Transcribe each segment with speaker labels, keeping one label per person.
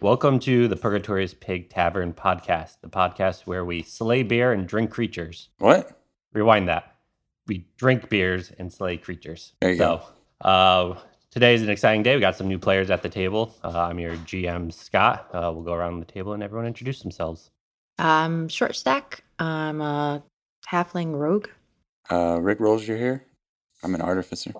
Speaker 1: Welcome to the Purgatorious Pig Tavern podcast, the podcast where we slay beer and drink creatures.
Speaker 2: What?
Speaker 1: Rewind that. We drink beers and slay creatures.
Speaker 2: There you
Speaker 1: so, Uh, today is an exciting day. We got some new players at the table. Uh, I'm your GM, Scott. Uh, we'll go around the table and everyone introduce themselves.
Speaker 3: I'm Um, short stack. I'm a halfling rogue.
Speaker 2: Uh, Rick rolls your hair. I'm an artificer.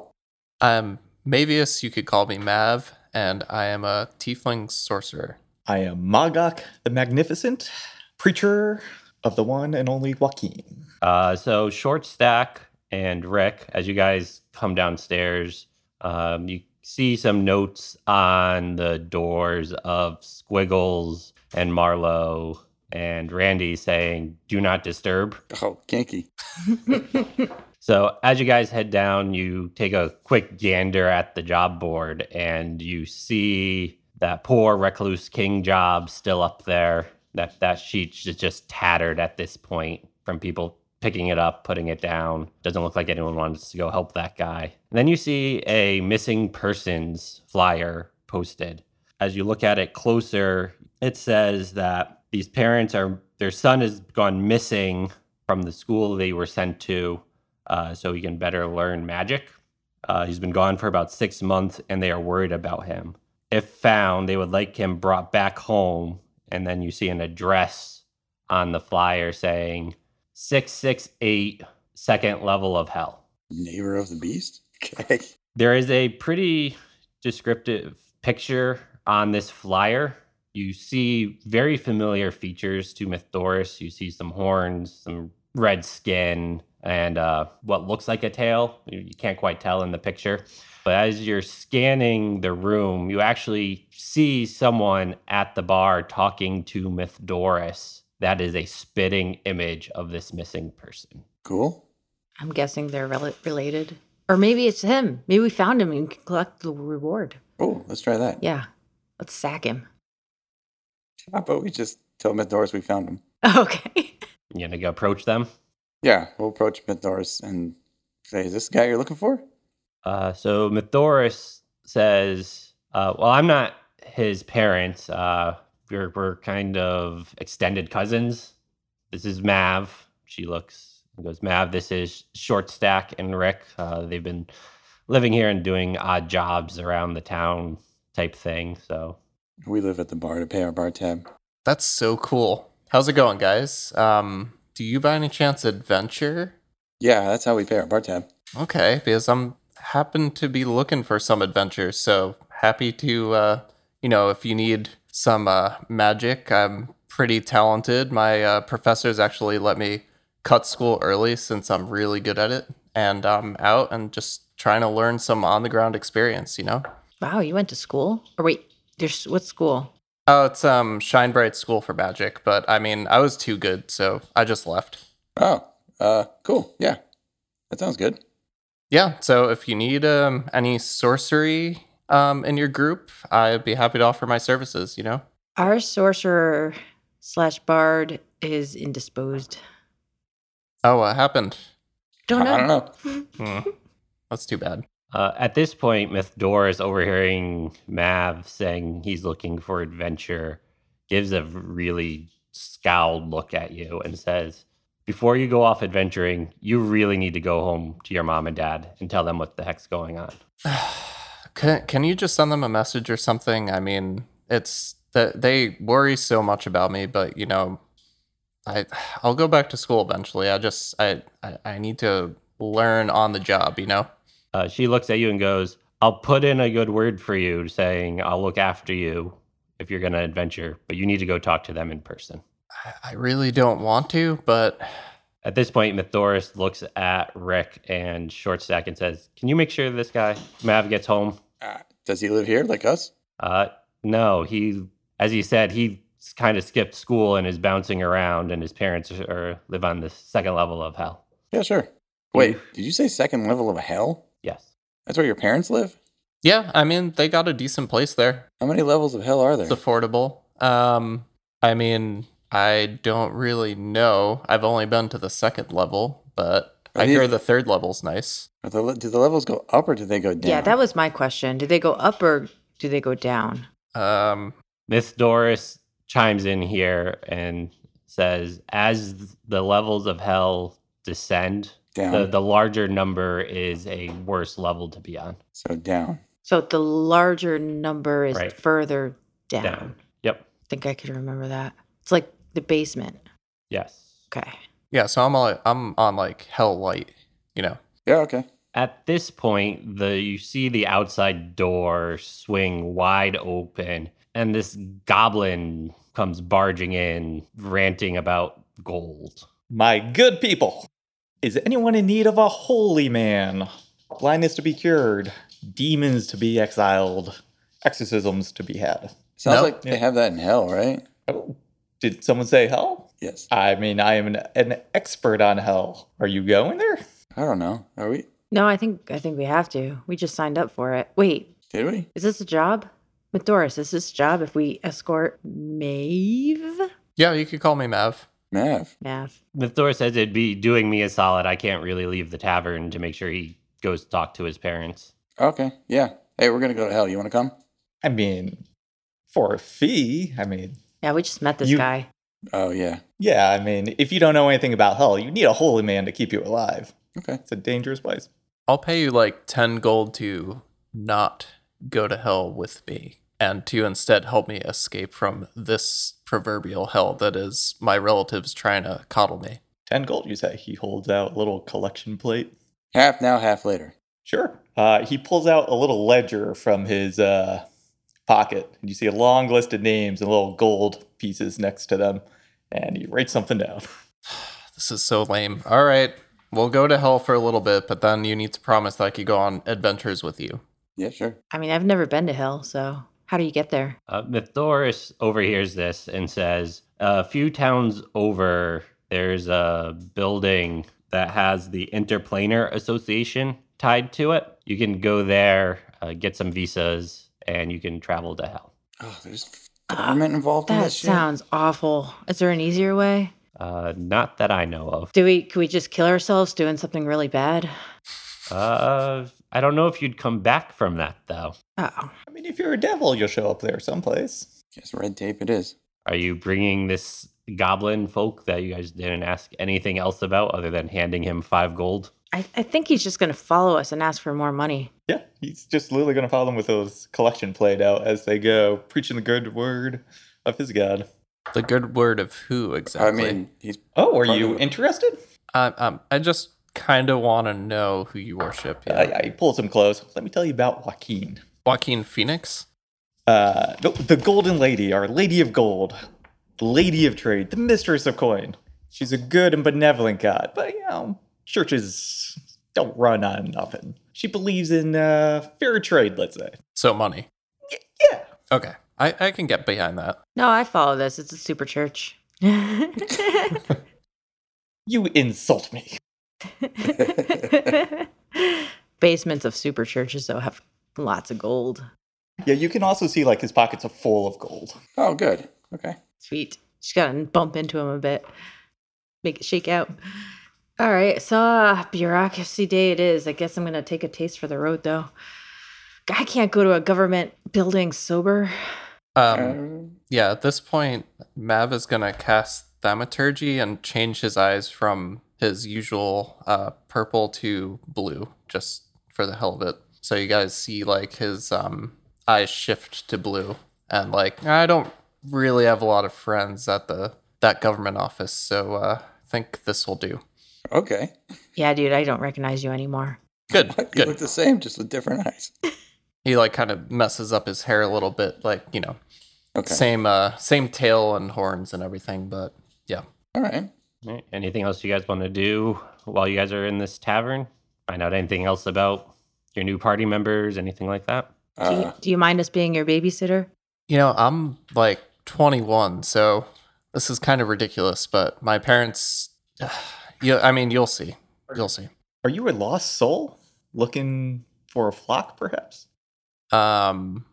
Speaker 4: I'm Um, Mavius, you could call me Mav, and I am a tiefling sorcerer.
Speaker 5: I am Magok the Magnificent, preacher of the one and only Joaquin.
Speaker 1: Uh, so short stack and Rick, as you guys come downstairs, um, you see some notes on the doors of Squiggles and Marlowe and Randy saying "Do not disturb."
Speaker 2: Oh, kinky.
Speaker 1: So as you guys head down, you take a quick gander at the job board and you see that poor recluse king job still up there. That that sheet is just tattered at this point from people picking it up, putting it down. Doesn't look like anyone wants to go help that guy. And then you see a missing persons flyer posted. As you look at it closer, it says that these parents are their son has gone missing from the school they were sent to uh, so he can better learn magic. Uh, he's been gone for about six months and they are worried about him. If found, they would like him brought back home. And then you see an address on the flyer saying 668 second level of hell.
Speaker 2: Neighbor of the beast. Okay.
Speaker 1: There is a pretty descriptive picture on this flyer. You see very familiar features to Mythoris. You see some horns, some red skin, and uh, what looks like a tail. You you can't quite tell in the picture. But as you're scanning the room, you actually see someone at the bar talking to Mythoris. That is a spitting image of this missing person.
Speaker 2: Cool.
Speaker 3: I'm guessing they're rel- related. Or maybe it's him. Maybe we found him and can collect the reward.
Speaker 2: Oh, let's try that.
Speaker 3: Yeah. Let's sack him.
Speaker 2: How about we just tell Mythoris we found him?
Speaker 3: Okay.
Speaker 1: You're gonna go approach them.
Speaker 2: Yeah, we'll approach Mythoris and say, "Is this the guy you're looking for?"
Speaker 1: Uh, so Mythoris says, uh, "Well, I'm not his parents. Uh, we're we're kind of extended cousins. This is Mav. She looks and goes, Mav. This is Short Stack and Rick. Uh, they've been living here and doing odd jobs around the town type thing. So
Speaker 2: We live at the bar to pay our bar tab.
Speaker 4: That's so cool. How's it going, guys? Um, do you by any chance adventure?
Speaker 2: Yeah, that's how we pay our bar tab.
Speaker 4: Okay, because I'm happen to be looking for some adventure, so happy to uh, you know, if you need some uh, magic, I'm pretty talented. My uh, professors actually let me cut school early since I'm really good at it, and I'm out and just trying to learn some on the ground experience, you know.
Speaker 3: Wow, you went to school? Or wait, there's what school?
Speaker 4: Oh, it's um Shine Bright School for Magic, but I mean, I was too good, so I just left.
Speaker 2: Oh, uh, cool. Yeah, that sounds good.
Speaker 4: Yeah, so if you need um any sorcery um in your group, I'd be happy to offer my services, you know.
Speaker 3: Our sorcerer slash bard is indisposed.
Speaker 4: Oh, what happened?
Speaker 3: Don't know.
Speaker 2: I don't know.
Speaker 4: Hmm. That's too bad.
Speaker 1: Uh, at this point, Mythdor is overhearing Mav saying he's looking for adventure, gives a really scowled look at you, and says, Before you go off adventuring, you really need to go home to your mom and dad and tell them what the heck's going on.
Speaker 4: Can can you just send them a message or something? I mean, it's that they worry so much about me, but you know, I I'll go back to school eventually. I just I I, I need to learn on the job, you know.
Speaker 1: Uh, she looks at you and goes, I'll put in a good word for you, saying, I'll look after you if you're going to adventure, but you need to go talk to them in person.
Speaker 4: I really don't want to, but
Speaker 1: At this point, Mythoris looks at Rick and Shortstack and says, Can you make sure this guy, Mav, gets home?
Speaker 2: Uh, does he live here like us?
Speaker 1: Uh, no, he, as he said, he kind of skipped school and is bouncing around, and his parents are, are- live on the second level of hell.
Speaker 2: Yeah, sure. Wait, did you say second level of hell?
Speaker 1: Yes.
Speaker 2: That's where your parents live?
Speaker 4: yeah, I mean, they got a decent place there.
Speaker 2: How many levels of hell are
Speaker 4: It's
Speaker 2: there?
Speaker 4: affordable. Um, I mean, I don't really know. I've only been to the second level, but
Speaker 2: Are
Speaker 4: I
Speaker 2: these-
Speaker 4: hear the third level's nice.
Speaker 2: Are the, le- do the levels go up or do they go down?
Speaker 3: Yeah, that was my question. Do they go up or do they go down?
Speaker 4: Um,
Speaker 1: Miss Doris chimes in here and says, as the levels of hell descend,
Speaker 2: Down.
Speaker 1: the, the larger number is a worse level to be on.
Speaker 2: so down.
Speaker 3: So the larger number is
Speaker 1: Right.
Speaker 3: further down.
Speaker 1: Down. Yep.
Speaker 3: I think I can remember that. It's like the basement.
Speaker 1: Yes.
Speaker 3: Okay.
Speaker 4: Yeah, so I'm on, I'm on like hell light, you know.
Speaker 2: Yeah, okay.
Speaker 1: At this point, the you see the outside door swing wide open, and this goblin comes barging in, ranting about gold.
Speaker 5: My good people, is anyone in need of a holy man? Blindness to be cured, demons to be exiled, exorcisms to be had.
Speaker 2: Sounds
Speaker 4: No.
Speaker 2: like they have that in hell, right?
Speaker 5: Oh, did someone say hell?
Speaker 2: Yes.
Speaker 5: I mean, I am an, an expert on hell. Are you going there?
Speaker 2: I don't know. Are we?
Speaker 3: No, I think I think we have to. We just signed up for it. Wait,
Speaker 2: Did we?
Speaker 3: is this a job? With Doris, is this a job if we escort Maeve?
Speaker 4: Yeah, you could call me Mav.
Speaker 2: Mav.
Speaker 3: Mav.
Speaker 1: Mithor says it'd be doing me a solid. I can't really leave the tavern to make sure he goes to talk to his parents.
Speaker 2: Okay. Yeah. Hey, we're gonna go to hell. You wanna come?
Speaker 5: I mean, for a fee, I mean,
Speaker 3: Yeah, we just met this
Speaker 5: You-
Speaker 3: guy.
Speaker 2: Oh yeah.
Speaker 5: yeah, I mean, if you don't know anything about hell, you need a holy man to keep you alive.
Speaker 2: Okay.
Speaker 5: It's a dangerous place.
Speaker 4: I'll pay you like 10 gold to not go to hell with me and to instead help me escape from this proverbial hell that is my relatives trying to coddle me.
Speaker 5: 10 gold, you say. He holds out a little collection plate.
Speaker 2: Half now, half later.
Speaker 5: Sure. Uh, he pulls out a little ledger from his uh, pocket, and you see a long list of names and little gold pieces next to them, and he writes something down.
Speaker 4: This is so lame. All right, we'll go to hell for a little bit, but then you need to promise that I could go on adventures with you.
Speaker 2: Yeah, sure.
Speaker 3: I mean, I've never been to hell, so how do you get there?
Speaker 1: Uh, Mithoris overhears this and says, A few towns over, there's a building that has the Interplanar Association tied to it. You can go there, uh, get some visas, and you can travel to hell.
Speaker 2: Oh, there's government involved in
Speaker 3: Ah, That
Speaker 2: this shit?
Speaker 3: sounds awful. Is there an easier way?
Speaker 1: Uh, not that I know of.
Speaker 3: Do we could we just kill ourselves doing something really bad?
Speaker 1: Uh, I don't know if you'd come back from that, though.
Speaker 3: Oh.
Speaker 5: I mean, if you're a devil, you'll show up there someplace.
Speaker 2: Yes, red tape it is.
Speaker 1: Are you bringing this goblin folk that you guys didn't ask anything else about other than handing him five gold?
Speaker 3: I, I think he's just gonna follow us and ask for more money.
Speaker 5: Yeah, he's just literally going to follow them with his collection plate out as they go, preaching the good word of his God.
Speaker 4: The good word of who exactly?
Speaker 2: I mean, he's
Speaker 5: Oh, are
Speaker 2: Pardon?
Speaker 5: you interested?
Speaker 4: I, um, I just kind of want to know who you worship. Yeah.
Speaker 5: Uh, yeah, he pulls him close. Let me tell you about Joaquin.
Speaker 4: Joaquin Phoenix?
Speaker 5: Uh, the, the Golden Lady, our Lady of Gold, the Lady of Trade, the Mistress of Coin. She's a good and benevolent god, but you know, churches don't run on nothing. She believes in uh, fair trade, let's say.
Speaker 4: So money.
Speaker 5: yeah.
Speaker 4: Okay, I, I can get behind that.
Speaker 3: No, I follow this. It's a super church.
Speaker 5: You insult me.
Speaker 3: Basements of super churches though have lots of gold.
Speaker 5: Yeah, you can also see like his pockets are full of gold.
Speaker 2: oh good. Okay.
Speaker 3: Sweet. Just gotta bump into him a bit. Make it shake out. All right, so uh, bureaucracy day it is. I guess I'm gonna take a taste for the road though. I can't go to a government building sober.
Speaker 4: Um, yeah, at this point, Mav is going to cast Thaumaturgy and change his eyes from his usual uh, purple to blue, just for the hell of it. So you guys see, like, his um, eyes shift to blue. And, like, I don't really have a lot of friends at the that government office, so uh, I think this will do.
Speaker 2: Uh, okay.
Speaker 3: Yeah, dude, I don't recognize you anymore.
Speaker 4: Good,
Speaker 2: You
Speaker 4: good.
Speaker 2: look the same, just with different eyes.
Speaker 4: He, like, kind of messes up his hair a little bit, like, you know,
Speaker 2: Okay.
Speaker 4: same, uh, same tail and horns and everything, but yeah.
Speaker 2: All right.
Speaker 1: All right, Anything else you guys want to do while you guys are in this tavern? Find out anything else about your new party members, anything like that?
Speaker 3: Do you,
Speaker 2: Uh,
Speaker 3: do you mind us being your babysitter?
Speaker 4: You know, I'm like 21, so this is kind of ridiculous, but my parents, you, I mean, you'll see. You'll see.
Speaker 5: Are you a lost soul? Looking for a flock, perhaps?
Speaker 4: Um,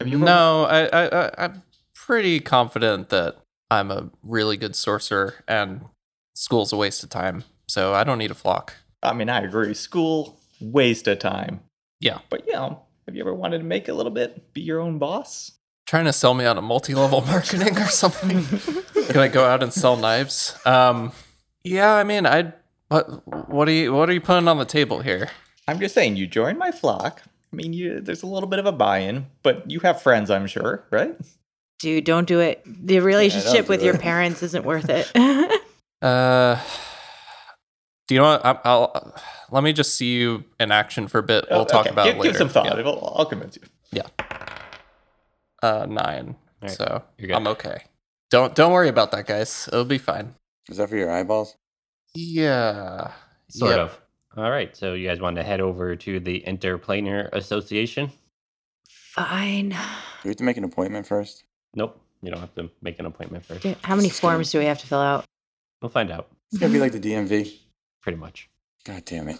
Speaker 5: Have you heard-
Speaker 4: no, I, I, I, I'm pretty confident that I'm a really good sorcerer and school's a waste of time, so I don't need a flock.
Speaker 5: I mean, I agree. School, waste of time.
Speaker 4: Yeah.
Speaker 5: But you know, have you ever wanted to make a little bit, be your own boss?
Speaker 4: trying to sell me on a multi-level marketing or something. Can I go out and sell knives? Um, yeah, I mean, I what what are you what are you putting on the table here?
Speaker 5: I'm just saying, you join my flock. I mean, you, there's a little bit of a buy-in, but you have friends, I'm sure, right?
Speaker 3: Dude, don't do it. The relationship with
Speaker 2: do
Speaker 3: your
Speaker 2: it.
Speaker 3: parents isn't worth it.
Speaker 4: Uh, do you know what? I, I'll let me just see you in action for a bit. We'll
Speaker 5: Oh,
Speaker 4: talk
Speaker 5: okay.
Speaker 4: about
Speaker 5: give,
Speaker 4: it later.
Speaker 5: Give some thought.
Speaker 4: Yeah.
Speaker 5: I'll, I'll convince you.
Speaker 4: Uh, nine.
Speaker 1: All right.
Speaker 4: So
Speaker 1: You're good.
Speaker 4: I'm okay. Don't don't worry about that, guys. It'll be fine.
Speaker 2: Is that for your eyeballs?
Speaker 4: Yeah.
Speaker 1: Sort
Speaker 4: Yep.
Speaker 1: of. All right. So you guys want to head over to the Interplanar Association?
Speaker 3: Fine.
Speaker 2: Do we have to make an appointment first?
Speaker 1: Nope. You don't have to make an appointment first.
Speaker 3: Dude, how many forms do we have to fill out?
Speaker 1: We'll find out,
Speaker 2: It's gonna be like the DMV.
Speaker 1: pretty much.
Speaker 2: God damn it!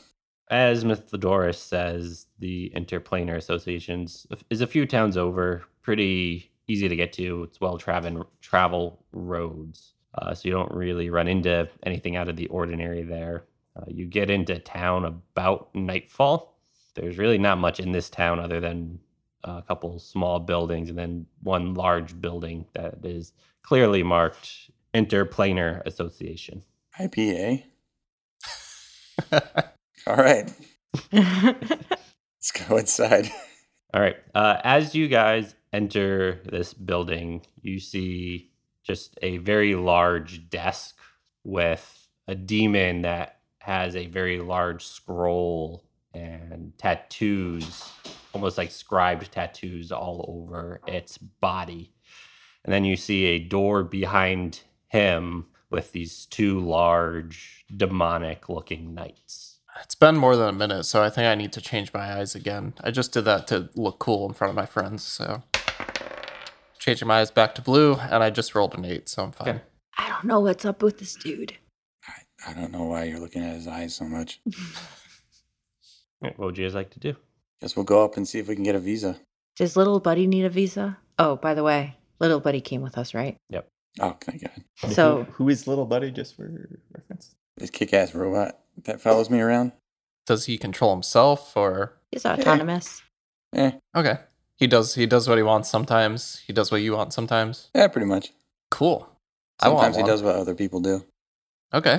Speaker 1: As Mythodoris says, the Interplanar Associations is a few towns over, pretty easy to get to. It's well traveled travel roads, uh, so you don't really run into anything out of the ordinary there. Uh, you get into town about nightfall. There's really not much in this town other than a couple small buildings and then one large building that is clearly marked Interplanar Association.
Speaker 2: IPA. All right, let's go inside.
Speaker 1: All right. Uh, as you guys enter this building, you see just a very large desk with a demon that has a very large scroll and tattoos, almost like scribed tattoos all over its body. And then you see a door behind him with these two large demonic looking knights.
Speaker 4: It's been more than a minute, so I think I need to change my eyes again. I just did that to look cool in front of my friends, so changing my eyes back to blue, and I just rolled an eight, so I'm fine.
Speaker 1: Okay.
Speaker 3: I don't know what's up with this dude.
Speaker 2: I, I don't know why you're looking at his eyes so much.
Speaker 1: All right, what would you guys like to do?
Speaker 2: Guess we'll go up and see if we can get a visa.
Speaker 3: Does little buddy need a visa? Oh, by the way, little buddy came with us, right?
Speaker 2: Oh, thank God!
Speaker 3: So
Speaker 5: Who- who is little buddy? Just for reference.
Speaker 2: This kick-ass robot that follows me around.
Speaker 4: Does he control himself or
Speaker 3: he's autonomous.
Speaker 2: Eh,
Speaker 4: okay? He does. He does what he wants sometimes. He does what you want sometimes.
Speaker 2: yeah, pretty much.
Speaker 4: Cool. I want
Speaker 2: Sometimes he
Speaker 4: one.
Speaker 2: does what other people do.
Speaker 4: Okay.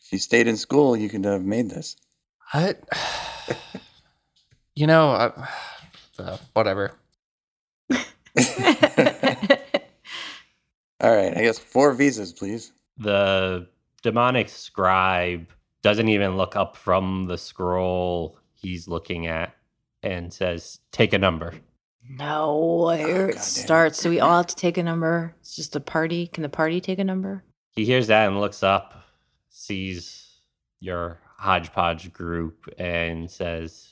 Speaker 2: If you stayed in school, you could have made this.
Speaker 4: I, you know, I, uh, whatever.
Speaker 2: All right, I guess four visas, please.
Speaker 1: the demonic scribe doesn't even look up from the scroll he's looking at and says, Take a number.
Speaker 3: no, here
Speaker 2: God damn
Speaker 3: it
Speaker 2: it.
Speaker 3: starts. Do we all have to take a number? It's just a party. Can the party take a number?
Speaker 1: He hears that and looks up, sees your hodgepodge group, and says,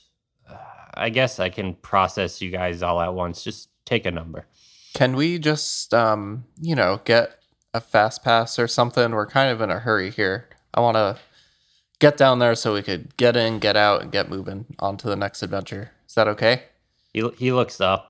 Speaker 1: "Uh, I guess I can process you guys all at once. Just take a number.
Speaker 4: Can we just, um, you know, get a fast pass or something? We're kind of in a hurry here. I want to get down there so we could get in, get out, and get moving on to the next adventure. Is that okay?
Speaker 1: He, he looks up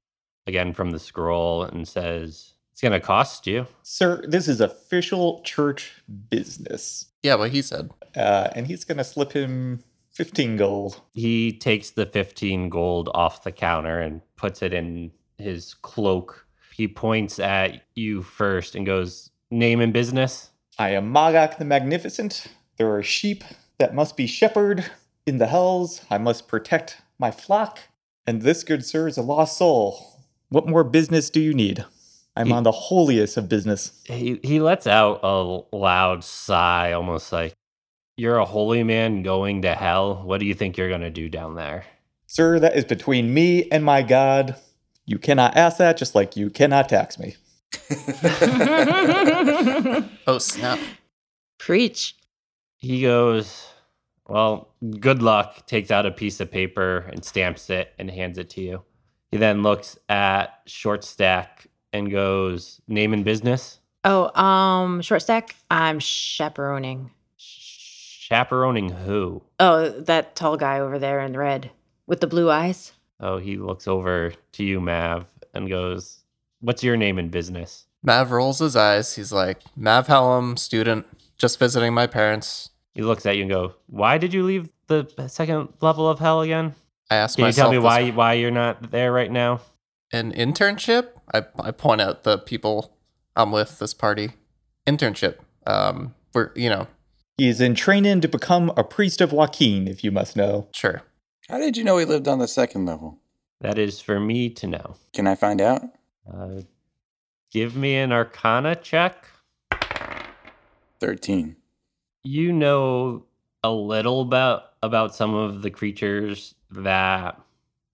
Speaker 1: again from the scroll and says, It's going to cost you.
Speaker 5: Sir, this is official church business.
Speaker 4: Yeah, what he said.
Speaker 5: Uh, and he's going to slip him 15 gold.
Speaker 1: he takes the 15 gold off the counter and puts it in his cloak. He points at you first and goes, Name and business?
Speaker 5: I am Magok the Magnificent. There are sheep that must be shepherded in the hells. I must protect my flock. And this, good sir, is a lost soul. What more business do you need? I'm on the holiest of business.
Speaker 1: He, he lets out a loud sigh, almost like, You're a holy man going to hell. What do you think you're going to do down there?
Speaker 5: Sir, that is between me and my God. You cannot ask that, just like you cannot tax me.
Speaker 4: Oh, snap.
Speaker 3: Preach.
Speaker 1: He goes, Well, good luck. Takes out a piece of paper and stamps it and hands it to you. He then looks at Short Stack and goes, Name and business?
Speaker 3: Oh, um, short stack. I'm chaperoning.
Speaker 1: Chaperoning who?
Speaker 3: Oh, that tall guy over there in red with the blue eyes.
Speaker 1: Oh, he looks over to you, Mav, and goes, What's your name and business?
Speaker 4: Mav rolls his eyes. He's like, Mav Hallam, student, just visiting my parents.
Speaker 1: He looks at you and goes, Why did you leave the second level of hell again?
Speaker 4: I asked
Speaker 1: Can you
Speaker 4: myself.
Speaker 1: tell me
Speaker 4: this-
Speaker 1: why why you're not there right now?
Speaker 4: an internship. I, I point out the people I'm with this party. Internship. Um, we're, you know,
Speaker 5: He is in training to become a priest of Joaquin, if you must know.
Speaker 4: sure.
Speaker 2: How did you know he lived on the second level?
Speaker 1: That is for me to know.
Speaker 2: Can I find out?
Speaker 1: Uh, give me an arcana check.
Speaker 2: 13.
Speaker 1: You know a little about about some of the creatures that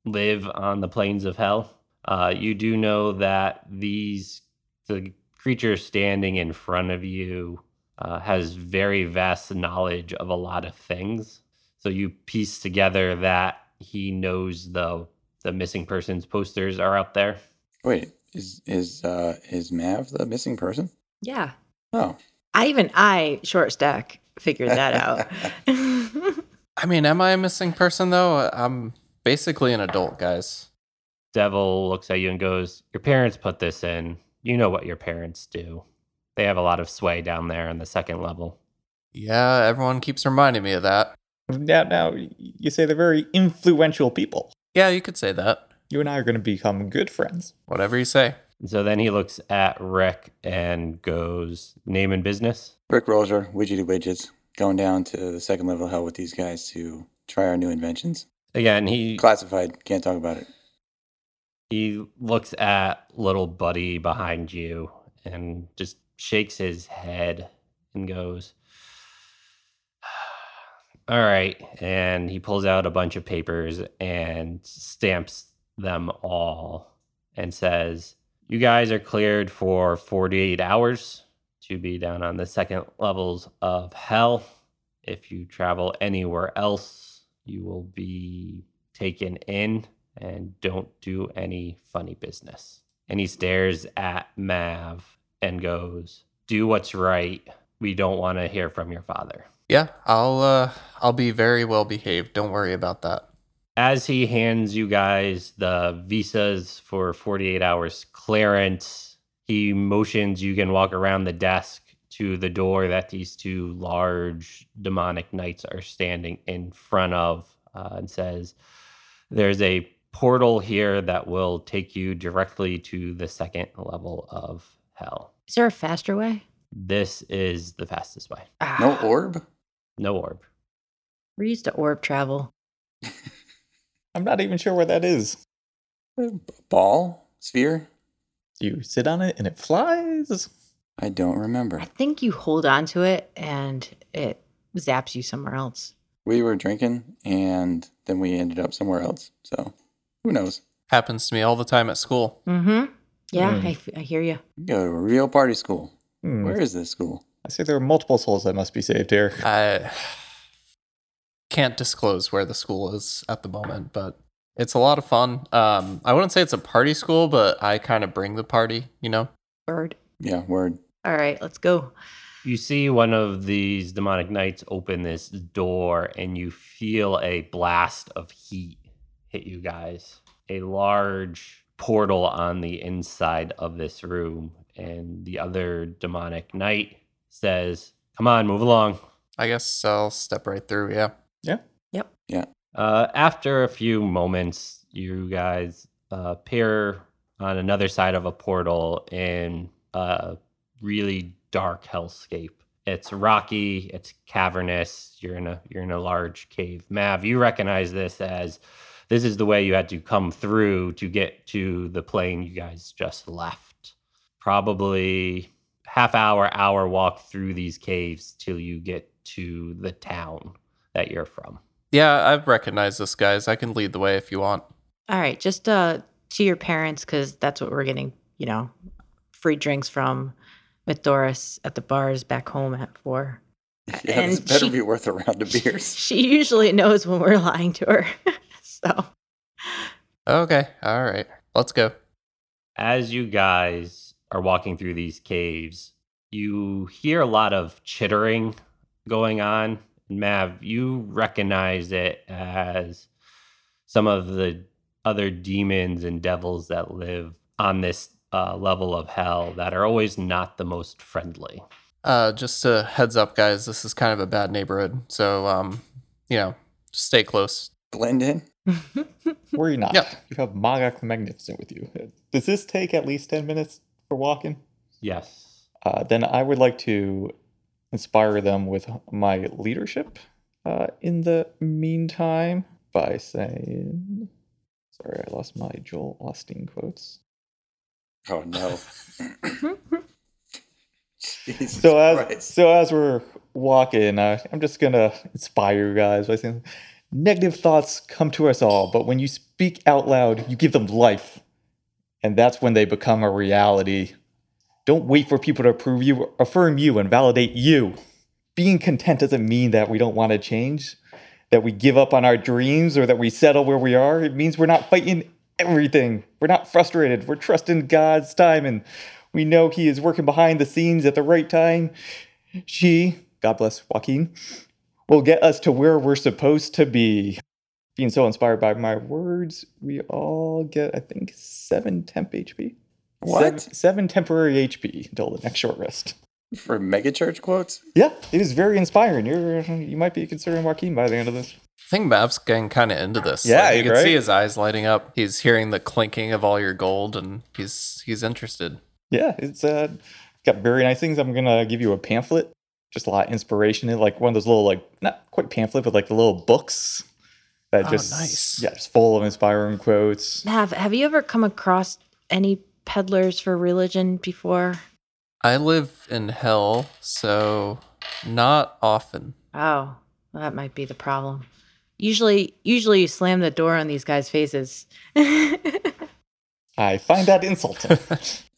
Speaker 1: live on the plains of hell. Uh, you do know that these the creature standing in front of you uh, has very vast knowledge of a lot of things. So you piece together that he knows the the missing persons posters are out there.
Speaker 2: Wait, is is uh is Mav the missing person?
Speaker 3: Yeah.
Speaker 2: Oh.
Speaker 3: I even I short stack figured that out.
Speaker 4: I mean, am I a missing person though? I'm basically an adult, guys.
Speaker 1: Devil looks at you and goes, Your parents put this in. You know what your parents do. They have a lot of sway down there on the second level.
Speaker 4: Yeah, everyone keeps reminding me of that.
Speaker 5: Now, now you say they're very influential people.
Speaker 4: Yeah, you could say that.
Speaker 5: You and I are going to become good friends.
Speaker 4: Whatever you say.
Speaker 1: And so then he looks at Rick and goes, Name and business?
Speaker 2: Rick Roger, Widgety Widgets, going down to the second level of hell with these guys to try our new inventions.
Speaker 1: Again, he
Speaker 2: Classified, can't talk about it.
Speaker 1: he looks at little buddy behind you and just shakes his head and goes all right and he pulls out a bunch of papers and stamps them all and says you guys are cleared for 48 hours to be down on the second levels of hell if you travel anywhere else you will be taken in and don't do any funny business. And he stares at Mav and goes, Do what's right. We don't want to hear from your father.
Speaker 4: Yeah, I'll uh I'll be very well behaved. Don't worry about that.
Speaker 1: As he hands you guys the visas for 48 hours clearance, he motions you can walk around the desk to the door that these two large demonic knights are standing in front of uh, and says, There's a portal here that will take you directly to the second level of hell.
Speaker 3: Is there a faster way?
Speaker 1: This is the fastest way.
Speaker 2: No
Speaker 3: Ah,
Speaker 2: orb?
Speaker 1: No orb.
Speaker 3: We're used to orb travel.
Speaker 5: I'm not even sure where that is.
Speaker 2: Uh, Ball? Sphere?
Speaker 5: You sit on it and it flies.
Speaker 2: I don't remember.
Speaker 3: I think you hold on to it and it zaps you somewhere else.
Speaker 2: We were drinking and then we ended up somewhere else. So who knows?
Speaker 4: Happens to me all the time at school.
Speaker 3: Mm-hmm. Yeah,
Speaker 2: Hmm.
Speaker 5: Mm.
Speaker 3: I, f- I hear you.
Speaker 2: We go to a real party school.
Speaker 5: Hmm.
Speaker 2: Where is this school?
Speaker 5: I see there are multiple souls that must be saved here.
Speaker 4: I can't disclose where the school is at the moment, but it's a lot of fun. Um I wouldn't say it's a party school, but I kind of bring the party, you know.
Speaker 3: Bird.
Speaker 2: Yeah, word.
Speaker 3: All right, let's go.
Speaker 1: You see one of these demonic knights open this door, and you feel a blast of heat hit you guys. A large portal on the inside of this room, and the other demonic knight says, Come on, move along.
Speaker 4: I guess I'll step right through, yeah.
Speaker 1: Uh, after a few moments, you guys uh, appear on another side of a portal in a really dark hellscape. It's rocky, it's cavernous. You're in a you're in a large cave. Mav, you recognize this as this is the way you had to come through to get to the plane you guys just left. Probably half hour hour walk through these caves till you get to the town that you're from.
Speaker 4: Yeah, I've recognized this guys. I can lead the way if you want.
Speaker 3: All right, just uh to your parents because that's what we're getting. You know, free drinks from with Doris at the bars back home at four.
Speaker 2: Yeah, this
Speaker 3: And
Speaker 2: better
Speaker 3: she-
Speaker 2: be worth a round of beers.
Speaker 3: She usually knows when we're lying to her. so
Speaker 4: Okay, all right. Let's go.
Speaker 1: as you guys are walking through these caves, you hear a lot of chittering going on. Mav, you recognize it as some of the other demons and devils that live on this uh, level of hell that are always not the most friendly.
Speaker 4: Uh, just a heads up, guys. This is kind of a bad neighborhood, so um, you know, stay close.
Speaker 2: Blend in?
Speaker 5: Worry not.
Speaker 4: Yeah.
Speaker 5: You have Magak the Magnificent with you. Does this take at least 10 minutes for walking?
Speaker 1: Yes.
Speaker 5: Uh, then I would like to inspire them with my leadership uh, in the meantime by saying. Sorry, I lost my Joel Austin quotes.
Speaker 2: Oh no. Jesus
Speaker 5: So as
Speaker 2: Christ.
Speaker 5: so as we're walking, uh, I'm just gonna inspire you guys by saying, negative thoughts come to us all, but when you speak out loud, you give them life, and that's when they become a reality. Don't wait for people to approve you, affirm you, and validate you. Being content doesn't mean that we don't want to change, that we give up on our dreams, or that we settle where we are. It means we're not fighting everything. We're not frustrated. We're trusting God's time and we know he is working behind the scenes at the right time. She, God bless Joaquin, will get us to where we're supposed to be. Being so inspired by my words, we all get, I think, seven temp HP.
Speaker 2: What?
Speaker 5: Seven, seven temporary HP until the next short rest.
Speaker 2: For megachurch quotes?
Speaker 5: Yeah, it is very inspiring. You're, you might be considering Joaquin by the end of this.
Speaker 4: I think Mav's getting kind of into this.
Speaker 5: Yeah,
Speaker 4: Like, you can
Speaker 5: right?
Speaker 4: see his eyes lighting up. He's hearing the clinking of all your gold, and he's he's interested.
Speaker 5: Yeah, it's uh, got very nice things. I'm gonna give you a pamphlet, just a lot of inspiration in like one of those little like not quite pamphlet, but like the little books that
Speaker 4: Oh,
Speaker 5: just
Speaker 4: nice.
Speaker 5: yeah, just full of inspiring quotes.
Speaker 3: Nav, have you ever come across any peddlers for religion before?
Speaker 4: I live in hell, so not often.
Speaker 3: Oh, well, that might be the problem. Usually, usually you slam the door on these guys' faces.
Speaker 5: I find that insulting.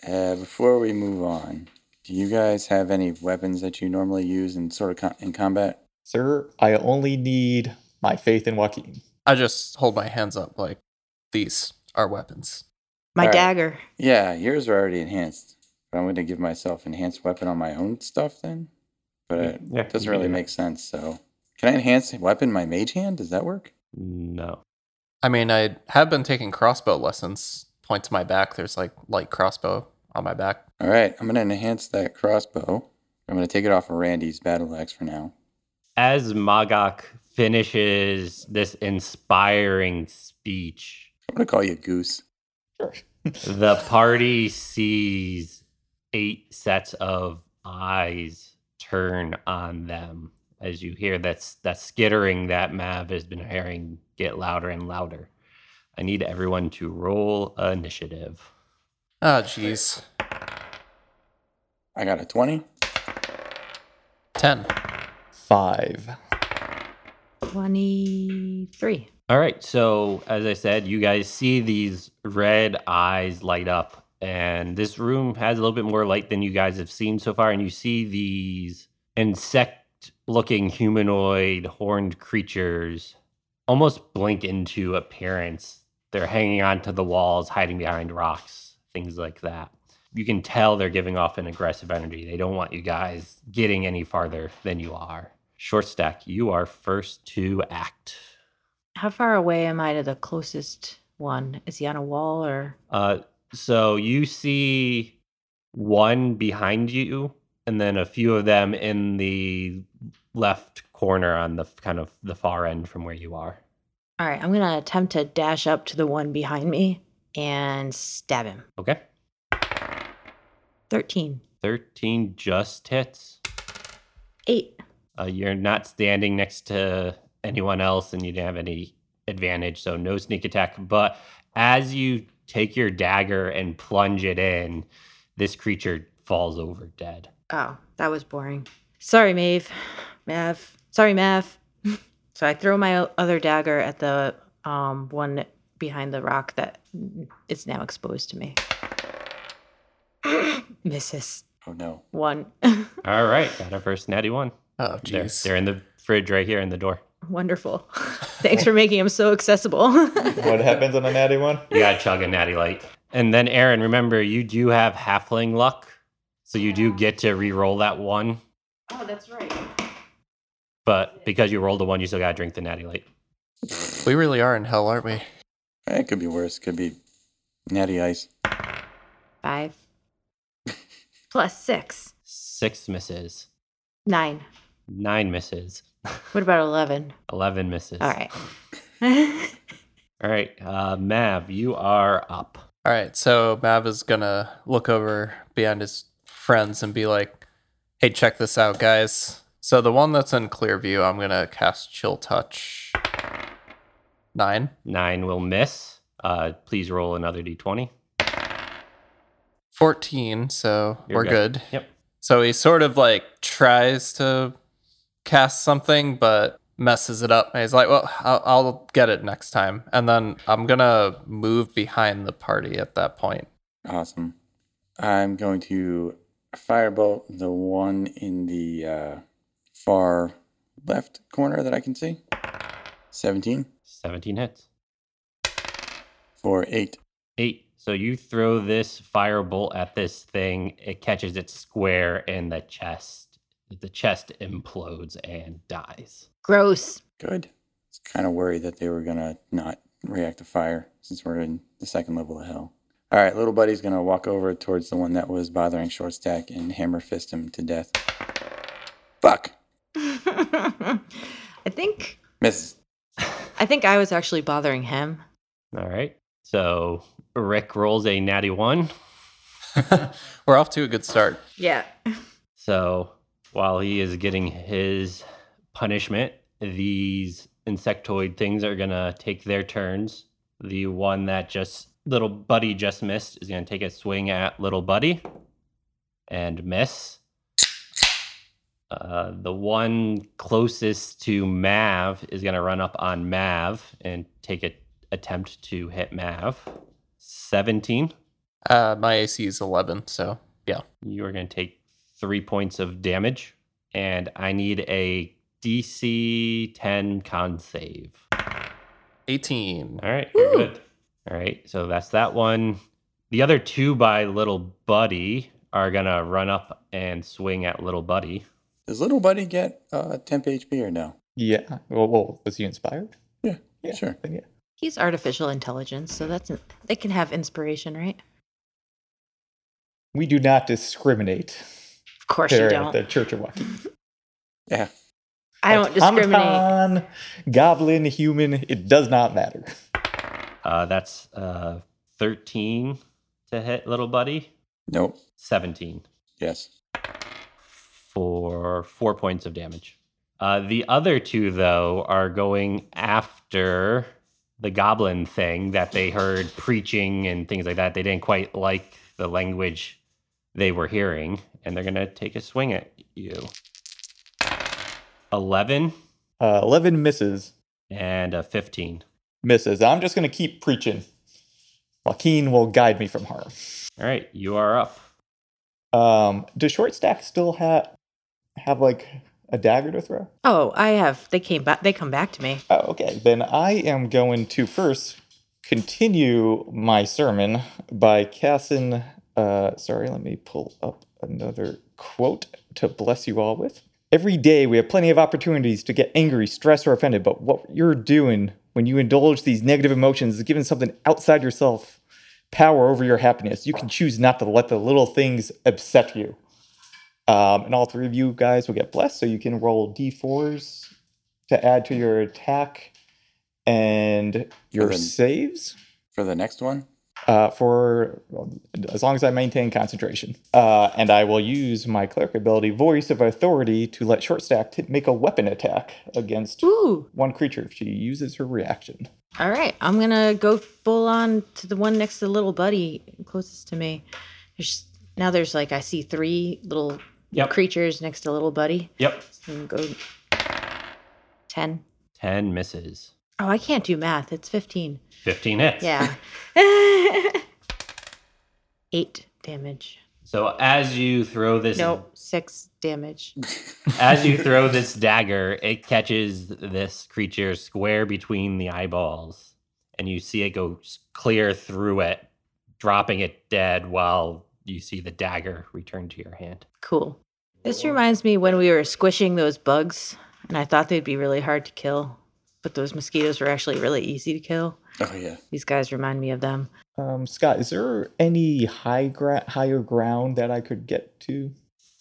Speaker 2: Uh, before we move on, do you guys have any weapons that you normally use in sort of com- in combat?
Speaker 5: Sir, I only need my faith in Joaquin.
Speaker 4: I just hold my hands up like these are weapons.
Speaker 3: My
Speaker 2: All right.
Speaker 3: dagger.
Speaker 2: Yeah, yours are already enhanced. But I'm going to give myself enhanced weapon on my own stuff then. But it
Speaker 1: Yeah, you
Speaker 2: doesn't
Speaker 1: can
Speaker 2: really
Speaker 1: do
Speaker 2: make sense. So, can I enhance weapon my mage hand? Does that work?
Speaker 1: No.
Speaker 4: I mean, I have been taking crossbow lessons. Point to my back. There's like light crossbow on my back.
Speaker 2: All right, I'm going to enhance that crossbow. I'm going to take it off of Randy's battle axe for now.
Speaker 1: As Magok finishes this inspiring speech,
Speaker 2: I'm going to call you Goose.
Speaker 5: Sure.
Speaker 1: the party sees eight sets of eyes turn on them as you hear that's that skittering that Mav has been hearing get louder and louder. I need everyone to roll initiative.
Speaker 4: Ah, jeez.
Speaker 2: I got a 20.
Speaker 4: 10.
Speaker 5: Five.
Speaker 3: 23.
Speaker 1: All right. So, as I said, you guys see these red eyes light up, and this room has a little bit more light than you guys have seen so far. And you see these insect looking humanoid horned creatures almost blink into appearance. They're hanging onto the walls, hiding behind rocks, things like that. You can tell they're giving off an aggressive energy. They don't want you guys getting any farther than you are. Short stack, you are first to act.
Speaker 3: How far away am I to the closest one? Is he on a wall or?
Speaker 1: Uh, so you see one behind you, and then a few of them in the left corner on the f- kind of the far end from where you are.
Speaker 3: All right, I'm going to attempt to dash up to the one behind me and stab him.
Speaker 1: Okay,
Speaker 3: 13.
Speaker 1: thirteen just hits.
Speaker 3: 8.
Speaker 1: Uh, you're not standing next to anyone else, and you didn't have any advantage, so no sneak attack. But as you take your dagger and plunge it in, this creature falls over dead.
Speaker 3: Oh, that was boring. Sorry, Maeve. Mav. Sorry, Mav. so I throw my o- other dagger at the um, one behind the rock that is now exposed to me. Misses.
Speaker 2: Oh no.
Speaker 3: One.
Speaker 1: All right, got our first natty one.
Speaker 4: Oh,
Speaker 1: They're,
Speaker 4: jeez.
Speaker 1: they're in the fridge right here in the door.
Speaker 3: Wonderful. Thanks for making him so accessible.
Speaker 5: What happens on a natty one?
Speaker 1: You gotta chug a natty light. And then Aaron, remember you do have halfling luck. So you do get to re-roll that one.
Speaker 3: oh, that's right.
Speaker 1: But because you rolled a one, you still gotta drink the natty light.
Speaker 4: We really are in hell, aren't we?
Speaker 2: Eh, It could be worse. Could be natty ice.
Speaker 3: Five. Plus six.
Speaker 1: Six misses.
Speaker 3: Nine.
Speaker 1: Nine misses.
Speaker 3: What about 11?
Speaker 1: Eleven misses.
Speaker 3: All right.
Speaker 1: All right, uh, Mav, you are up.
Speaker 4: All right, so Mav is gonna look over behind his friends and be like, "Hey, check this out, guys." So the one that's in clear view, I'm gonna cast Chill Touch. Nine.
Speaker 1: Nine will miss. Uh, please roll another d20.
Speaker 4: 14, so
Speaker 1: You're
Speaker 4: we're
Speaker 1: good.
Speaker 4: good.
Speaker 1: Yep.
Speaker 4: So he sort of like tries to cast something, but messes it up. And he's like, well, I'll, I'll get it next time. And then I'm going to move behind the party at that point.
Speaker 2: Awesome. I'm going to firebolt the one in the uh, far left corner that I can see. 17
Speaker 1: 17 hits.
Speaker 2: for 8.
Speaker 1: Eight. So you throw this firebolt at this thing. It catches it square in the chest. The chest implodes and dies.
Speaker 3: Gross.
Speaker 2: Good. I was kind of worried that they were going to not react to fire since we're in the second level of hell. All right, little buddy's going to walk over towards the one that was bothering Short Stack and hammer fist him to death. Fuck!
Speaker 3: I think
Speaker 2: Miss.
Speaker 3: I think I was actually bothering him.
Speaker 1: All right. So Rick rolls a natty one.
Speaker 4: we're off to a good start.
Speaker 3: Yeah.
Speaker 1: So while he is getting his punishment, these insectoid things are going to take their turns. The one that just little buddy just missed is going to take a swing at little buddy and miss. Uh, the one closest to Mav is going to run up on Mav and take a attempt to hit Mav. 17.
Speaker 4: Uh, my AC is 11, so yeah.
Speaker 1: You are going to take three points of damage, and I need a DC 10 con save.
Speaker 4: 18.
Speaker 1: All right, you're
Speaker 3: Woo!
Speaker 1: good. All right, so that's that one. The other two by Little Buddy are going to run up and swing at Little Buddy.
Speaker 2: Does little buddy get uh, temp HP or no?
Speaker 5: Yeah. Well, well, was he inspired? Yeah.
Speaker 2: Sure.
Speaker 5: Then yeah.
Speaker 3: He's artificial intelligence, so that's they can have inspiration, right?
Speaker 5: We do not discriminate
Speaker 3: Of course
Speaker 5: here
Speaker 3: you
Speaker 5: at the
Speaker 3: don't.
Speaker 5: Church of Waukee.
Speaker 2: Yeah.
Speaker 3: I don't discriminate.
Speaker 5: Automaton, goblin, human, it does not matter.
Speaker 1: Uh, that's uh, 13 to hit Little Buddy,
Speaker 2: Nope.
Speaker 1: 17
Speaker 2: Yes.
Speaker 1: for four points of damage. Uh, the other two, though, are going after the goblin thing that they heard preaching and things like that. They didn't quite like the language they were hearing, and they're going to take a swing at you. 11
Speaker 5: Uh, 11 misses.
Speaker 1: and a 15.
Speaker 5: Misses. I'm just going to keep preaching. Joaquin will guide me from harm.
Speaker 1: All right, you are up.
Speaker 5: Um, does Short Stack still have have like a dagger to throw?
Speaker 3: Oh, I have. They came back. They come back to me.
Speaker 5: Oh, okay. Then I am going to first continue my sermon by casting. Uh, sorry, let me pull up another quote to bless you all with. Every day we have plenty of opportunities to get angry, stressed, or offended, but what you're doing when you indulge these negative emotions is giving something outside yourself power over your happiness. You can choose not to let the little things upset you. Um, and all three of you guys will get blessed, so you can roll d4s to add to your attack and your
Speaker 2: then-
Speaker 5: saves
Speaker 2: For the next one,
Speaker 5: uh, for well, as long as I maintain concentration. Uh, and I will use my cleric ability, Voice of Authority, to let Shortstack t- make a weapon attack against
Speaker 3: Ooh.
Speaker 5: one creature if she uses her reaction.
Speaker 3: All right. I'm gonna go full on to the one next to little buddy closest to me. There's now there's like I see three little
Speaker 1: Yep.
Speaker 3: creatures next to little buddy.
Speaker 1: Yep.
Speaker 3: So I'm gonna go ten.
Speaker 1: 10 misses.
Speaker 3: Oh, I can't do math. It's fifteen.
Speaker 1: 15 hits.
Speaker 3: Yeah. Eight damage.
Speaker 1: So as you throw this
Speaker 3: No, six damage.
Speaker 1: As you throw this dagger, it catches this creature square between the eyeballs, and you see it go s- clear through it, dropping it dead while you see the dagger return to your hand.
Speaker 3: Cool. This reminds me when we were squishing those bugs, and I thought they'd be really hard to kill, but those mosquitoes were actually really easy to kill.
Speaker 2: Oh yeah.
Speaker 3: These guys remind me of them.
Speaker 5: Um, Scott, is there any high gra- higher ground that I could get to?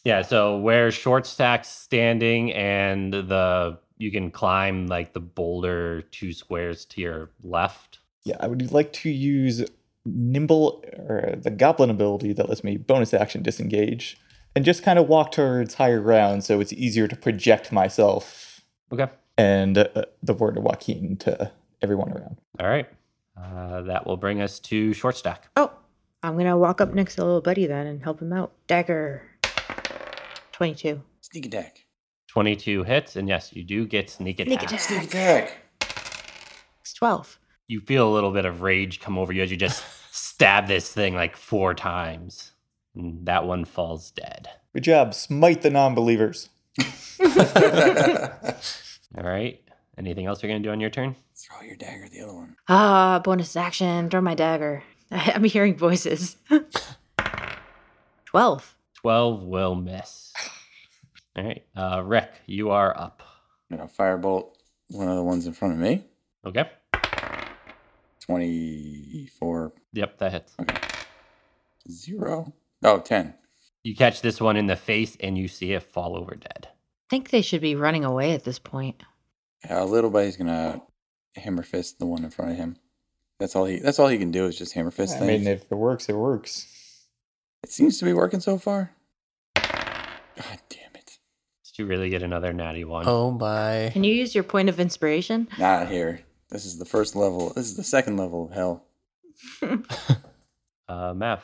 Speaker 1: Yeah, so where short stack's standing and the you can climb like the boulder two squares to your left.
Speaker 5: Yeah, I would like to use nimble or the goblin ability that lets me bonus action disengage and just kind of walk towards higher ground so it's easier to project myself
Speaker 1: Okay.
Speaker 5: and uh, the word of Joaquin to everyone around.
Speaker 1: All right. Uh, that will bring us to short stack.
Speaker 3: Oh, I'm gonna walk up next to little buddy then and help him out. Dagger. Twenty-two.
Speaker 2: Sneak attack.
Speaker 1: 22 hits, and yes, you do get sneak attack.
Speaker 3: Sneak attack.
Speaker 2: Sneak attack.
Speaker 3: It's twelve.
Speaker 1: You feel a little bit of rage come over you as you just stab this thing like four times. And that one falls dead.
Speaker 5: Good job. Smite the non believers.
Speaker 1: All right. Anything else you're going to do on your turn?
Speaker 2: Throw your dagger at the other one.
Speaker 3: Ah, bonus action. Throw my dagger. I'm hearing voices. Twelve.
Speaker 1: 12 will miss. All right. Uh, Rick, you are up.
Speaker 2: I'm gonna firebolt one of the ones in front of me.
Speaker 1: Okay.
Speaker 2: Twenty-four
Speaker 1: Yep, that hits.
Speaker 2: zero. Oh, 10.
Speaker 1: You catch this one in the face and you see it fall over dead.
Speaker 3: think they should be running away at this point.
Speaker 2: Yeah, little buddy's gonna hammer fist the one in front of him. That's all he. That's all he can do is just hammer fist
Speaker 5: I
Speaker 2: things.
Speaker 5: mean, if it works, it works.
Speaker 2: It seems to be working so far. God damn it!
Speaker 1: Did you really get another natty one?
Speaker 4: Oh my.
Speaker 3: Can you use your point of inspiration?
Speaker 2: Not here. This is the first level. This is the second level of hell.
Speaker 1: Uh, Mav.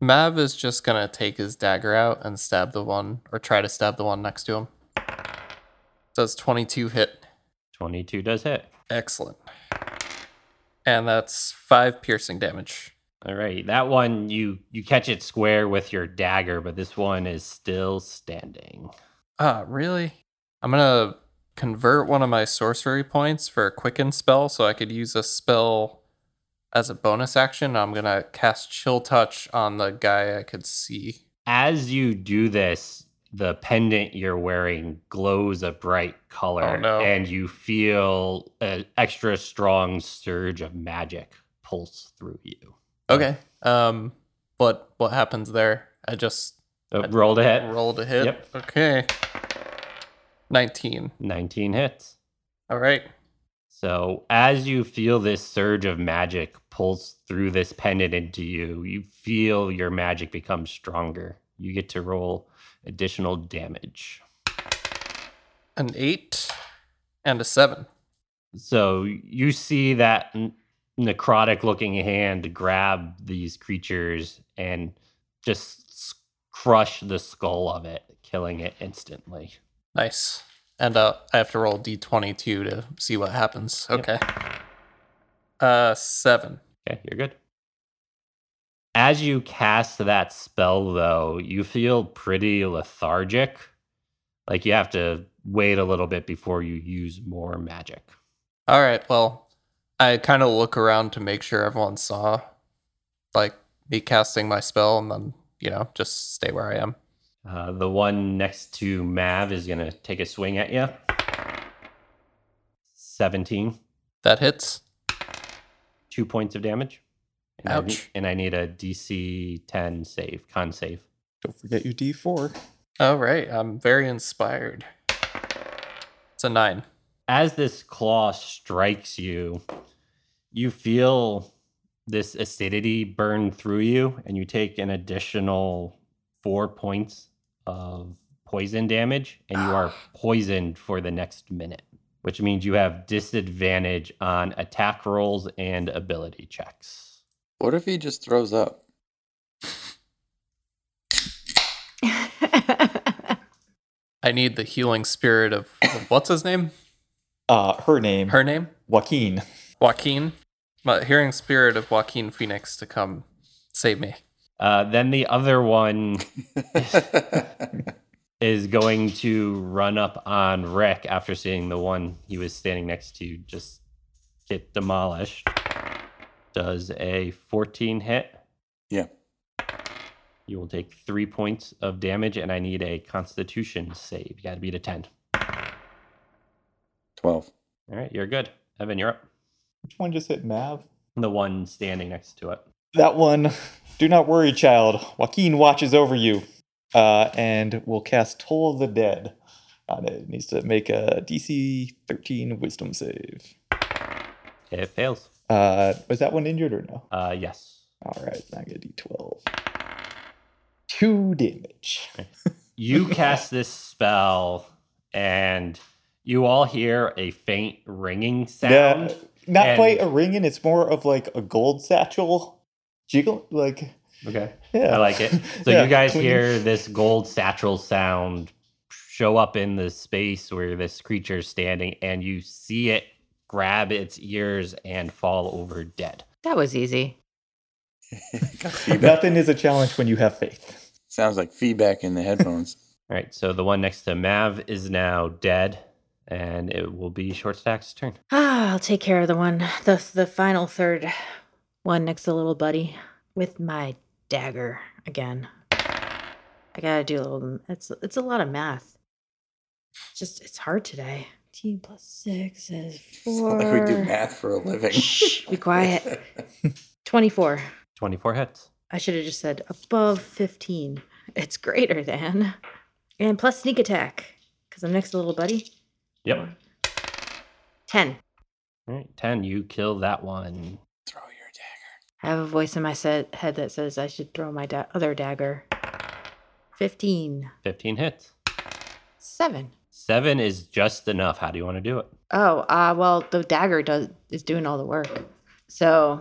Speaker 4: Mav is just gonna take his dagger out and stab the one, or try to stab the one next to him. Does 22 hit?
Speaker 1: 22 does hit.
Speaker 4: Excellent. And that's five piercing damage.
Speaker 1: All right. That one you you catch it square with your dagger, but this one is still standing.
Speaker 4: Ah, really? I'm gonna convert one of my sorcery points for a quicken spell so I could use a spell as a bonus action. I'm gonna cast Chill Touch on the guy I could see.
Speaker 1: As you do this, the pendant you're wearing glows a bright color
Speaker 4: Oh, no.
Speaker 1: and you feel an extra strong surge of magic pulse through you.
Speaker 4: Okay. Um, but what happens there? I just
Speaker 1: Uh, roll to hit.
Speaker 4: rolled a hit.
Speaker 1: Yep.
Speaker 4: Okay. 19.
Speaker 1: 19 hits.
Speaker 4: All right.
Speaker 1: So, as you feel this surge of magic pulse through this pendant into you, you feel your magic become stronger. You get to roll additional damage.
Speaker 4: An 8 and a 7.
Speaker 1: So, you see that n- necrotic looking hand grab these creatures and just s- crush the skull of it, killing it instantly.
Speaker 4: Nice. And uh, I have to roll d22 to see what happens. Okay. Uh, 7.
Speaker 1: Okay, you're good. As you cast that spell, though, you feel pretty lethargic. Like you have to wait a little bit before you use more magic.
Speaker 4: All right. Well, I kind of look around to make sure everyone saw, like, me casting my spell and then, you know, just stay where I am.
Speaker 1: Uh, the one next to Mav is going to take a swing at you. 17,
Speaker 4: That hits.
Speaker 1: two points of damage. And I ne-
Speaker 4: Ouch.
Speaker 1: and I need a DC 10 save, con save.
Speaker 5: Don't forget your D4.
Speaker 4: All right. I'm very inspired. It's a 9.
Speaker 1: as this claw strikes you, you feel this acidity burn through you, and you take an additional four points of poison damage, and you are poisoned for the next minute, which means you have disadvantage on attack rolls and ability checks.
Speaker 2: What if he just throws up?
Speaker 4: I need the healing spirit of, of what's his name?
Speaker 5: Uh, her name,
Speaker 4: Her name?
Speaker 5: Joaquin.
Speaker 4: Joaquin. My healing spirit of Joaquin Phoenix to come save me.
Speaker 1: Uh, then the other one is going to run up on Rick after seeing the one he was standing next to just get demolished. Does a 14 hit?
Speaker 2: yeah.
Speaker 1: You will take three points of damage, and I need a constitution save. You got to beat a 10.
Speaker 2: Twelve.
Speaker 1: All right, you're good. Evan, you're up.
Speaker 5: Which one just hit Mav?
Speaker 1: The one standing next to it.
Speaker 5: That one. Do not worry, child. Joaquin watches over you, uh, and will cast Toll of the Dead. On it. it needs to make a DC 13 Wisdom save.
Speaker 1: It fails.
Speaker 5: Uh, was that one injured or no?
Speaker 1: Uh, yes.
Speaker 5: All right, now get d12. Two damage.
Speaker 1: You cast this spell, and you all hear a faint ringing sound.
Speaker 5: No, not
Speaker 1: and-
Speaker 5: quite a ringing. It's more of like a gold satchel jiggle. Like,
Speaker 1: Okay.
Speaker 5: yeah.
Speaker 1: I like it. So
Speaker 5: Yeah.
Speaker 1: you guys
Speaker 5: Clean.
Speaker 1: hear this gold satchel sound show up in the space where this creature's standing, and you see it grab its ears and fall over dead.
Speaker 3: That was easy.
Speaker 2: Got feedback.
Speaker 5: Nothing is a challenge when you have faith.
Speaker 2: Sounds like feedback in the headphones.
Speaker 1: All right. So the one next to Mav is now dead, and it will be Short Stack's turn.
Speaker 3: Ah, I'll take care of the one, the the final third one next to little buddy with my dagger again. I gotta do a little. It's it's a lot of math. It's Just it's hard today. T plus six is
Speaker 2: It's
Speaker 3: four.
Speaker 2: not like we do math for a living.
Speaker 3: Shh, be quiet. Twenty four.
Speaker 1: 24 hits.
Speaker 3: I should have just said above fifteen. It's greater than, and plus sneak attack because I'm next to little buddy.
Speaker 1: Yep.
Speaker 3: Ten.
Speaker 1: All right. 10. You kill that one.
Speaker 2: Throw your dagger.
Speaker 3: I have a voice in my se- head that says I should throw my da- other dagger. 15.
Speaker 1: 15 hits.
Speaker 3: 7.
Speaker 1: Seven is just enough. How do you want to do it?
Speaker 3: Oh, uh, well, the dagger does is doing all the work. So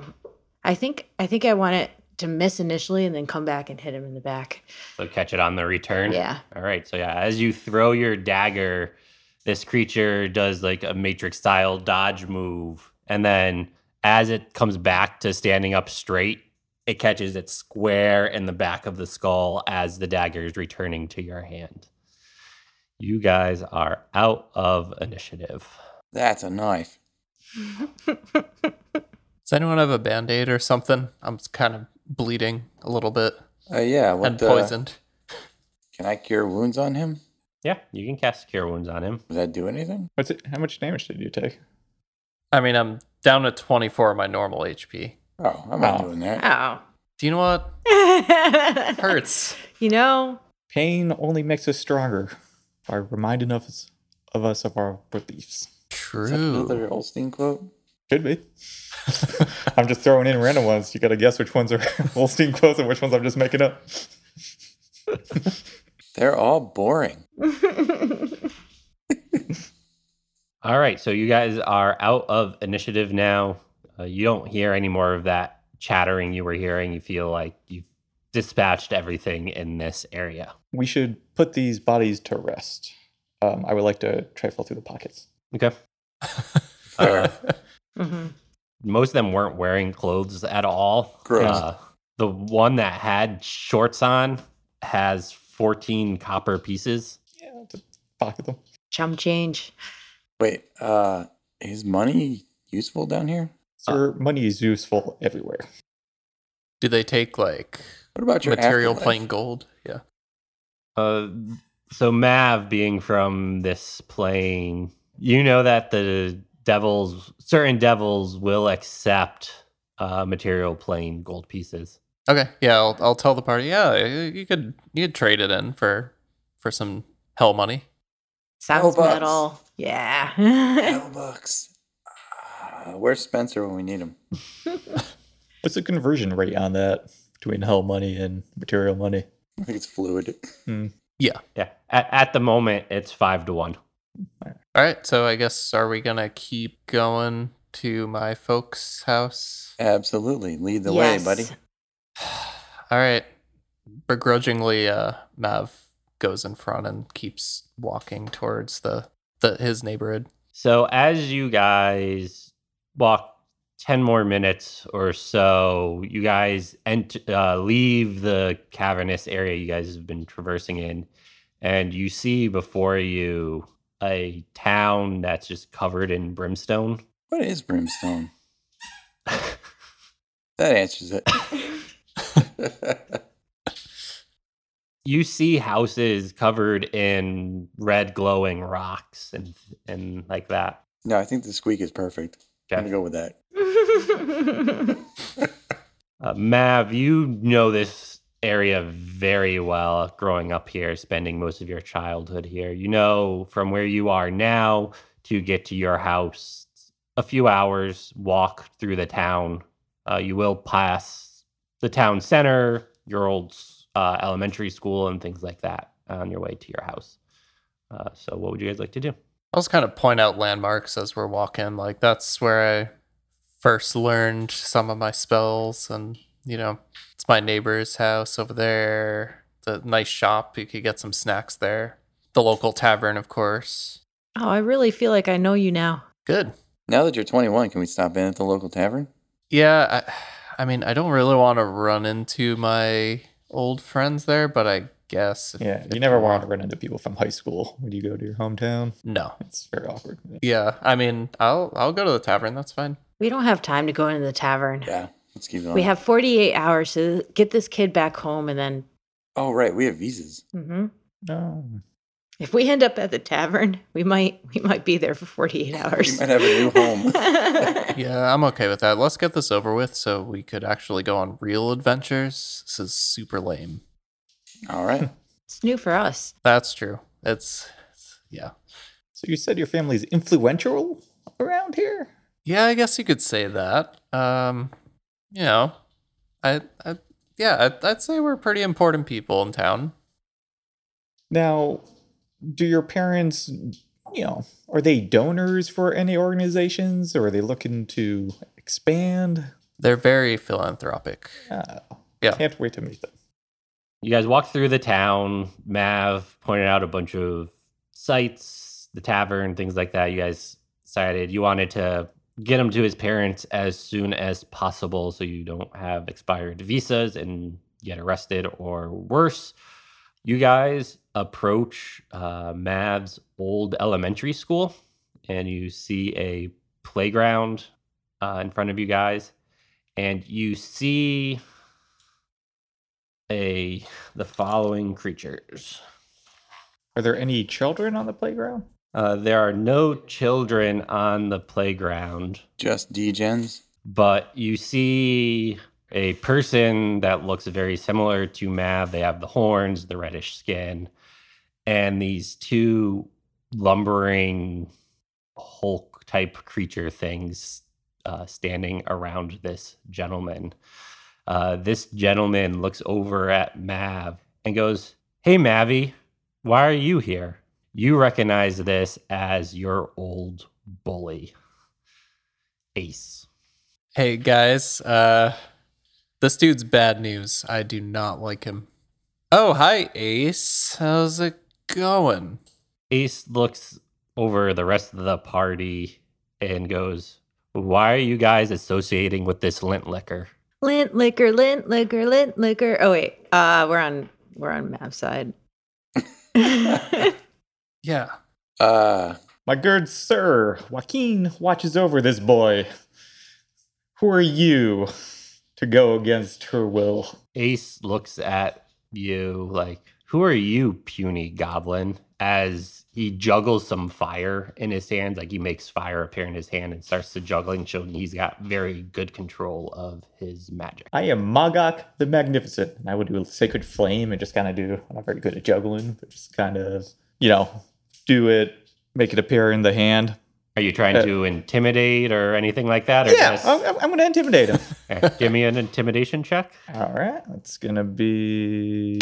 Speaker 3: I think I think I want it to miss initially and then come back and hit him in the back.
Speaker 1: So catch it on the return.
Speaker 3: Yeah.
Speaker 1: All right. So yeah, as you throw your dagger, this creature does like a matrix style dodge move. And then as it comes back to standing up straight, it catches it square in the back of the skull as the dagger is returning to your hand. You guys are out of initiative.
Speaker 2: That's a knife.
Speaker 4: Does anyone have a band aid or something? I'm kind of bleeding a little bit
Speaker 2: Uh, yeah. What
Speaker 4: and
Speaker 2: the-
Speaker 4: poisoned.
Speaker 2: Can I cure wounds on him?
Speaker 1: Yeah, you can cast cure wounds on him.
Speaker 2: Does that do anything?
Speaker 5: What's it? How much damage did you take?
Speaker 4: I mean, I'm down to 24 of my normal HP.
Speaker 2: Oh, I'm not
Speaker 5: Oh.
Speaker 2: doing
Speaker 4: ah,
Speaker 2: that.
Speaker 3: Oh.
Speaker 4: Do you know what hurts?
Speaker 3: You know,
Speaker 5: Pain only makes us stronger by reminding us of us of our beliefs.
Speaker 2: Is that
Speaker 4: True.
Speaker 2: another Olstein quote?
Speaker 5: Should be. I'm just throwing in random ones. You got to guess which ones are Holstein quotes and which ones I'm just making up.
Speaker 2: They're all boring.
Speaker 3: Mm-hmm.
Speaker 1: All right, so you guys are out of initiative now. Uh, you don't hear any more of that chattering you were hearing. You feel like you've dispatched everything in this area.
Speaker 5: We should put these bodies to rest. Um, I would like to trifle through the pockets.
Speaker 1: Okay.
Speaker 4: Uh,
Speaker 2: Fair.
Speaker 3: hmm
Speaker 1: Most of them weren't wearing clothes at all. Uh,
Speaker 2: Gross.
Speaker 1: the one that had shorts on has 14 copper pieces.
Speaker 5: Yeah, just pocket them.
Speaker 3: chum change.
Speaker 2: Wait, uh, is money useful down here?
Speaker 5: Sir, money is useful everywhere.
Speaker 4: Do they take like
Speaker 2: What about your
Speaker 4: material
Speaker 2: afterlife?
Speaker 4: plain gold? Yeah.
Speaker 1: Uh, so Mav, being from this plane, you know that the devils, certain devils, will accept uh, material plane gold pieces.
Speaker 4: Okay. Yeah, I'll, I'll tell the party. Yeah, you you could you could trade it in for for some hell money.
Speaker 3: Sounds
Speaker 2: Robots.
Speaker 3: metal. Yeah.
Speaker 2: Hell bucks. Uh, where's Spencer when we need him?
Speaker 5: What's the conversion rate on that between hell money and material money?
Speaker 2: I think it's fluid.
Speaker 1: Yeah. At, at the moment, it's five to one.
Speaker 4: All right. So I guess are we gonna keep going to my folks' house?
Speaker 2: Absolutely. Lead the way, buddy.
Speaker 3: Yes.
Speaker 4: All right. Begrudgingly, uh, Mav goes in front and keeps walking towards the, the his neighborhood.
Speaker 1: So as you guys walk 10 more minutes or so, you guys ent- uh, leave the cavernous area you guys have been traversing in, and you see before you a town that's just covered in brimstone.
Speaker 2: What is brimstone? that answers it.
Speaker 1: You see houses covered in red glowing rocks and and like that.
Speaker 2: no, I think the squeak is perfect. I'm
Speaker 1: Okay.
Speaker 2: going to go with that.
Speaker 1: Uh, Mav, you know this area very well growing up here, spending most of your childhood here. You know from where you are now to get to your house, a few hours walk through the town. Uh, you will pass the town center, your old uh, elementary school, and things like that on your way to your house. Uh, so, what would you guys like to do?
Speaker 4: I'll just kind of point out landmarks as we're walking. Like that's where I first learned some of my spells, and you know, it's my neighbor's house over there. The nice shop you could get some snacks there. The local tavern, of course.
Speaker 3: Oh, I really feel like I know you now.
Speaker 4: Good.
Speaker 2: Now that you're 21, can we stop in at the local tavern?
Speaker 4: Yeah, I, I mean, I don't really want to run into my old friends there, but I guess if-
Speaker 5: Yeah,
Speaker 4: if
Speaker 5: you never
Speaker 4: I
Speaker 5: want to run into people from high school when you go to your hometown.
Speaker 4: No.
Speaker 5: It's very awkward.
Speaker 4: Yeah, I mean, I'll I'll go to the tavern. That's fine.
Speaker 3: We don't have time to go into the tavern.
Speaker 2: Yeah, let's keep going.
Speaker 3: We have 48 hours to get this kid back home and then.
Speaker 2: oh, right, we have visas.
Speaker 3: Mhm.
Speaker 5: No.
Speaker 3: If we end up at the tavern, we might we might be there for 48 hours.
Speaker 2: might have a new home.
Speaker 4: Yeah, I'm okay with that. Let's get this over with so we could actually go on real adventures. This is super lame.
Speaker 2: All right.
Speaker 3: it's new for us.
Speaker 4: That's true. It's, it's- yeah.
Speaker 5: So you said your family's influential around here?
Speaker 4: Yeah, I guess you could say that. Um, you know, I, I yeah, I'd, I'd say we're pretty important people in town.
Speaker 5: Now, do your parents, you know, are they donors for any organizations or are they looking to expand?
Speaker 4: They're very philanthropic.
Speaker 5: Uh,
Speaker 4: Yeah.
Speaker 5: Can't wait to meet them.
Speaker 1: You guys walk through the town. Mav pointed out a bunch of sites, the tavern, things like that. You guys decided you wanted to get him to his parents as soon as possible so you don't have expired visas and get arrested or worse. You guys approach uh, Mav's old elementary school and you see a playground uh, in front of you guys. And you see a the following creatures.
Speaker 5: Are there any children on the playground?
Speaker 1: Uh, there are no children on the playground,
Speaker 2: Just degens.
Speaker 1: but you see a person that looks very similar to Mav. They have the horns, the reddish skin, and these two lumbering Hulk type creature things uh, standing around this gentleman. Uh, this gentleman looks over at Mav and goes, Hey, Mavi, why are you here? You recognize this as your old bully, Ace.
Speaker 4: Hey guys, uh, this dude's bad news. I do not like him. Oh, hi Ace. How's it going?
Speaker 1: Ace looks over the rest of the party and goes, Why are you guys associating with this lint liquor?
Speaker 3: Lint liquor, lint liquor, lint liquor. Oh wait, uh, we're on we're on map side.
Speaker 4: Yeah.
Speaker 2: Uh,
Speaker 5: My good sir, Joaquin watches over this boy. Who are you to go against her will?
Speaker 1: Ace looks at you like, Who are you, puny goblin? As he juggles some fire in his hands, like he makes fire appear in his hand and starts to juggling, showing he's got very good control of his magic.
Speaker 5: I am Magok the Magnificent, and I would do a sacred flame and just kind of do. I'm not very good at juggling, but just kind of, you know, do it, make it appear in the hand.
Speaker 1: Are you trying
Speaker 5: Uh,
Speaker 1: to intimidate or anything like that? Or
Speaker 5: Yeah,
Speaker 1: just-
Speaker 5: I'm, I'm- I'm gonna intimidate him.
Speaker 1: Eh, give me an intimidation check.
Speaker 5: All right, that's gonna be.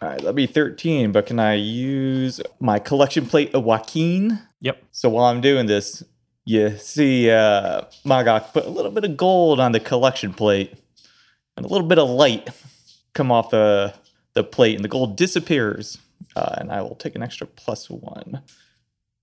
Speaker 5: All right, that'll be 13, but can I use my collection plate of Joaquin?
Speaker 1: Yep.
Speaker 5: So while I'm doing this, you see uh, Magok put a little bit of gold on the collection plate and a little bit of light come off the, the plate and the gold disappears. Uh, and I will take an extra plus one.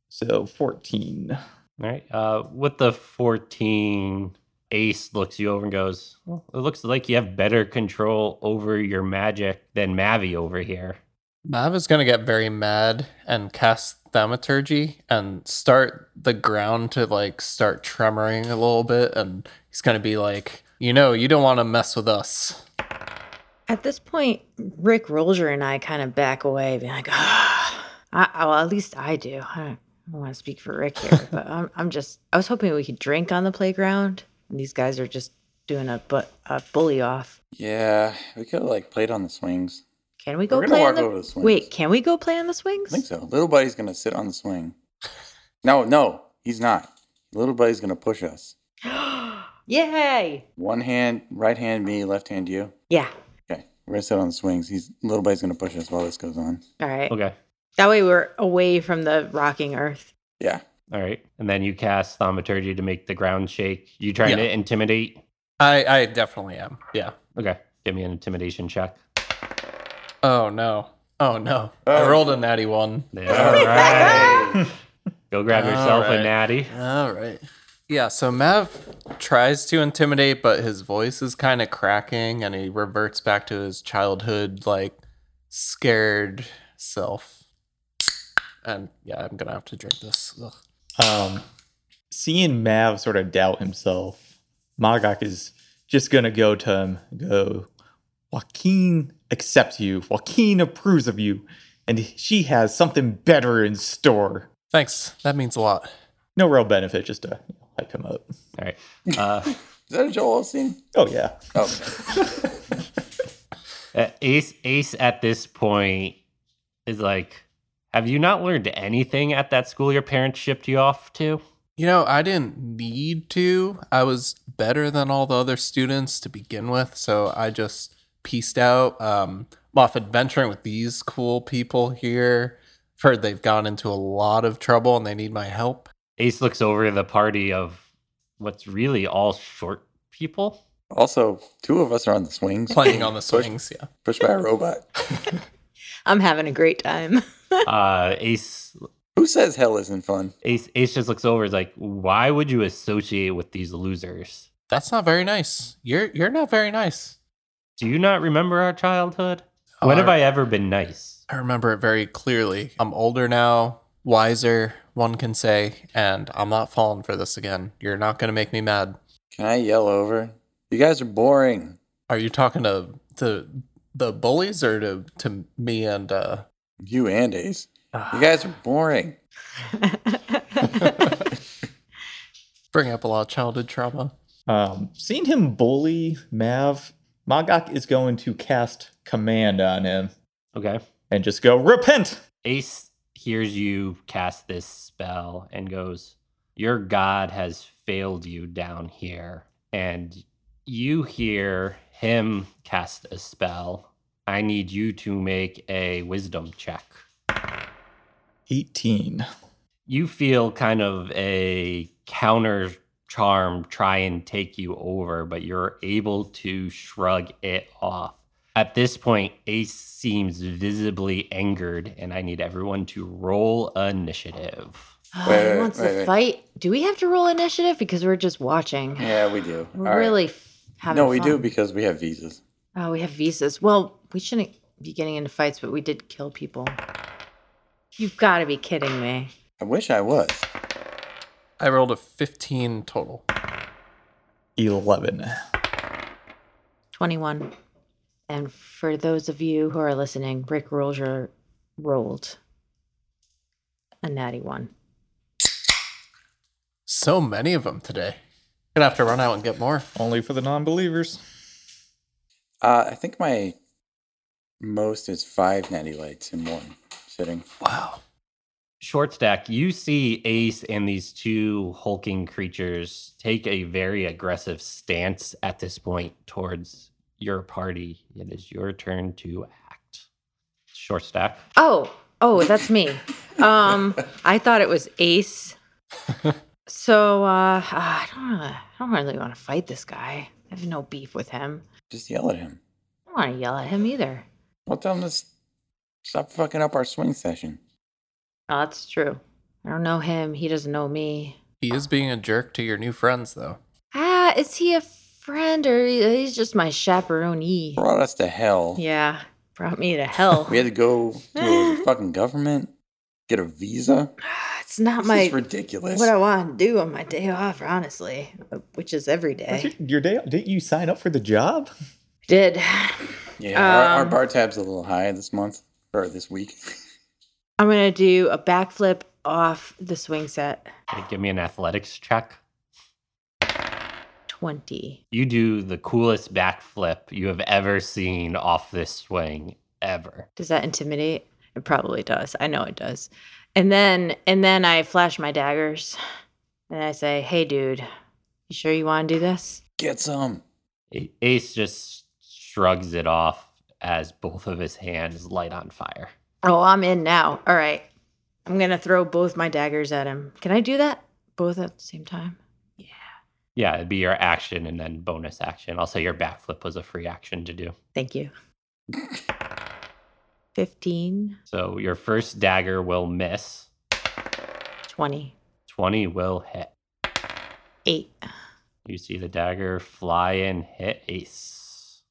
Speaker 5: So 14.
Speaker 1: All right. Uh, with the 14, Ace looks you over and goes, well, It looks like you have better control over your magic than Mavi over here.
Speaker 4: Mav is going to get very mad and cast Thaumaturgy and start the ground to like start tremoring a little bit. And he's going to be like, you know, you don't want to mess with us.
Speaker 3: At this point, Rick Rolger and I kind of back away, being like, ah, I, I- well, at least I do. I don't, I don't want to speak for Rick here, but I'm, I'm just, I was hoping we could drink on the playground. And these guys are just doing a, bu- a bully off.
Speaker 2: yeah, we could like play it on the swings.
Speaker 3: Can we go
Speaker 2: We're gonna
Speaker 3: play on
Speaker 2: walk
Speaker 3: the,
Speaker 2: over the swings.
Speaker 3: Wait, can we go play on the
Speaker 2: I think
Speaker 3: swings?
Speaker 2: so. Little buddy's gonna sit on the swing. No, no, he's not. Little buddy's gonna push us.
Speaker 3: Yay!
Speaker 2: One hand, right hand me, left hand you.
Speaker 3: Yeah.
Speaker 2: Okay, we're gonna sit on the swings. He's little buddy's gonna push us while this goes on.
Speaker 3: All right.
Speaker 1: Okay.
Speaker 3: That way we're away from the rocking earth.
Speaker 2: Yeah,
Speaker 1: All right. And then you cast Thaumaturgy to make the ground shake. You trying
Speaker 4: Yeah.
Speaker 1: to intimidate?
Speaker 4: I, I definitely am. Yeah.
Speaker 1: Okay. Give me an intimidation check.
Speaker 4: Oh no. Oh no.
Speaker 2: Oh.
Speaker 4: I rolled a natty one.
Speaker 1: There. All right. Go grab yourself
Speaker 4: All
Speaker 1: a
Speaker 4: right.
Speaker 1: natty.
Speaker 4: All right. Yeah, so Mav tries to intimidate, but his voice is kind of cracking and he reverts back to his childhood, like, scared self. And yeah, I'm going to have to drink this. Ugh.
Speaker 5: Um, seeing Mav sort of doubt himself, Magok is just going to go to him, go, Joaquin accepts you. Joaquin approves of you. And she has something better in store.
Speaker 4: Thanks. That means a lot.
Speaker 5: No real benefit, just to hype him up.
Speaker 1: All right. Uh,
Speaker 2: is that a Joel Osteen?
Speaker 5: Oh, yeah.
Speaker 2: Oh,
Speaker 1: uh, Ace Ace at this point is like, have you not learned anything at that school your parents shipped you off to?
Speaker 4: You know, I didn't need to. I was better than all the other students to begin with, so I just pieced out. Um, I'm off adventuring with these cool people here. I've heard they've gone into a lot of trouble and they need my help.
Speaker 1: Ace looks over the party of what's really all short people.
Speaker 2: also, two of us are on the swings,
Speaker 4: Playing on the
Speaker 2: Push-
Speaker 4: swings, yeah.
Speaker 2: pushed by a robot.
Speaker 3: I'm having a great time.
Speaker 1: Uh, Ace
Speaker 2: Who says hell isn't fun?
Speaker 1: Ace Ace just looks over. Is like, why would you associate with these losers?
Speaker 4: That's not very nice. You're you're not very nice.
Speaker 1: Do you not remember our childhood? When have I ever been nice?
Speaker 4: I remember it very clearly. I'm older now, wiser, one can say, and I'm not falling for this again. You're not gonna make me mad.
Speaker 2: Can I yell over? You guys are boring.
Speaker 4: Are you talking to to the bullies or to to me and uh
Speaker 2: You and Ace. You guys are boring.
Speaker 4: bring up a lot of childhood trauma?
Speaker 5: Um, seeing him bully Mav, Magok is going to cast command on him
Speaker 1: Okay.
Speaker 5: and just go, Repent!
Speaker 1: Ace hears you cast this spell and goes, Your god has failed you down here. And you hear him cast a spell. I need you to make a wisdom check.
Speaker 5: 18.
Speaker 1: You feel kind of a counter charm try and take you over, but you're able to shrug it off. At this point, Ace seems visibly angered, and I need everyone to roll initiative.
Speaker 3: Oh,
Speaker 2: Wait,
Speaker 3: he
Speaker 2: wait,
Speaker 3: wants
Speaker 2: wait,
Speaker 3: to
Speaker 2: wait.
Speaker 3: fight. Do we have to roll initiative? Because we're just watching.
Speaker 2: Yeah, we do.
Speaker 3: We're
Speaker 2: All right.
Speaker 3: really f- having
Speaker 2: No, we do
Speaker 3: fun.
Speaker 2: because we have visas.
Speaker 3: Oh, we have visas. Well, we shouldn't be getting into fights, but we did kill people. You've got to be kidding me.
Speaker 2: I wish I was.
Speaker 4: I rolled a 15 total.
Speaker 5: 11.
Speaker 3: 21. And for those of you who are listening, Rick Rolger rolled a natty one.
Speaker 4: So many of them today. Gonna have to run out and get more.
Speaker 5: Only for the non believers.
Speaker 2: Uh, I think my most is five natty lights in one sitting.
Speaker 4: Wow.
Speaker 1: Short stack, you see Ace and these two hulking creatures take a very aggressive stance at this point towards your party. It is your turn to act. Short stack.
Speaker 3: Oh, oh, that's me. Um, I thought it was Ace. So uh, I don't, wanna- I don't really want to fight this guy. I have no beef with him.
Speaker 2: Just yell at him.
Speaker 3: I don't want to yell at him either.
Speaker 2: Well, tell him to s- stop fucking up our swing session.
Speaker 3: Oh, that's true. I don't know him. He doesn't know me.
Speaker 4: He is being a jerk to your new friends, though.
Speaker 3: Ah, is he a friend or he's just my chaperonee?
Speaker 2: Brought us to hell.
Speaker 3: Yeah, Ah. brought me to hell.
Speaker 2: We had to go to the fucking government, get a visa.
Speaker 3: It's not
Speaker 2: This
Speaker 3: my
Speaker 2: is ridiculous.
Speaker 3: what I want to do on my day off, honestly, which is every day.
Speaker 5: Aren't you- Your day, didn't you sign up for the job?
Speaker 3: Did
Speaker 2: yeah, our, our
Speaker 3: Um,
Speaker 2: bar tab's a little high this month or this week.
Speaker 3: I'm gonna do a backflip off the swing set?
Speaker 1: Okay, Give me an athletics check.
Speaker 3: Twenty.
Speaker 1: You do the coolest backflip you have ever seen off this swing, ever.
Speaker 3: Does that intimidate? It probably does. I know it does. And then and then I flash my daggers And I say, hey, dude, you sure you want to do this?
Speaker 2: Get some.
Speaker 1: A- Ace just shrugs it off as both of his hands light on fire.
Speaker 3: Oh, I'm in now. All right. I'm going to throw both my daggers at him. Can I do that? Both at the same time?
Speaker 1: Yeah, it'd be your action and then bonus action. Also, your backflip was a free action to do.
Speaker 3: Thank you. 15,
Speaker 1: So your first dagger will miss,
Speaker 3: 20,
Speaker 1: 20 will hit.
Speaker 3: 8.
Speaker 1: You see the dagger fly and hit Ace.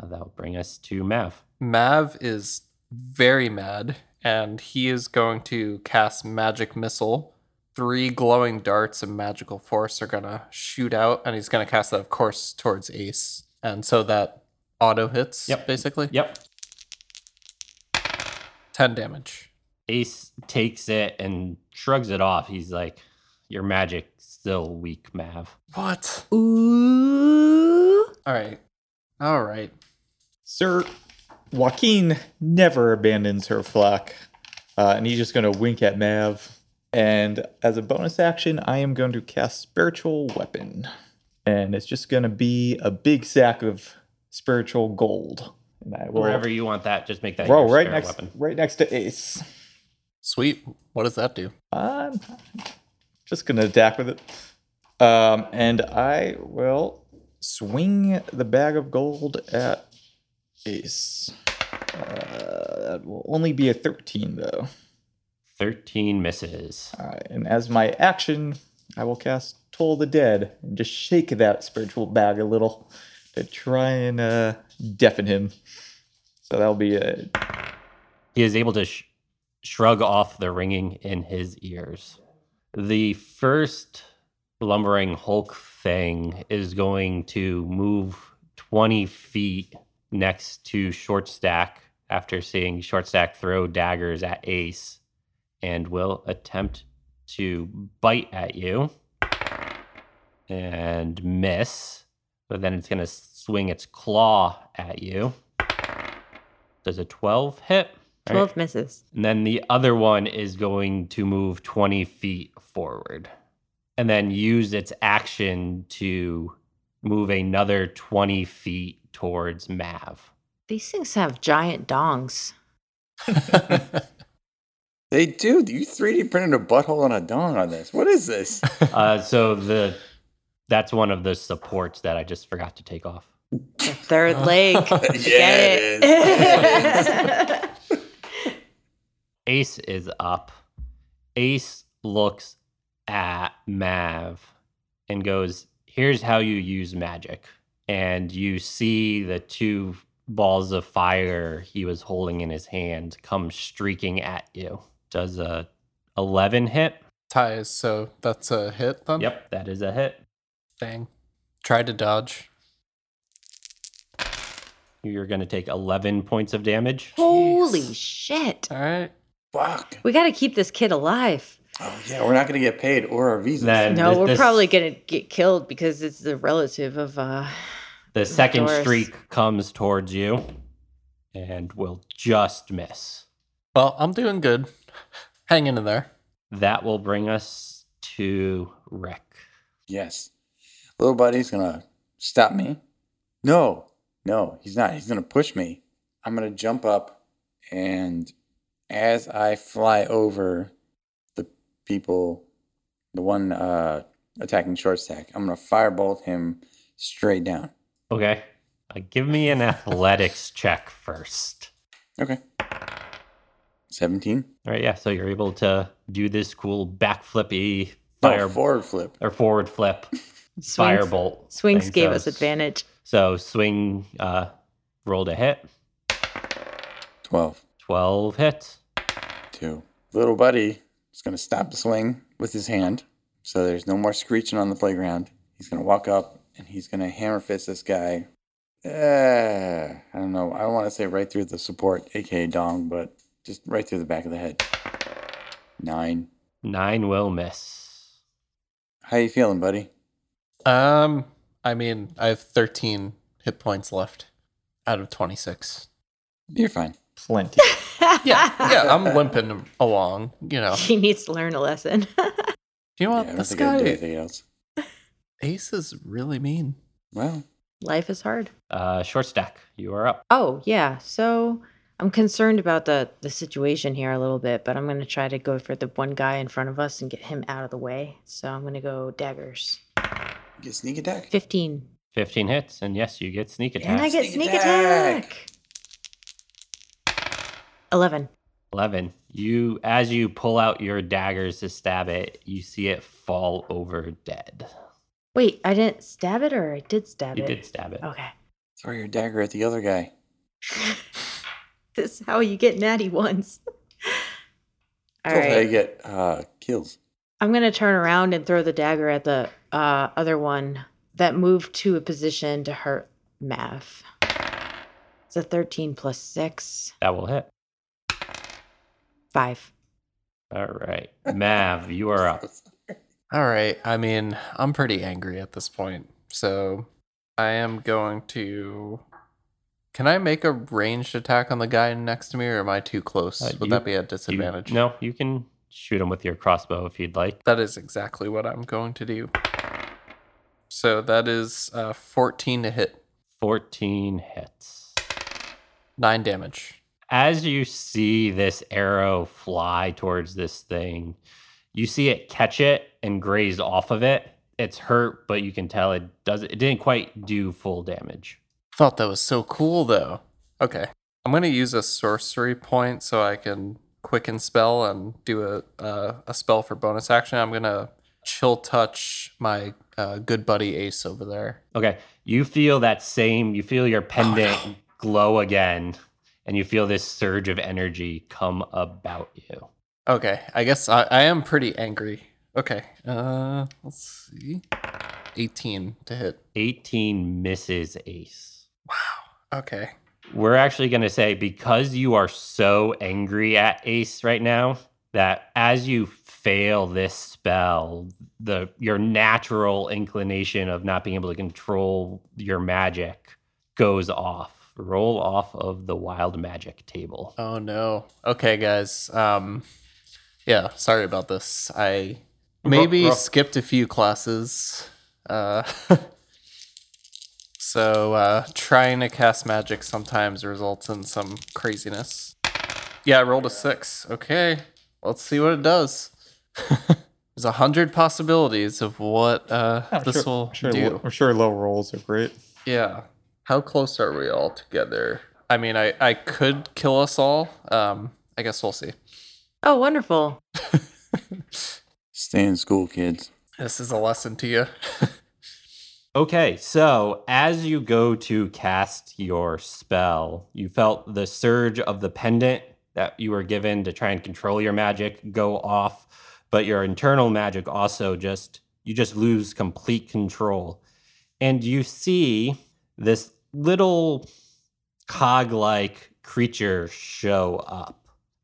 Speaker 1: Now That'll bring us to Mav.
Speaker 4: Mav is very mad, and he is going to cast Magic Missile. Three glowing darts of magical force are going to shoot out, and he's going to cast that, of course, towards Ace. And so that auto hits,
Speaker 1: Yep.
Speaker 4: basically.
Speaker 1: Yep.
Speaker 4: 10 damage.
Speaker 1: Ace takes it and shrugs it off. He's like, Your magic's still weak, Mav.
Speaker 4: What?
Speaker 3: Ooh.
Speaker 4: All right. All right.
Speaker 5: Sir Joaquin never abandons her flock, uh, and he's just going to wink at Mav. And as a bonus action, I am going to cast Spiritual Weapon, and it's just going to be a big sack of spiritual gold. And I will
Speaker 1: Wherever you want that, just make that
Speaker 5: roll
Speaker 1: your
Speaker 5: right
Speaker 1: spirit
Speaker 5: next,
Speaker 1: weapon.
Speaker 5: right next to Ace.
Speaker 4: Sweet. What does that do?
Speaker 5: I'm just gonna attack with it. Um, and I will swing the bag of gold at Ace. Uh, that will only be a 13 though.
Speaker 1: 13 misses.
Speaker 5: All right, and as my action, I will cast Toll the Dead and just shake that spiritual bag a little to try and uh, deafen him. So that'll be uh, a
Speaker 1: He is able to sh- shrug off the ringing in his ears. The first lumbering Hulk thing is going to move 20 feet next to Short Stack after seeing Short Stack throw daggers at Ace and will attempt to bite at you and miss. But then it's going to swing its claw at you. Does a 12 hit? All right.
Speaker 3: 12 misses.
Speaker 1: And then the other one is going to move 20 feet forward and then use its action to move another 20 feet towards Mav.
Speaker 3: These things have giant dongs.
Speaker 2: They do. You 3D printed a butthole and a dong on this. What is this?
Speaker 1: uh, so the that's one of the supports that I just forgot to take off.
Speaker 3: The third leg.
Speaker 2: yeah,
Speaker 3: Get
Speaker 2: it is.
Speaker 3: it.
Speaker 1: Ace is up. Ace looks at Mav and goes, Here's how you use magic. And you see the two balls of fire he was holding in his hand come streaking at you. Does a 11 hit?
Speaker 4: Ties. So that's a hit then?
Speaker 1: Yep, that is a hit.
Speaker 4: Dang. Try to dodge.
Speaker 1: You're going to take 11 points of damage.
Speaker 3: Holy shit.
Speaker 4: All right.
Speaker 2: Fuck.
Speaker 3: We got to keep this kid alive.
Speaker 2: Oh yeah, we're not gonna get paid or our visas.
Speaker 1: Then
Speaker 3: No,
Speaker 1: th-
Speaker 3: we're
Speaker 1: this-
Speaker 3: probably going to get killed because it's the relative of uh
Speaker 1: The second
Speaker 3: Doris.
Speaker 1: streak comes towards you and will just miss.
Speaker 4: Well, I'm doing good. Hang in there.
Speaker 1: That will bring us to Rick.
Speaker 2: Yes. Little buddy's gonna stop me. No, no, he's not. He's gonna push me. I'm gonna jump up, and as I fly over the people, the one uh, attacking short stack, I'm gonna firebolt him straight down.
Speaker 1: Okay. Uh, give me an athletics check first.
Speaker 2: Okay. 17.
Speaker 1: All right. Yeah. So you're able to do this cool backflippy
Speaker 2: Fire
Speaker 1: fire
Speaker 2: forward flip.
Speaker 1: or forward flip
Speaker 3: Oh, swings.
Speaker 1: firebolt.
Speaker 3: Swings
Speaker 1: thing.
Speaker 3: gave
Speaker 1: So
Speaker 3: us
Speaker 1: s-
Speaker 3: advantage.
Speaker 1: So swing uh, rolled a hit.
Speaker 2: 12.
Speaker 1: 12 hits.
Speaker 2: Two. Little buddy is going to stop the swing with his hand. So there's no more screeching on the playground. He's going to walk up and he's going to hammer fist this guy. Uh, I don't know. I want to say right through the support, aka Dong, but just right through the back of the head. Nine.
Speaker 1: Nine will miss.
Speaker 2: How you feeling, buddy?
Speaker 4: Um, I mean, I have 13 hit points left out of 26.
Speaker 2: You're fine.
Speaker 5: plenty.
Speaker 4: Yeah, yeah, I'm limping along, you know.
Speaker 3: He needs to learn a lesson.
Speaker 4: Do you
Speaker 2: yeah, I
Speaker 4: know what?
Speaker 2: don't
Speaker 4: this
Speaker 2: think I can do
Speaker 4: guy,
Speaker 2: anything else.
Speaker 4: Ace is really mean.
Speaker 2: Well,
Speaker 3: Life is hard.
Speaker 1: Uh, short stack, you are up.
Speaker 3: Oh, yeah. So I'm concerned about the the situation here a little bit, but I'm going to try to go for the one guy in front of us and get him out of the way. So I'm going to go daggers.
Speaker 2: get sneak attack.
Speaker 3: 15.
Speaker 1: 15 hits, and yes, you get sneak attack.
Speaker 3: And I get
Speaker 2: Sneak
Speaker 3: sneak
Speaker 2: attack.
Speaker 3: attack. 11.
Speaker 1: 11. You, as you pull out your daggers to stab it, you see it fall over dead.
Speaker 3: Wait, I didn't stab it or I did stab
Speaker 1: You
Speaker 3: it? Oh.
Speaker 1: did stab it.
Speaker 3: Okay.
Speaker 2: Throw your dagger at the other guy.
Speaker 3: This is how you get natty ones. All
Speaker 2: That's how you
Speaker 3: right.
Speaker 2: get uh, kills.
Speaker 3: I'm going to turn around and throw the dagger at the uh, other one that moved to a position to hurt Mav. It's a 13 plus 6,
Speaker 1: That will hit.
Speaker 3: 5.
Speaker 1: All right. Mav, you are up.
Speaker 4: All right. I mean, I'm pretty angry at this point. So I am going to. Can I make a ranged attack on the guy next to me, or am I too close?
Speaker 1: Uh,
Speaker 4: Would
Speaker 1: you-
Speaker 4: that be at
Speaker 1: You-
Speaker 4: disadvantage?
Speaker 1: no, you can shoot him with your crossbow if you'd like.
Speaker 4: That is exactly what I'm going to do. So that is uh, 14 to hit,
Speaker 1: 14 hits.
Speaker 4: 9 damage.
Speaker 1: As you see this arrow fly towards this thing, you see it catch it and graze off of it. It's hurt, but you can tell it does it didn't quite do full damage.
Speaker 4: Thought that was so cool, though. Okay. I'm going to use a sorcery point so I can quicken spell and do a, uh, a spell for bonus action. I'm going to chill touch my uh, good buddy Ace over there.
Speaker 1: Okay. You feel that same, you feel your pendant glow again, and you feel this surge of energy come about you.
Speaker 4: Okay. I guess I, I am pretty angry. Okay. Uh, let's see. 18 to hit.
Speaker 1: 18 misses ace.
Speaker 4: Okay.
Speaker 1: We're actually going to say because you are so angry at ace right now that as you fail this spell, the your natural inclination of not being able to control your magic goes off. Roll off of the wild magic table.
Speaker 4: Oh no. Okay, guys. Um, yeah. Sorry about this. I maybe
Speaker 1: ruh.
Speaker 4: skipped a few classes. Uh, so uh, trying to cast magic sometimes results in some craziness. Yeah, I rolled a six. Okay, let's see what it does. There's a hundred possibilities of what uh,
Speaker 5: I'm
Speaker 4: this
Speaker 5: sure,
Speaker 4: will
Speaker 5: I'm sure,
Speaker 4: do.
Speaker 5: I'm sure low rolls are great.
Speaker 4: Yeah. How close are we all together? I mean, I, I could kill us all. Um, I guess we'll see.
Speaker 3: Oh, wonderful.
Speaker 2: Stay in school, kids.
Speaker 4: This is a lesson to you.
Speaker 1: Okay, so as you go to cast your spell, you felt the surge of the pendant that you were given to try and control your magic go off, but your internal magic also just you just lose complete control. And you see this little cog-like creature show up.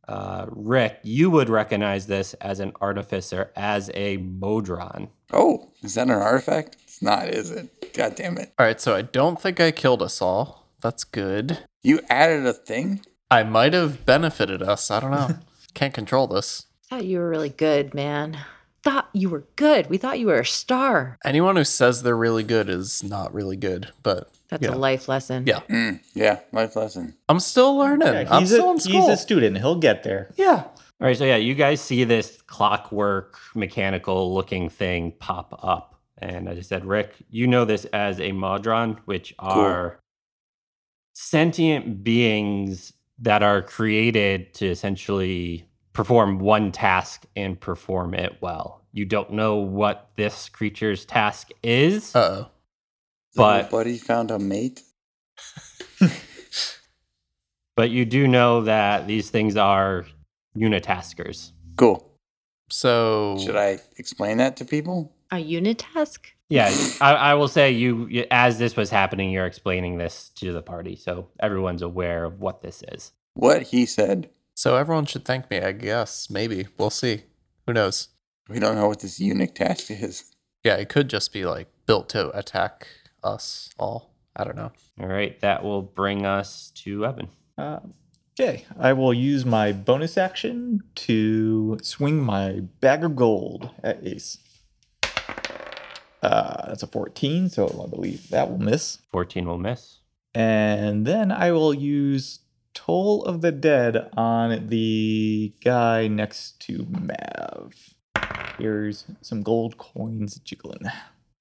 Speaker 1: Uh, Rick, you would recognize this as an artificer, as a Modron.
Speaker 2: Oh, is that an artifact? It's not, is it? God damn it.
Speaker 4: all right, so I don't think I killed us all. That's good.
Speaker 2: You added a thing?
Speaker 4: I might have benefited us. I don't know. Can't control this.
Speaker 3: Thought you were really good, man. Thought you were good. We thought you were a star.
Speaker 4: Anyone who says they're really good is not really good, but
Speaker 3: That's
Speaker 4: Yeah.
Speaker 3: a life lesson.
Speaker 4: Yeah.
Speaker 2: Mm, yeah, life lesson.
Speaker 4: I'm still learning. I'm
Speaker 5: he's,
Speaker 4: still
Speaker 5: a,
Speaker 4: in
Speaker 5: he's
Speaker 4: school.
Speaker 5: a student. He'll get there.
Speaker 4: yeah.
Speaker 1: All right, so yeah, you guys see this clockwork mechanical looking thing pop up. And as I said, Rick, you know this as a Modron, which are sentient beings that are created to essentially perform one task and perform it well. You don't know what this creature's task is.
Speaker 4: Uh oh.
Speaker 1: But-
Speaker 2: Little buddy found a mate.
Speaker 1: But you do know that these things are unitaskers.
Speaker 2: Cool.
Speaker 4: So
Speaker 2: Should I explain that to people?
Speaker 3: A unitask?
Speaker 1: Yeah, I, I will say you, you- as this was happening, you're explaining this to the party, so everyone's aware of what this is.
Speaker 2: What he said.
Speaker 4: so everyone should thank me, I guess. Maybe. We'll see. Who knows?
Speaker 2: We don't know what this eunuch task is.
Speaker 4: Yeah, it could just be like built to attack us all. I don't know.
Speaker 1: All right, that will bring us to Evan.
Speaker 5: Uh, Okay, I will use my bonus action to swing my bag of gold at Ace. Uh, that's a 14, so I believe that will miss.
Speaker 1: 14 will miss.
Speaker 5: And then I will use Toll of the Dead on the guy next to Mav. Here's some gold coins jiggling.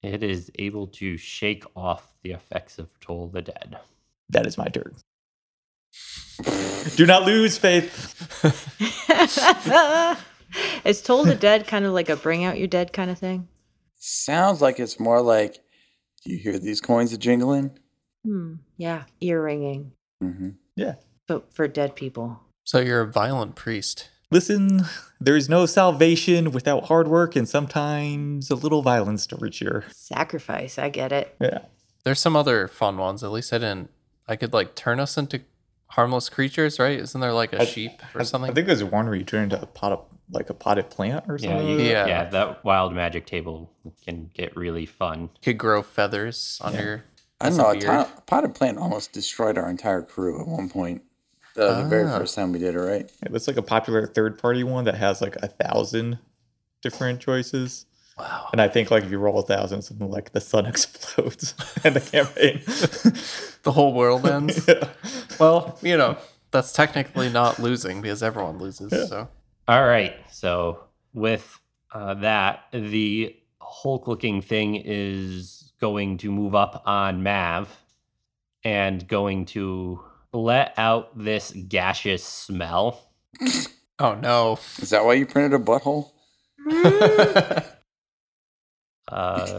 Speaker 1: It is able to shake off the effects of Toll the Dead.
Speaker 5: That is my turn. Do not lose faith.
Speaker 3: Is Toll the Dead kind of like a bring out your dead kind of thing?
Speaker 2: Sounds like it's more like you hear these coins a jingling.
Speaker 3: Hmm. Yeah, ear ringing,
Speaker 2: hmm
Speaker 3: but for dead people.
Speaker 4: So you're a violent priest.
Speaker 5: Listen, there is no salvation without hard work and sometimes a little violence to reach your.
Speaker 3: Sacrifice, I get it.
Speaker 5: Yeah.
Speaker 4: There's some other fun ones. At least I didn't. I could like turn us into harmless creatures, right? Isn't there like a
Speaker 5: I-
Speaker 4: sheep or
Speaker 5: I-
Speaker 4: something?
Speaker 5: I think there's one where you turn into a pot of like a potted plant or
Speaker 1: Yeah, you,
Speaker 5: something.
Speaker 4: Yeah.
Speaker 1: yeah. that wild magic table can get really fun.
Speaker 4: could grow feathers under
Speaker 5: Yeah.
Speaker 4: your.
Speaker 2: I don't
Speaker 4: That's
Speaker 2: know. A,
Speaker 4: a beard.
Speaker 2: ti- potted plant almost destroyed our entire crew at one point. The, the very
Speaker 4: Ah.
Speaker 2: first time we did it, right?
Speaker 5: Yeah, that's like a popular third party one that has like a thousand different choices.
Speaker 4: Wow.
Speaker 5: And I think like if you roll a thousand, something like the sun explodes and the campaign.
Speaker 4: The whole world ends.
Speaker 5: Yeah.
Speaker 4: well, you know, that's technically not losing because everyone loses.
Speaker 5: Yeah.
Speaker 4: So
Speaker 1: All right. So with uh, that, the Hulk-looking thing is going to move up on Mav and going to let out this gaseous smell.
Speaker 4: Oh no.
Speaker 2: Is that why you printed a butthole?
Speaker 1: Uh,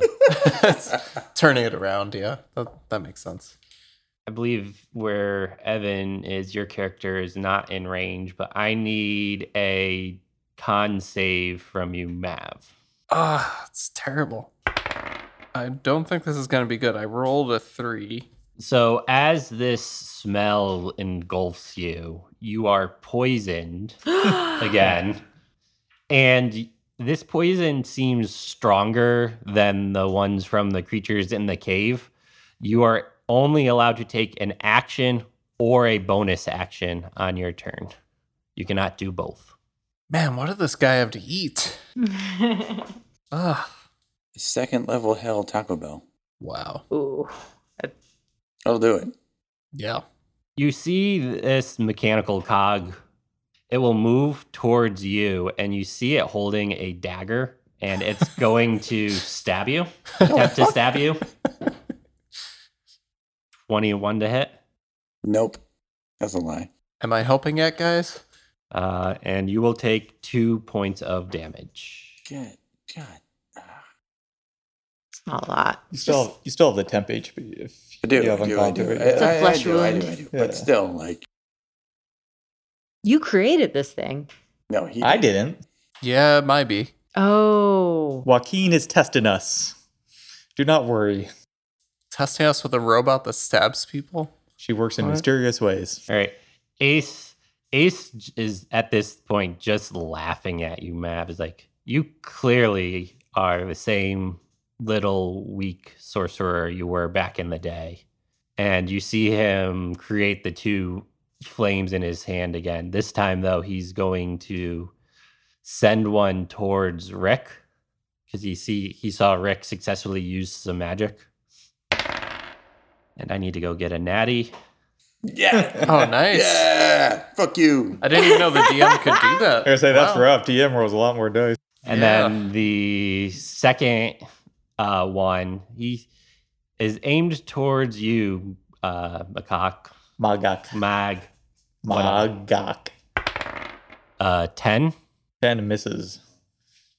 Speaker 4: Turning it around, yeah. That, that makes sense.
Speaker 1: I believe where Evan is, your character is not in range, but I need a con save from you, Mav.
Speaker 4: Ah, it's terrible. I don't think this is going to be good. I rolled a three.
Speaker 1: So, as this smell engulfs you, you are poisoned again. and this poison seems stronger than the ones from the creatures in the cave. You are only allowed to take an action or a bonus action on your turn. You cannot do both.
Speaker 4: Man, what did this guy have to eat? Ah,
Speaker 2: Second level hell Taco Bell.
Speaker 4: wow.
Speaker 3: Ooh.
Speaker 2: I'll do it.
Speaker 4: Yeah.
Speaker 1: You see this mechanical cog. It will move towards you, and you see it holding a dagger, and it's going to stab you. Attempt to stab you. 21 to hit.
Speaker 2: Nope. That's a lie.
Speaker 4: Am I helping yet, guys?
Speaker 1: Uh, and you will take two points of damage.
Speaker 2: Good. God.
Speaker 3: It's not a lot.
Speaker 5: You still have, you still have the temp HP if
Speaker 2: I do.
Speaker 5: you
Speaker 2: I
Speaker 5: haven't
Speaker 2: do. I
Speaker 5: gone
Speaker 2: do.
Speaker 5: through
Speaker 2: I,
Speaker 5: it.
Speaker 3: It's a
Speaker 5: yet.
Speaker 2: I- I
Speaker 3: flesh
Speaker 2: do, I
Speaker 3: wound.
Speaker 2: do, I do.
Speaker 5: Yeah.
Speaker 2: But still, like,
Speaker 3: You created this thing.
Speaker 2: no, he.
Speaker 5: I didn't.
Speaker 4: Yeah, it might be.
Speaker 3: Oh.
Speaker 5: Joaquin is testing us. Do not worry.
Speaker 4: Testing us with a robot that stabs people?
Speaker 5: She works in
Speaker 4: All right.
Speaker 5: mysterious ways.
Speaker 1: All right. Ace Ace j- is at this point just laughing at you, Mav. Is like, you clearly are the same little weak sorcerer you were back in the day. And you see him create the two flames in his hand again. This time though, he's going to send one towards Rick. Because he see he saw Rick successfully use some magic. And I need to go get a natty.
Speaker 2: Yeah.
Speaker 4: Oh, nice.
Speaker 2: Yeah. Fuck you.
Speaker 4: I didn't even know the DM could do that.
Speaker 5: I gotta say that's
Speaker 4: Wow.
Speaker 5: rough. DM rolls a lot more dice.
Speaker 1: And
Speaker 4: Yeah.
Speaker 1: then the second uh, one, he is aimed towards you, uh, Macaque,
Speaker 5: Magak.
Speaker 1: Mag,
Speaker 5: Magak.
Speaker 1: uh, 10.
Speaker 5: Ten misses.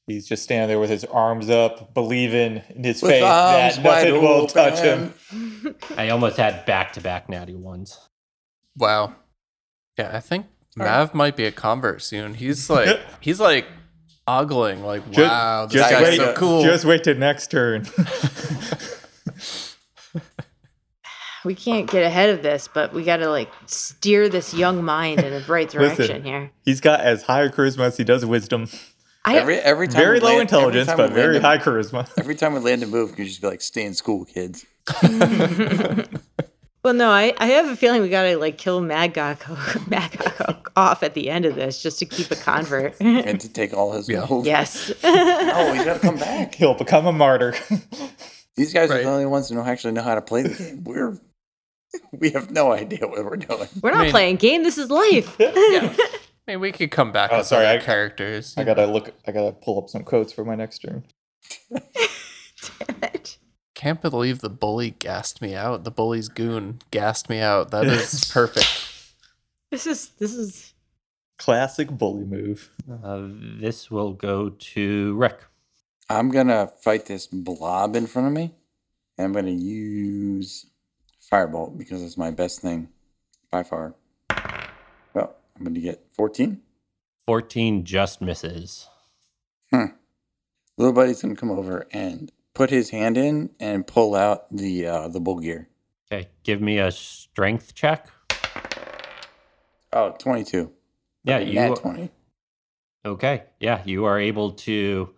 Speaker 5: He's just standing there with his arms up, believing in his
Speaker 2: With
Speaker 5: face
Speaker 2: arms
Speaker 5: that
Speaker 2: wide
Speaker 5: nothing will
Speaker 2: open.
Speaker 5: touch him.
Speaker 1: I almost had back to back natty ones.
Speaker 4: Wow. Yeah, I think Mav might be a convert soon. He's like he's like ogling like
Speaker 5: Ju-
Speaker 4: wow, this
Speaker 5: just
Speaker 4: guy's
Speaker 5: wait-
Speaker 4: so cool.
Speaker 5: Just wait till next turn.
Speaker 3: We can't get ahead of this, but we got to like steer this young mind in the right direction
Speaker 5: Listen.
Speaker 3: here.
Speaker 5: He's got as high charisma as he does wisdom.
Speaker 3: I
Speaker 2: Every every time.
Speaker 5: Very
Speaker 2: we
Speaker 5: low
Speaker 2: land- every
Speaker 5: intelligence,
Speaker 2: time
Speaker 5: but
Speaker 2: we
Speaker 5: very
Speaker 2: land a-
Speaker 5: high charisma.
Speaker 2: Every time we land a move, you just be like, "Stay in school, kids."
Speaker 3: Well, no, I, I have a feeling we gotta like kill Magog Magog off at the end of this just to keep a convert.
Speaker 2: And to take all his
Speaker 4: Yeah.
Speaker 2: gold.
Speaker 3: yes.
Speaker 2: Oh, he's got to come back.
Speaker 5: He'll become a martyr.
Speaker 2: These guys are
Speaker 4: Right.
Speaker 2: the only ones who know actually know how to play the game. We're we have no idea what we're doing.
Speaker 3: We're not
Speaker 4: mean-
Speaker 3: playing game. This is life.
Speaker 4: Yeah. I mean, we could come back
Speaker 5: Oh,
Speaker 4: with
Speaker 5: sorry,
Speaker 4: other
Speaker 5: I-
Speaker 4: characters.
Speaker 5: I gotta look. I gotta pull up some quotes for my next turn.
Speaker 4: Can't believe the bully gassed me out. The bully's goon gassed me out. That is perfect.
Speaker 3: this is this is
Speaker 5: Classic bully move.
Speaker 1: Uh, this will go to Rick.
Speaker 2: I'm gonna fight this blob in front of me, and I'm gonna use firebolt because it's my best thing by far. Well, I'm gonna get 14.
Speaker 1: 14 just misses.
Speaker 2: Little buddy's gonna come over and put his hand in and pull out the uh, the bull gear.
Speaker 1: Okay, give me a strength check.
Speaker 2: Oh, 22.
Speaker 1: Yeah,
Speaker 2: Nat
Speaker 1: you
Speaker 2: 20.
Speaker 1: Okay. Yeah, you are able to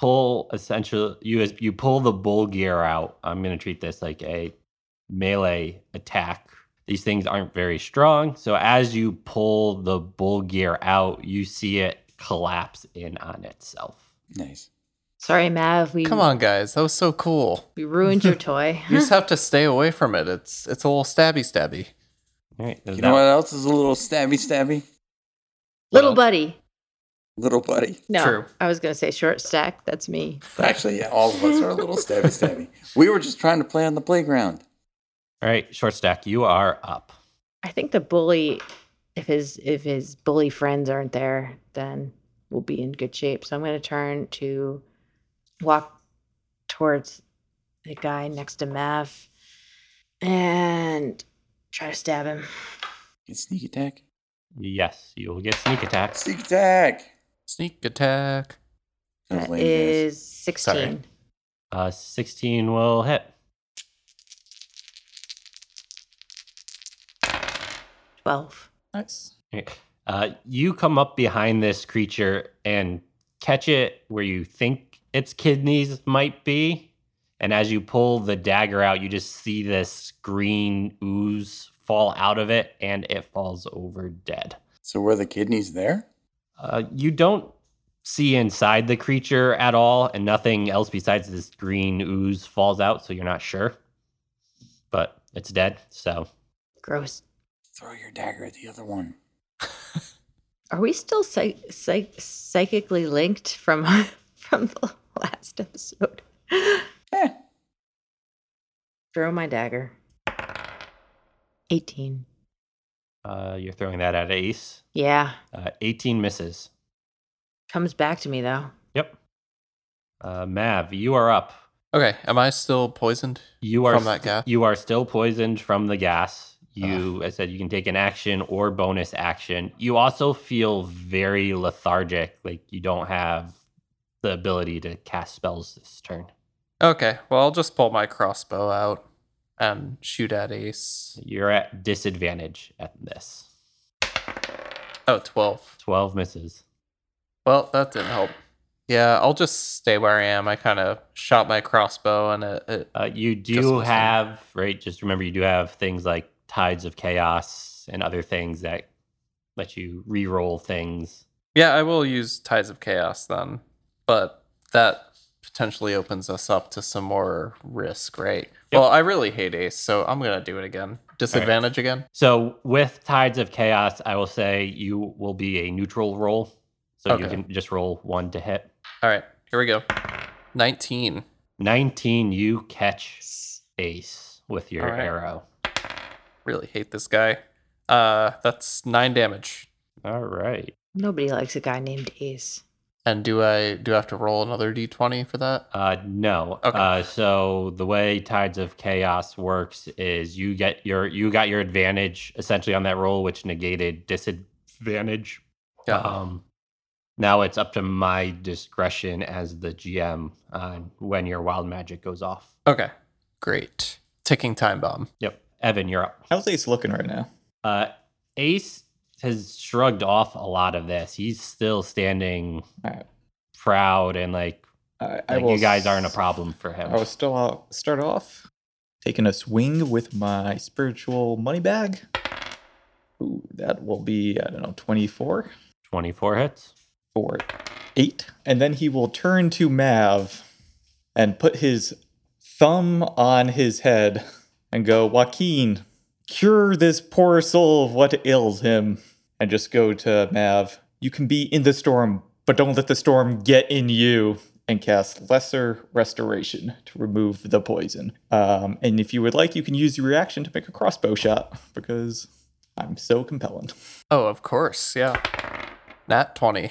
Speaker 1: pull essentially you as you pull the bull gear out. I'm going to treat this like a melee attack. These things aren't very strong, so as you pull the bull gear out, you see it collapse in on itself.
Speaker 2: Nice.
Speaker 3: sorry, Mav. We
Speaker 4: Come on, guys. That was so cool.
Speaker 3: we ruined your toy.
Speaker 4: You just have to stay away from it. It's it's a little stabby stabby.
Speaker 1: All right.
Speaker 2: You know what else is a little stabby stabby?
Speaker 3: Little buddy.
Speaker 2: Little buddy.
Speaker 3: No,
Speaker 4: True.
Speaker 3: I was gonna say short stack. That's me.
Speaker 2: Actually, yeah, all of us are a little stabby stabby. We were just trying to play on the playground.
Speaker 1: All right, short stack, you are up.
Speaker 3: I think the bully, if his if his bully friends aren't there, then we'll be in good shape. So I'm going to turn to walk towards the guy next to Mav and try to stab him.
Speaker 2: Get sneak attack.
Speaker 1: Yes, you will get sneak attack.
Speaker 2: Sneak attack.
Speaker 4: Sneak attack.
Speaker 2: That was
Speaker 3: That
Speaker 2: lame, guys.
Speaker 3: is 16.
Speaker 4: Sorry.
Speaker 1: Uh 16 will hit.
Speaker 3: 12.
Speaker 5: Nice.
Speaker 1: Uh, you come up behind this creature and catch it where you think its kidneys might be. And as you pull the dagger out, you just see this green ooze fall out of it and it falls over dead.
Speaker 2: So were the kidneys there?
Speaker 1: Uh, you don't see inside the creature at all, and nothing else besides this green ooze falls out, so you're not sure. But it's dead, so
Speaker 3: Gross.
Speaker 2: Throw your dagger at the other one.
Speaker 3: Are we still psych- psych- psychically linked from from the last episode?
Speaker 2: Eh,
Speaker 3: Throw my dagger. 18.
Speaker 1: uh, you're throwing that at Ace.
Speaker 3: Yeah.
Speaker 1: Uh, 18 misses.
Speaker 3: Comes back to me though.
Speaker 1: Yep. Uh, Mav, you are up.
Speaker 4: Okay, am I still poisoned
Speaker 1: You are
Speaker 4: from that gas?
Speaker 1: you are still poisoned from the gas. You, I said, you can take an action or bonus action. You also feel very lethargic, like you don't have the ability to cast spells this turn.
Speaker 4: Okay, well I'll just pull my crossbow out and shoot at Ace.
Speaker 1: You're at disadvantage at this.
Speaker 4: Oh, 12.
Speaker 1: Twelve misses.
Speaker 4: Well, that didn't help. Yeah, I'll just stay where I am. I kind of shot my crossbow and it, it
Speaker 1: Uh, you
Speaker 4: Just
Speaker 1: do
Speaker 4: missing.
Speaker 1: have right. Just remember, you do have things like tides of chaos and other things that let you re-roll things.
Speaker 4: Yeah, I will use Tides of Chaos then, but that potentially opens us up to some more risk, right? Well, I really hate Ace, so I'm gonna do it again. Disadvantage again.
Speaker 1: So with Tides of Chaos, I will say you will be a neutral roll. So you
Speaker 4: Okay.
Speaker 1: can just roll one to hit.
Speaker 4: All right, here we go. Nineteen.
Speaker 1: 19, you catch Ace with your
Speaker 4: All right.
Speaker 1: arrow.
Speaker 4: Really hate this guy. Uh, that's nine damage.
Speaker 1: All right.
Speaker 3: Nobody likes a guy named Ace.
Speaker 4: And do I do I have to roll another d20 for that?
Speaker 1: Uh, no.
Speaker 4: Okay.
Speaker 1: Uh, so the way Tides of Chaos works is you get your you got your advantage essentially on that roll, which negated disadvantage.
Speaker 4: Yeah.
Speaker 1: Um, now it's up to my discretion as the GM on when your wild magic goes off.
Speaker 4: Okay. Great. Ticking time bomb.
Speaker 1: Yep. Evan, you're up.
Speaker 5: How's Ace looking right now?
Speaker 1: Uh, Ace has shrugged off a lot of this. He's still standing
Speaker 5: Alright.
Speaker 1: proud and like,
Speaker 5: I, I
Speaker 1: like
Speaker 5: will
Speaker 1: you guys aren't a
Speaker 5: s-
Speaker 1: problem for him.
Speaker 5: I will still start off Taking a swing with my spiritual money bag. Ooh, that will be, I don't know, 24
Speaker 1: 24 hits.
Speaker 5: for eight. And then he will turn to Mav and put his thumb on his head and go, Joaquin, cure this poor soul of what ails him. And just go to Mav. You can be in the storm, but don't let the storm get in you. And cast Lesser Restoration to remove the poison. Um, and if you would like, you can use your reaction to make a crossbow shot because I'm so compelling.
Speaker 4: Oh, of course. Yeah. Nat 20.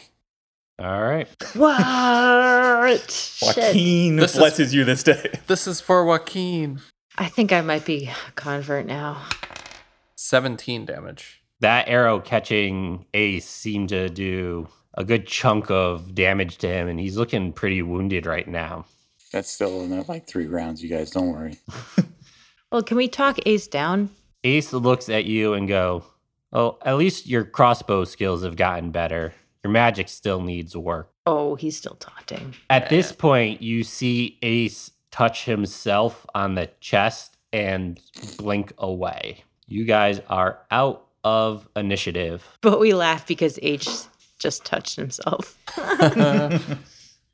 Speaker 1: All right.
Speaker 3: What? Shit.
Speaker 5: Joaquin
Speaker 4: This is-
Speaker 5: blesses you this day.
Speaker 4: This is for Joaquin.
Speaker 3: I think I might be a convert now.
Speaker 4: 17 damage.
Speaker 1: That arrow catching Ace seemed to do a good chunk of damage to him, and he's looking pretty wounded right now.
Speaker 2: That's still not like three rounds, you guys. Don't worry.
Speaker 3: Well, can we talk Ace down?
Speaker 1: Ace looks at you and go, "Oh, at least your crossbow skills have gotten better. Your magic still needs work."
Speaker 3: Oh, he's still taunting.
Speaker 1: At this point, you see Ace touch himself on the chest and blink away. You guys are out of initiative.
Speaker 3: But we laugh because H just touched himself.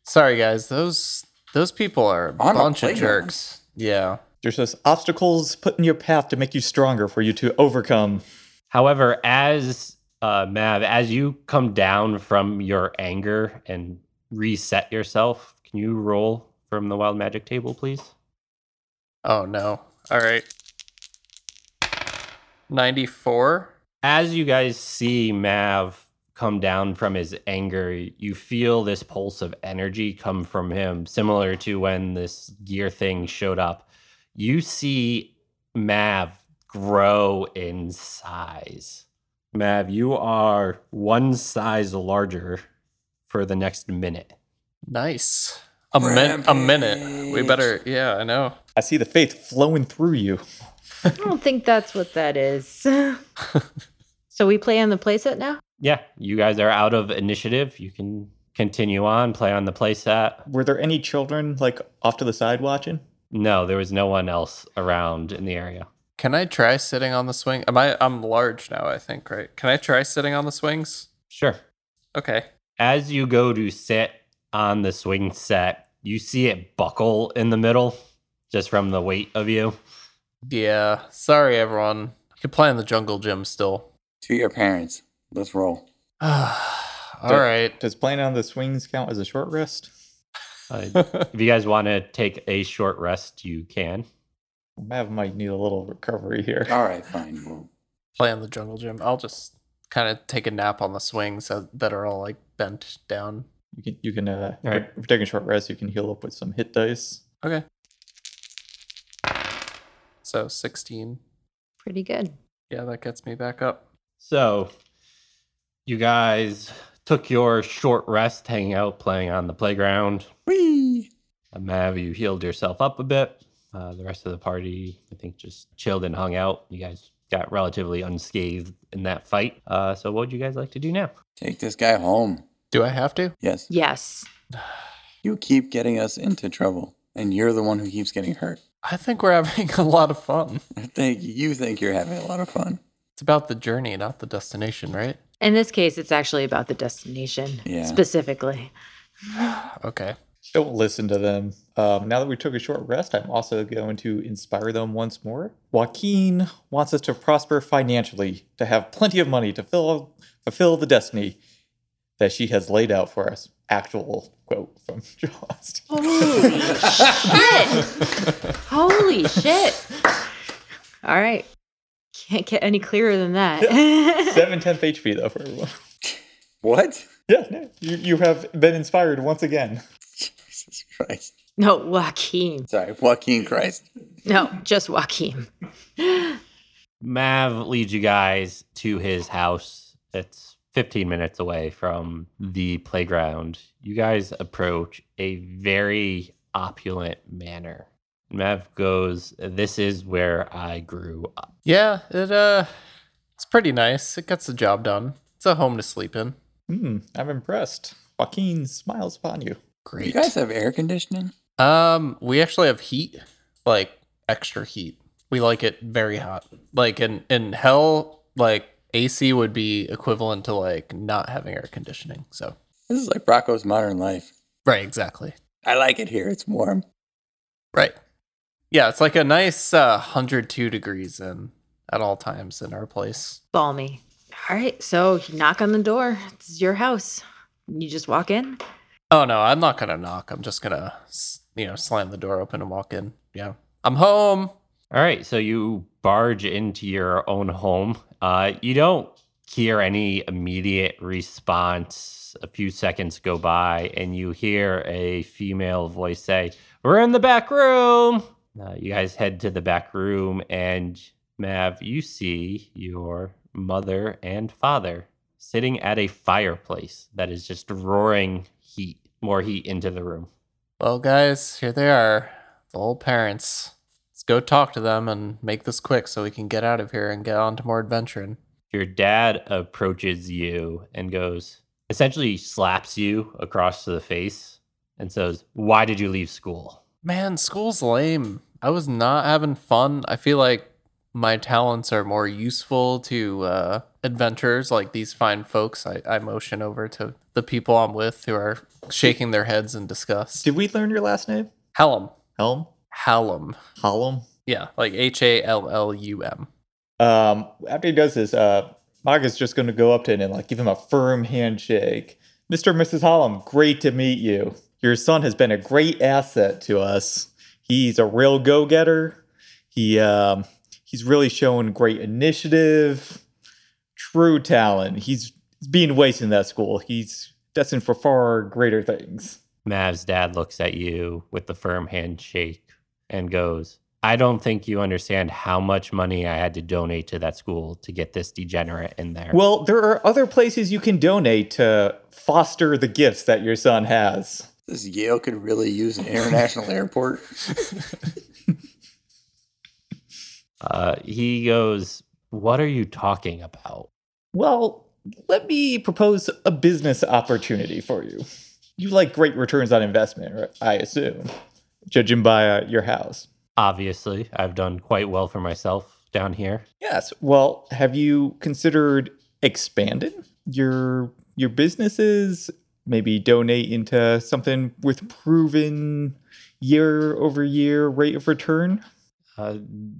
Speaker 4: Sorry, guys. Those those people are a
Speaker 2: On a
Speaker 4: bunch of
Speaker 2: playground.
Speaker 4: jerks. Yeah.
Speaker 5: There's just obstacles put in your path to make you stronger for you to overcome.
Speaker 1: However, as uh, Mav, as you come down from your anger and reset yourself, can you roll from the wild magic table, please?
Speaker 4: Oh, no. All right. 94.
Speaker 1: As you guys see Mav come down from his anger, you feel this pulse of energy come from him, similar to when this gear thing showed up. You see Mav grow in size. Mav, you are one size larger for the next minute.
Speaker 4: Nice. A, min- a minute. We
Speaker 2: Rampage.
Speaker 4: better. Yeah, I know.
Speaker 5: I see the faith flowing through you.
Speaker 3: I don't think that's what that is. so we play on the playset now?
Speaker 1: Yeah, you guys are out of initiative. You can continue on, play on the playset.
Speaker 5: Were there any children like off to the side watching?
Speaker 1: No, there was no one else around in the area.
Speaker 4: Can I try sitting on the swing? Am I? I'm large now, I think, right? Can I try sitting on the swings?
Speaker 1: Sure.
Speaker 4: Okay.
Speaker 1: as you go to sit on the swing set, you see it buckle in the middle just from the weight of you.
Speaker 4: Yeah. Sorry, everyone. You can play in the jungle gym still.
Speaker 2: To your parents. Let's roll.
Speaker 4: All
Speaker 5: Don't-
Speaker 4: right.
Speaker 5: Does playing on the swings count as a short rest?
Speaker 1: Uh, if you guys want to take a short rest, you can.
Speaker 5: Mav might need a little recovery here.
Speaker 1: Uh,
Speaker 2: All right, fine. We'll
Speaker 4: Play in the jungle gym. I'll just kind of take a nap on the swings that- that are all like bent down.
Speaker 5: You can, you can uh,
Speaker 1: All right.
Speaker 5: if you're taking a short rest, you can heal up with some hit dice.
Speaker 4: Okay. So 16.
Speaker 3: Pretty good.
Speaker 4: Yeah, that gets me back up.
Speaker 1: So, you guys took your short rest hanging out, playing on the playground.
Speaker 2: Whee!
Speaker 1: Uh, Mav, you healed yourself up a bit. Uh, the rest of the party, I think, just chilled and hung out. You guys got relatively unscathed in that fight. Uh, so, what would you guys like to do now?
Speaker 2: Take this guy home.
Speaker 4: Do I have to?
Speaker 2: Yes.
Speaker 3: Yes.
Speaker 2: You keep getting us into trouble, and you're the one who keeps getting hurt.
Speaker 4: I think we're having a lot of fun.
Speaker 2: I think you think you're having a lot of fun.
Speaker 4: It's about the journey, not the destination, right?
Speaker 3: In this case, it's actually about the destination
Speaker 2: Yeah.
Speaker 3: specifically.
Speaker 4: Okay.
Speaker 5: Don't listen to them. Um, now that we took a short rest, I'm also going to inspire them once more. Joaquin wants us to prosper financially, to have plenty of money to fill, fulfill the destiny that she has laid out for us. Actual quote from Jaws.
Speaker 3: Holy shit! Holy shit! All right. Can't get any clearer than that.
Speaker 5: Seven tenth HP though for everyone.
Speaker 2: What?
Speaker 5: Yeah, no, you, you have been inspired once again.
Speaker 2: Jesus Christ.
Speaker 3: no, Joaquin.
Speaker 2: Sorry, Joaquin Christ.
Speaker 3: No, just Joaquin.
Speaker 1: Mav leads you guys to his house. It's 15 minutes away from the playground. You guys approach a very opulent manor. Mav goes, This is where I grew up.
Speaker 4: Yeah, it uh it's pretty nice. It gets the job done. It's a home to sleep in.
Speaker 5: Hmm, I'm impressed. Joaquin smiles upon you.
Speaker 2: You
Speaker 4: Great.
Speaker 2: guys have air conditioning?
Speaker 4: Um we actually have heat like extra heat. We like it very hot. Like in in hell, like AC would be equivalent to like not having air conditioning. So
Speaker 2: This is like Rocco's modern life.
Speaker 4: right, exactly.
Speaker 2: I like it here. It's warm.
Speaker 4: Right. Yeah, it's like a nice uh, 102 degrees in at all times in our place.
Speaker 3: Balmy. All right, so you knock on the door. It's your house. You just walk in.
Speaker 4: Oh no, I'm not gonna knock. I'm just gonna s- you know slam the door open and walk in. Yeah, I'm home.
Speaker 1: All right, so you barge into your own home. Uh, you don't hear any immediate response. A few seconds go by, and you hear a female voice say, "We're in the back room." Uh, you guys head to the back room, and Mav, you see your mother and father sitting at a fireplace that is just roaring heat, more heat into the room.
Speaker 4: Well, guys, here they are, the old parents. Let's go talk to them and make this quick so we can get out of here and get on to more adventuring.
Speaker 1: your dad approaches you and goes essentially slaps you across the face and says why did you leave school
Speaker 4: Man, school's lame. I was not having fun. I feel like my talents are more useful to uh, adventurers like these fine folks. I, I motion over to the people I'm with who are shaking their heads in disgust.
Speaker 5: Did we learn your last name?
Speaker 4: Hallam.
Speaker 5: Helm?
Speaker 4: Hallam.
Speaker 5: Hollum?
Speaker 4: Yeah, like H A L L U M.
Speaker 5: Um, after he does this, uh, Maga's just going to go up to him and like give him a firm handshake. Mr. and Mrs. Hollum, great to meet you. Your son has been a great asset to us. He's a real go-getter. He um, he's really shown great initiative, true talent. He's being wasted in that school. He's destined for far greater things.
Speaker 1: mav's dad looks at you with the firm handshake and goes i don't think you understand how much money i had to donate to that school to get this degenerate in there
Speaker 5: Well, there are other places you can donate to foster the gifts that your son has.
Speaker 2: This Yale could really use an international airport.
Speaker 1: uh, he goes what are you talking about
Speaker 5: Well, let me propose a business opportunity for you. You like great returns on investment, right? I assume, judging by uh, your house.
Speaker 1: obviously i've done quite well for myself down here
Speaker 5: Yes. Well, have you considered expanding your your businesses? Maybe donate into something with proven year over year rate of return.
Speaker 1: Uh,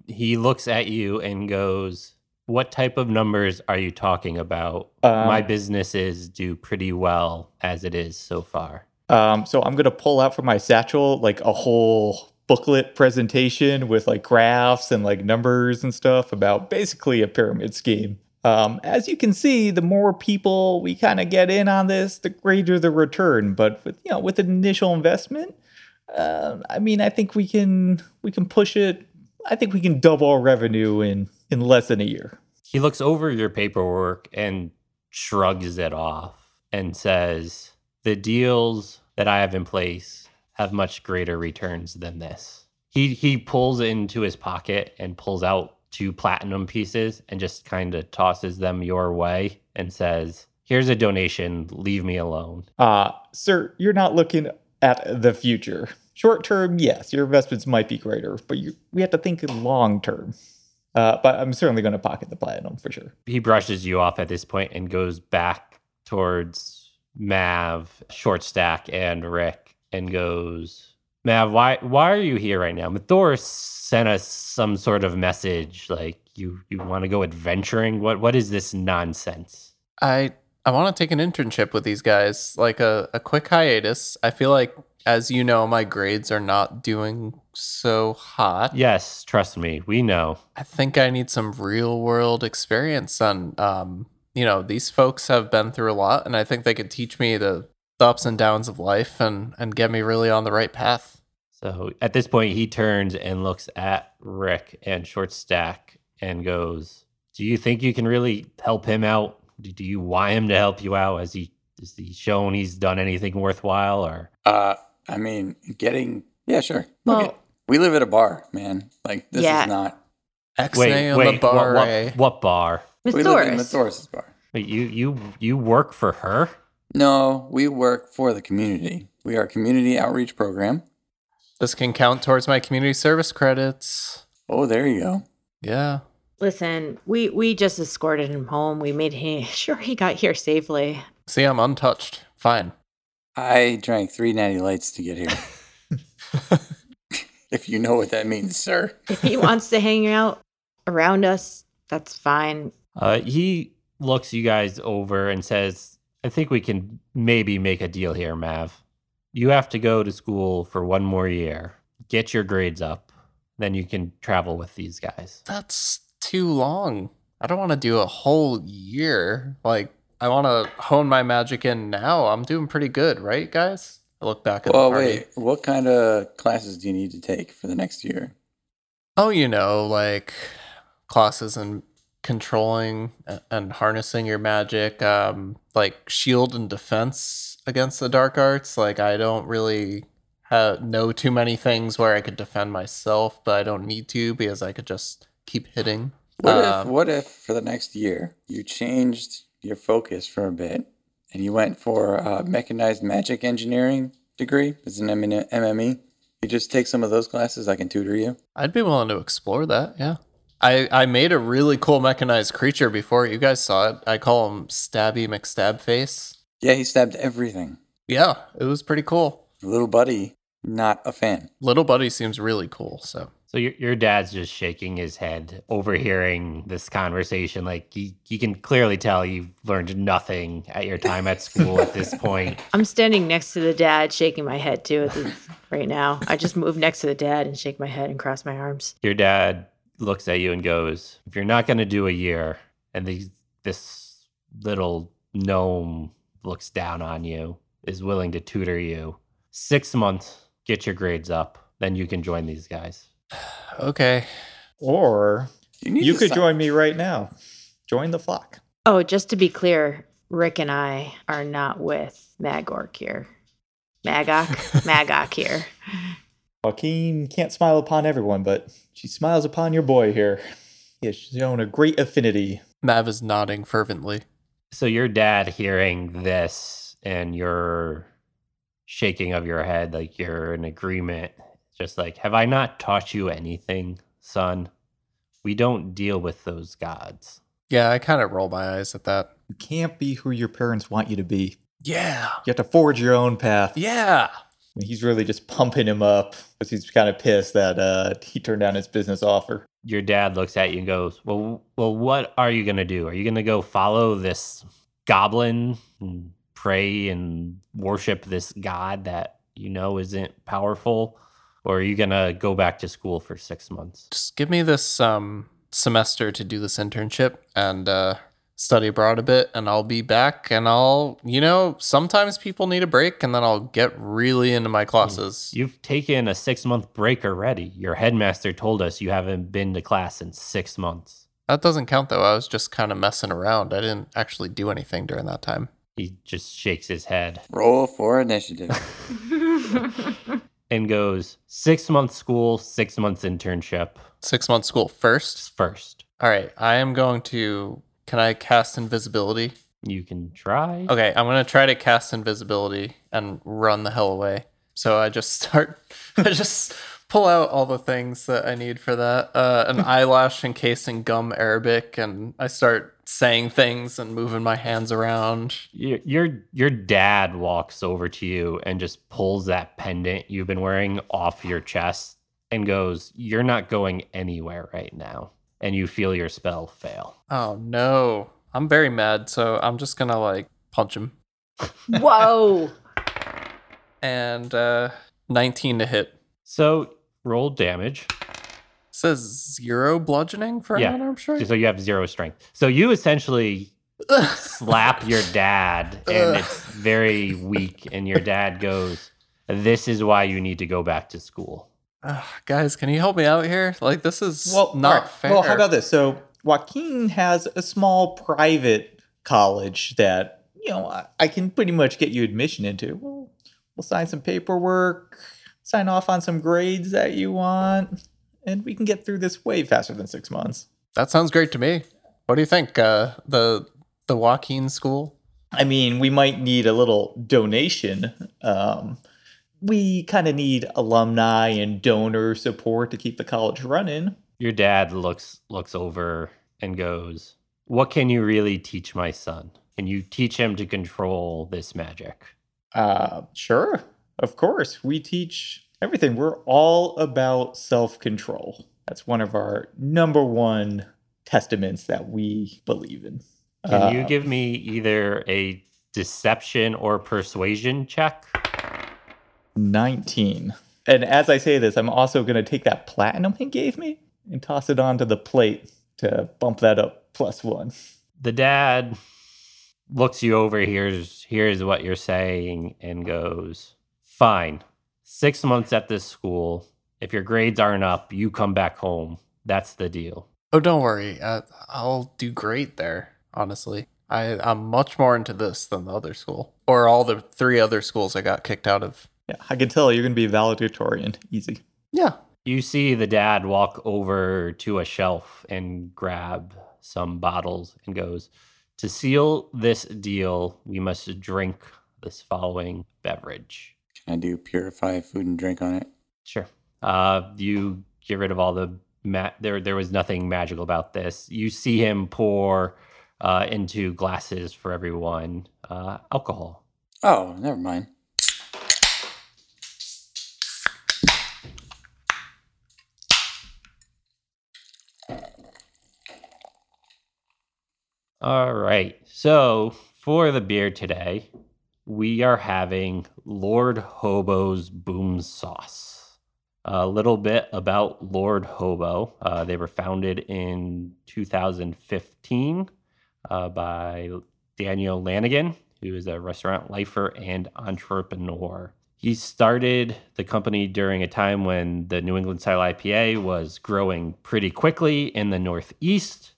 Speaker 1: he looks at you and goes, What type of numbers are you talking about?
Speaker 5: Um,
Speaker 1: My businesses do pretty well as it is so far.
Speaker 5: Um, so I'm gonna pull out from my satchel like a whole booklet presentation with like graphs and like numbers and stuff about basically a pyramid scheme. Um, as you can see, the more people we kind of get in on this, the greater the return. But with you know, with an initial investment, uh, I mean, I think we can we can push it. I think we can double our revenue in in less than a year.
Speaker 1: He looks over your paperwork and shrugs it off and says, The deals that I have in place have much greater returns than this. He, he pulls into his pocket and pulls out two platinum pieces and just kind of tosses them your way and says, Here's a donation. Leave me alone.
Speaker 5: Uh, sir, you're not looking at the future. Short term, yes, your investments might be greater, but you, we have to think long term. Uh, but I'm certainly going to pocket the platinum for sure.
Speaker 1: he brushes you off at this point and goes back towards Mav, Shortstack, and Rick and goes, Mav, why why are you here right now? Mathor sent us some sort of message like you you want to go adventuring? What what is this nonsense?
Speaker 4: I I want to take an internship with these guys, like a, a quick hiatus. I feel like, as you know, my grades are not doing so hot.
Speaker 1: Yes, trust me, we know.
Speaker 4: I think I need some real world experience on, um, you know, these folks have been through a lot, and I think they could teach me the ups and downs of life and and get me really on the right path.
Speaker 1: So at this point, he turns and looks at Rick and Shortstack and goes, "Do you think you can really help him out? Do do you want him to help you out? Has he has he shown he's done anything worthwhile? Or
Speaker 2: Uh, I mean, getting yeah, sure.
Speaker 3: Well-
Speaker 2: okay. we live at a bar, man. Like this
Speaker 3: Yeah.
Speaker 2: is not.
Speaker 4: Ex
Speaker 1: wait,
Speaker 4: on
Speaker 1: wait,
Speaker 4: the bar.
Speaker 1: what,
Speaker 4: eh?
Speaker 1: what, what bar?
Speaker 3: Miss
Speaker 2: we live in
Speaker 3: Doris.
Speaker 2: Thoris's bar.
Speaker 1: Wait, You you you work for her?
Speaker 2: No, we work for the community. We are a community outreach program.
Speaker 4: This can count towards my community service credits.
Speaker 2: Oh, there you go.
Speaker 4: Yeah.
Speaker 3: Listen, we we just escorted him home. We made him sure he got here safely.
Speaker 4: See, I'm untouched. Fine.
Speaker 2: I drank three natty lights to get here. if you know what that means, sir.
Speaker 3: If he wants to hang out around us, that's fine.
Speaker 1: Uh, he looks you guys over and says, I think we can maybe make a deal here, Mav. You have to go to school for one more year, get your grades up, then you can travel with these guys.
Speaker 4: That's too long. I don't want to do a whole year. Like, I want to hone my magic in now. I'm doing pretty good, right, guys? I look back at
Speaker 2: Well,
Speaker 4: the party.
Speaker 2: wait. What kind of classes do you need to take for the next year?
Speaker 4: Oh, you know, like classes in controlling a- and harnessing your magic, um, like shield and defense against the dark arts. Like I don't really ha know too many things where I could defend myself, but I don't need to because I could just keep hitting.
Speaker 2: What if,
Speaker 4: Um,
Speaker 2: what if for the next year you changed your focus for a bit and you went for a mechanized magic engineering degree? It's an MME. E. You just take some of those classes. I can tutor you.
Speaker 4: I'd be willing to explore that. Yeah. I, I made a really cool mechanized creature before you guys saw it. I call him Stabby McStabface.
Speaker 2: Yeah, he stabbed everything.
Speaker 4: Yeah, it was pretty cool.
Speaker 2: Little buddy, not a fan.
Speaker 4: Little Buddy seems really cool. So
Speaker 1: So your, your dad's just shaking his head, overhearing this conversation. Like he, he can clearly tell you've learned nothing at your time at school at this point.
Speaker 3: I'm standing next to the dad, shaking my head too at the, right now. I just move next to the dad and shake my head and cross my arms.
Speaker 1: Your dad looks at you and goes, If you're not going to do a year, and these, this little gnome looks down on you, is willing to tutor you, six months, get your grades up, then you can join these guys.
Speaker 4: okay.
Speaker 5: Or
Speaker 2: need
Speaker 5: you
Speaker 2: to
Speaker 5: could
Speaker 2: si-
Speaker 5: join me right now. Join the flock.
Speaker 3: Oh, just to be clear, Rick and I are not with Magork here. Magok, Magok here.
Speaker 5: Joaquin can't smile upon everyone, but she smiles upon your boy here. He has shown a great affinity.
Speaker 4: Mav is nodding fervently.
Speaker 1: So your dad hearing this and your shaking of your head, like you're in agreement, just like, Have I not taught you anything, son? We don't deal with those gods.
Speaker 4: Yeah, I kind of roll my eyes at that.
Speaker 5: You can't be who your parents want you to be.
Speaker 4: Yeah.
Speaker 5: You have to forge your own path.
Speaker 4: Yeah.
Speaker 5: And He's really just pumping him up because he's kind of pissed that uh, he turned down his business offer.
Speaker 1: your dad looks at you and goes, "Well, well, what are you gonna do? Are you gonna go follow this goblin and pray and worship this god that you know isn't powerful, or are you gonna go back to school for six months?"
Speaker 4: Just give me this um semester to do this internship and uh study abroad a bit and I'll be back and I'll you know, sometimes people need a break and then I'll get really into my classes.
Speaker 1: You've taken a six month break already. Your headmaster told us you haven't been to class in six months.
Speaker 4: That doesn't count though. I was just kind of messing around. I didn't actually do anything during that time.
Speaker 1: He just shakes his head
Speaker 2: Roll for initiative.
Speaker 1: and goes, six months school, six months internship
Speaker 4: 6 months school first.
Speaker 1: first.
Speaker 4: All right, I am going to can I cast invisibility?
Speaker 1: You can try.
Speaker 4: Okay, I'm gonna try to cast invisibility and run the hell away. So I just start, I just pull out all the things that I need for that. Uh, an eyelash encased in gum Arabic, and I start saying things and moving my hands around.
Speaker 1: your your your dad walks over to you and just pulls that pendant you've been wearing off your chest and goes, "You're not going anywhere right now." And you feel your spell fail.
Speaker 4: Oh no, I'm very mad, so I'm just gonna like punch him.
Speaker 3: Whoa.
Speaker 4: And uh, 19 to hit.
Speaker 1: So roll damage.
Speaker 4: Says zero bludgeoning for
Speaker 1: Yeah,
Speaker 4: an unarmed strike.
Speaker 1: So you have zero strength. So you essentially slap your dad, and
Speaker 4: Ugh.
Speaker 1: it's very weak. And your dad goes, "This is why you need to go back to school."
Speaker 4: Ugh, guys, can you help me out here? Like this is
Speaker 5: all
Speaker 4: not
Speaker 5: right.
Speaker 4: fair.
Speaker 5: Well, how about this? So Joaquin has a small private college that you know I, I can pretty much get you admission into. We'll, we'll sign some paperwork, sign off on some grades that you want, and we can get through this way faster than six months.
Speaker 4: That sounds great to me. What do you think? Uh, the the Joaquin School.
Speaker 5: I mean, we might need a little donation um, we kind of need alumni and donor support to keep the college running.
Speaker 1: Your dad looks looks over and goes, "What can you really teach my son? Can you teach him to control this magic?"
Speaker 5: Uh, sure, of course. We teach everything. We're all about self control. That's one of our number one testaments that we believe in. Uh,
Speaker 1: Can you give me either a deception or persuasion check?
Speaker 5: 19. And as I say this, I'm also going to take that platinum he gave me and toss it onto the plate to bump that up plus one.
Speaker 1: the dad looks you over hears hears what you're saying and goes fine six months at this school if your grades aren't up you come back home that's the deal
Speaker 4: Oh, don't worry. Uh, I'll do great there. Honestly, I I'm much more into this than the other school or all the three other schools I got kicked out of.
Speaker 5: Yeah, I can tell you're going to be valedictorian. Easy.
Speaker 4: Yeah.
Speaker 1: you see the dad walk over to a shelf and grab some bottles and goes to seal this deal we must drink this following beverage
Speaker 2: Can I do purify food and drink on it?
Speaker 1: Sure. Uh, you get rid of all the ma- there. There was nothing magical about this. You see him pour uh, into glasses for everyone uh, alcohol.
Speaker 2: Oh, never mind.
Speaker 1: All right. So for the beer today, we are having Lord Hobo's Boom Sauce. A little bit about Lord Hobo. Uh, they were founded in 2015 uh, by Daniel Lanigan, who is a restaurant lifer and entrepreneur. He started the company during a time when the New England style IPA was growing pretty quickly in the Northeast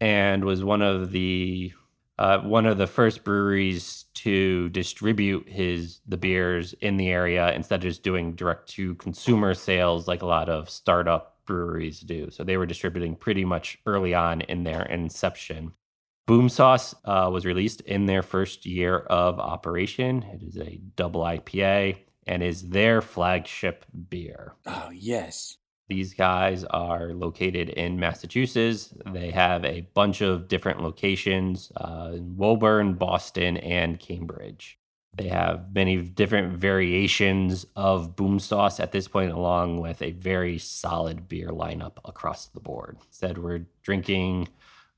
Speaker 1: and was one of the uh, one of the first breweries to distribute his the beers in the area instead of just doing direct to consumer sales like a lot of startup breweries do. So they were distributing pretty much early on in their inception. Boom Sauce uh, was released in their first year of operation. It is a double IPA and is their flagship beer.
Speaker 2: Oh, yes.
Speaker 1: These guys are located in Massachusetts. They have a bunch of different locations uh, in Woburn, Boston, and Cambridge. They have many different variations of boom sauce at this point, along with a very solid beer lineup across the board. Said we're drinking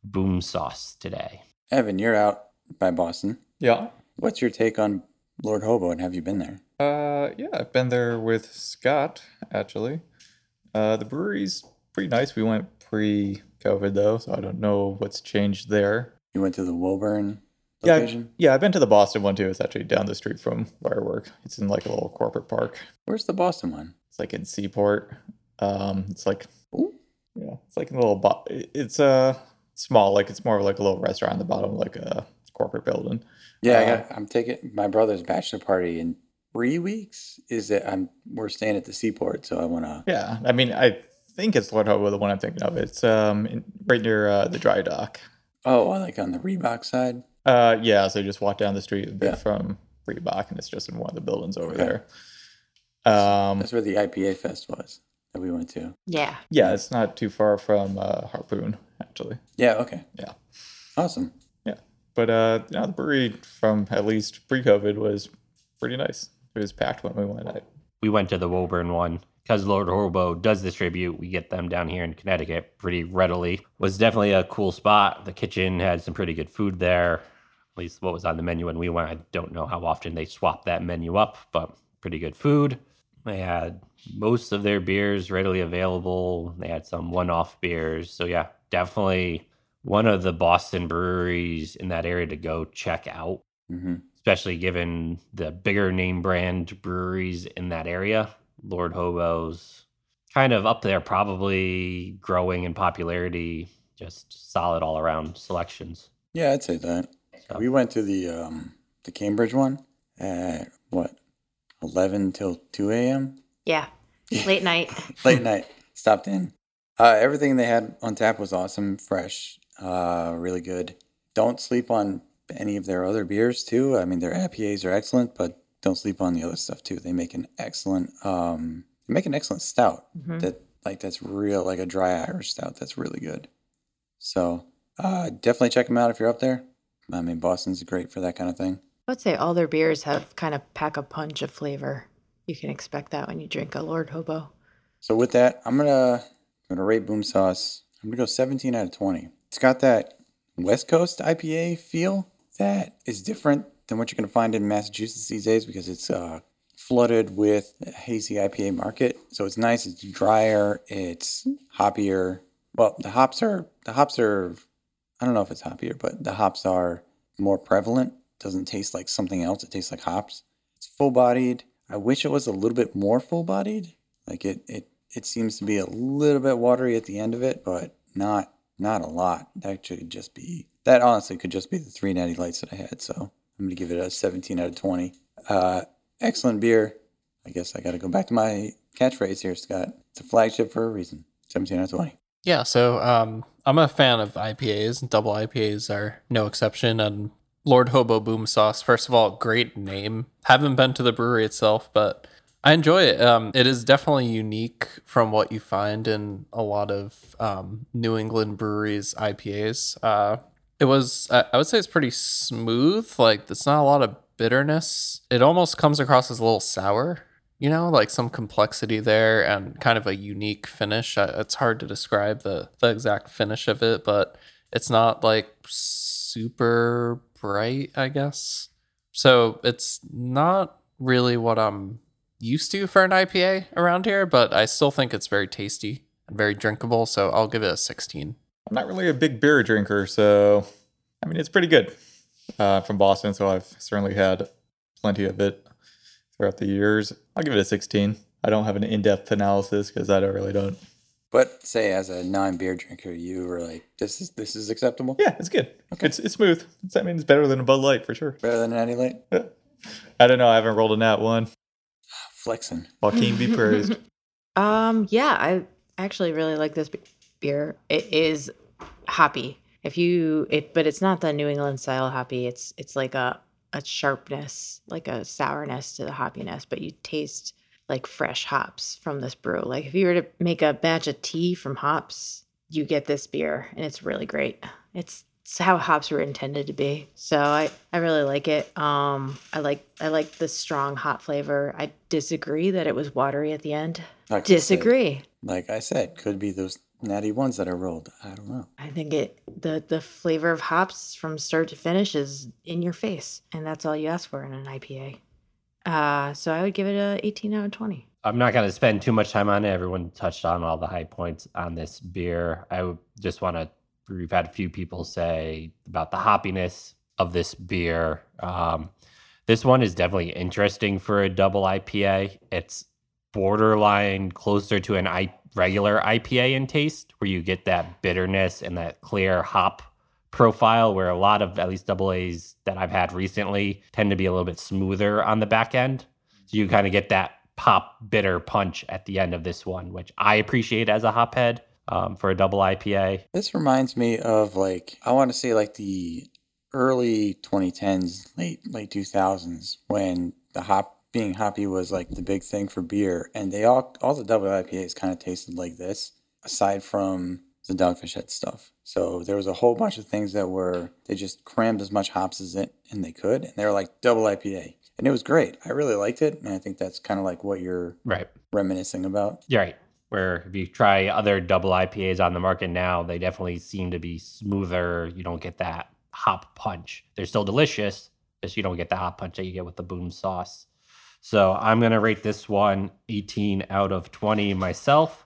Speaker 1: boom sauce today.
Speaker 2: Evan, you're out by Boston.
Speaker 5: Yeah.
Speaker 2: What's your take on Lord Hobo and have you been there?
Speaker 5: Uh, yeah, I've been there with Scott actually. Uh, the brewery's pretty nice. We went pre-COVID though, so I don't know what's changed there.
Speaker 2: You went to the Woburn
Speaker 5: Yeah,
Speaker 2: location?
Speaker 5: I- yeah, I've been to the Boston one too. It's actually down the street from where I work. It's in like a little corporate park.
Speaker 2: Where's the Boston one?
Speaker 5: It's like in Seaport. Um, it's like
Speaker 2: Ooh.
Speaker 5: yeah, it's like a little. Bo- it- it's uh small. Like it's more of like a little restaurant on the bottom, of like a corporate building.
Speaker 2: Yeah, I
Speaker 5: Uh,
Speaker 2: got, I'm taking my brother's bachelor party in three weeks. Is that I'm we're staying at the seaport, so I want to.
Speaker 5: Yeah, I mean, I think it's Lord Hobo, the one I'm thinking of. It's um in, right near uh, the dry dock.
Speaker 2: Oh, I like on the Reebok side.
Speaker 5: Uh, yeah. So you just walk down the street a bit
Speaker 2: Yeah.
Speaker 5: from Reebok, and it's just in one of the buildings over
Speaker 2: Okay.
Speaker 5: there. Um,
Speaker 2: That's where the IPA fest was that we went to.
Speaker 3: Yeah.
Speaker 5: yeah, it's not too far from uh, Harpoon actually.
Speaker 2: Yeah. Okay.
Speaker 5: Yeah.
Speaker 2: Awesome.
Speaker 5: But uh, you know, the brewery from at least pre-COVID was pretty nice. It was packed when we went. I,
Speaker 1: we went to the Woburn one because Lord Horbo does distribute. We get them down here in Connecticut pretty readily. Was definitely a cool spot. The kitchen had some pretty good food there. At least what was on the menu when we went. I don't know how often they swap that menu up, but pretty good food. They had most of their beers readily available. They had some one-off beers. So yeah, definitely one of the Boston breweries in that area to go check out
Speaker 2: Mm-hmm.
Speaker 1: especially given the bigger name brand breweries in that area. Lord Hobo's kind of up there, probably growing in popularity, just solid all around selections.
Speaker 2: Yeah, I'd say that.
Speaker 1: So-
Speaker 2: We went to the um the Cambridge one at what eleven till two a.m.
Speaker 3: Yeah. Late night.
Speaker 2: late night. Stopped in. Uh, everything they had on tap was awesome, fresh, uh, really good. Don't sleep on any of their other beers too. I mean, their IPAs are excellent, but don't sleep on the other stuff too. They make an excellent um they make an excellent stout
Speaker 3: Mhm.
Speaker 2: that like that's real like a dry Irish stout that's really good. So uh definitely check them out if you're up there. I mean Boston's great for that kind of thing.
Speaker 3: I would say all their beers have kind of pack a punch of flavor. You can expect that when you drink a Lord Hobo.
Speaker 2: So with that, I'm gonna I'm gonna rate Boom Sauce. I'm gonna go 17 out of 20. It's got that West Coast IPA feel that is different than what you're gonna find in Massachusetts these days because it's uh, flooded with a hazy IPA market. So it's nice. It's drier. It's hoppier. Well, the hops are the hops are. I don't know if it's hoppier, but the hops are more prevalent. Doesn't taste like something else. It tastes like hops. It's full bodied. I wish it was a little bit more full bodied. Like it, it, it seems to be a little bit watery at the end of it, but not, not a lot. That should just be, that honestly could just be the three natty lights that I had. So I'm going to give it a 17 out of 20. Uh, excellent beer. I guess I got to go back to my catchphrase here, Scott. It's a flagship for a reason. 17 out of 20.
Speaker 4: Yeah, so um, I'm a fan of IPAs, and double IPAs are no exception. And Lord Hobo Boom Sauce, first of all, great name. Haven't been to the brewery itself, but I enjoy it. Um, it is definitely unique from what you find in a lot of um, New England breweries IPAs. Uh, it was, I I would say, it's pretty smooth. Like, there's not a lot of bitterness. It almost comes across as a little sour you know, like some complexity there and kind of a unique finish. I- It's hard to describe the, the exact finish of it, but it's not like super bright, I guess. So it's not really what I'm used to for an IPA around here, but I still think it's very tasty and very drinkable. So I'll give it a 16.
Speaker 5: I'm not really a big beer drinker, so I mean it's pretty good uh, from Boston. So I've certainly had plenty of it throughout the years. I'll give it a 16. I don't have an in-depth analysis because I don't really don't.
Speaker 2: But say as a non beer drinker, you were like, this is, this is acceptable.
Speaker 5: Yeah, it's good. It's it's smooth. It's, I mean, it's better than a Bud Light for sure.
Speaker 2: Better than a natty light.
Speaker 5: I don't know. I haven't rolled a nat one.
Speaker 2: Flexing.
Speaker 5: Joaquin be praised.
Speaker 3: Um, yeah, I actually really like this be- beer. It is hoppy. If you, it, but it's not the New England style hoppy. It's it's like a a sharpness, like a sourness to the hoppiness, but you taste like fresh hops from this brew. Like if you were to make a batch of tea from hops, you get this beer, and it's really great. It's, it's how hops were intended to be. So I I really like it. Um, I like I like the strong hop flavor. I disagree that it was watery at the end.
Speaker 2: Like I said-
Speaker 3: Disagree.
Speaker 2: like I said, could be those natty ones that I rolled. I don't know.
Speaker 3: I think it the the flavor of hops from start to finish is in your face, and that's all you ask for in an IPA. Uh, so I would give it a 18 out of 20.
Speaker 1: I'm not going to spend too much time on it. Everyone touched on all the high points on this beer. I would just want to, we've had a few people say about the hoppiness of this beer. Um, this one is definitely interesting for a double IPA. It's borderline closer to an I- regular IPA in taste, where you get that bitterness and that clear hop profile where a lot of at least double A's that I've had recently tend to be a little bit smoother on the back end. So you kind of get that pop bitter punch at the end of this one, which I appreciate as a hophead um, for a double IPA.
Speaker 2: This reminds me of like I want to say like the early 2010s, late late 2000s when the hop being hoppy was like the big thing for beer, and they all all the double IPAs kind of tasted like this, aside from the Dogfish Head stuff. So there was a whole bunch of things that were they just crammed as much hops as it and they could, and they were like double IPA, and it was great. I really liked it, and I think that's kind of like what you're
Speaker 1: Right.
Speaker 2: reminiscing about.
Speaker 1: You're right. Where if you try other double IPAs on the market now, they definitely seem to be smoother. You don't get that hop punch. They're still delicious, just you don't get the hop punch that you get with the boom sauce. So I'm going to rate this one 18 out of 20 myself,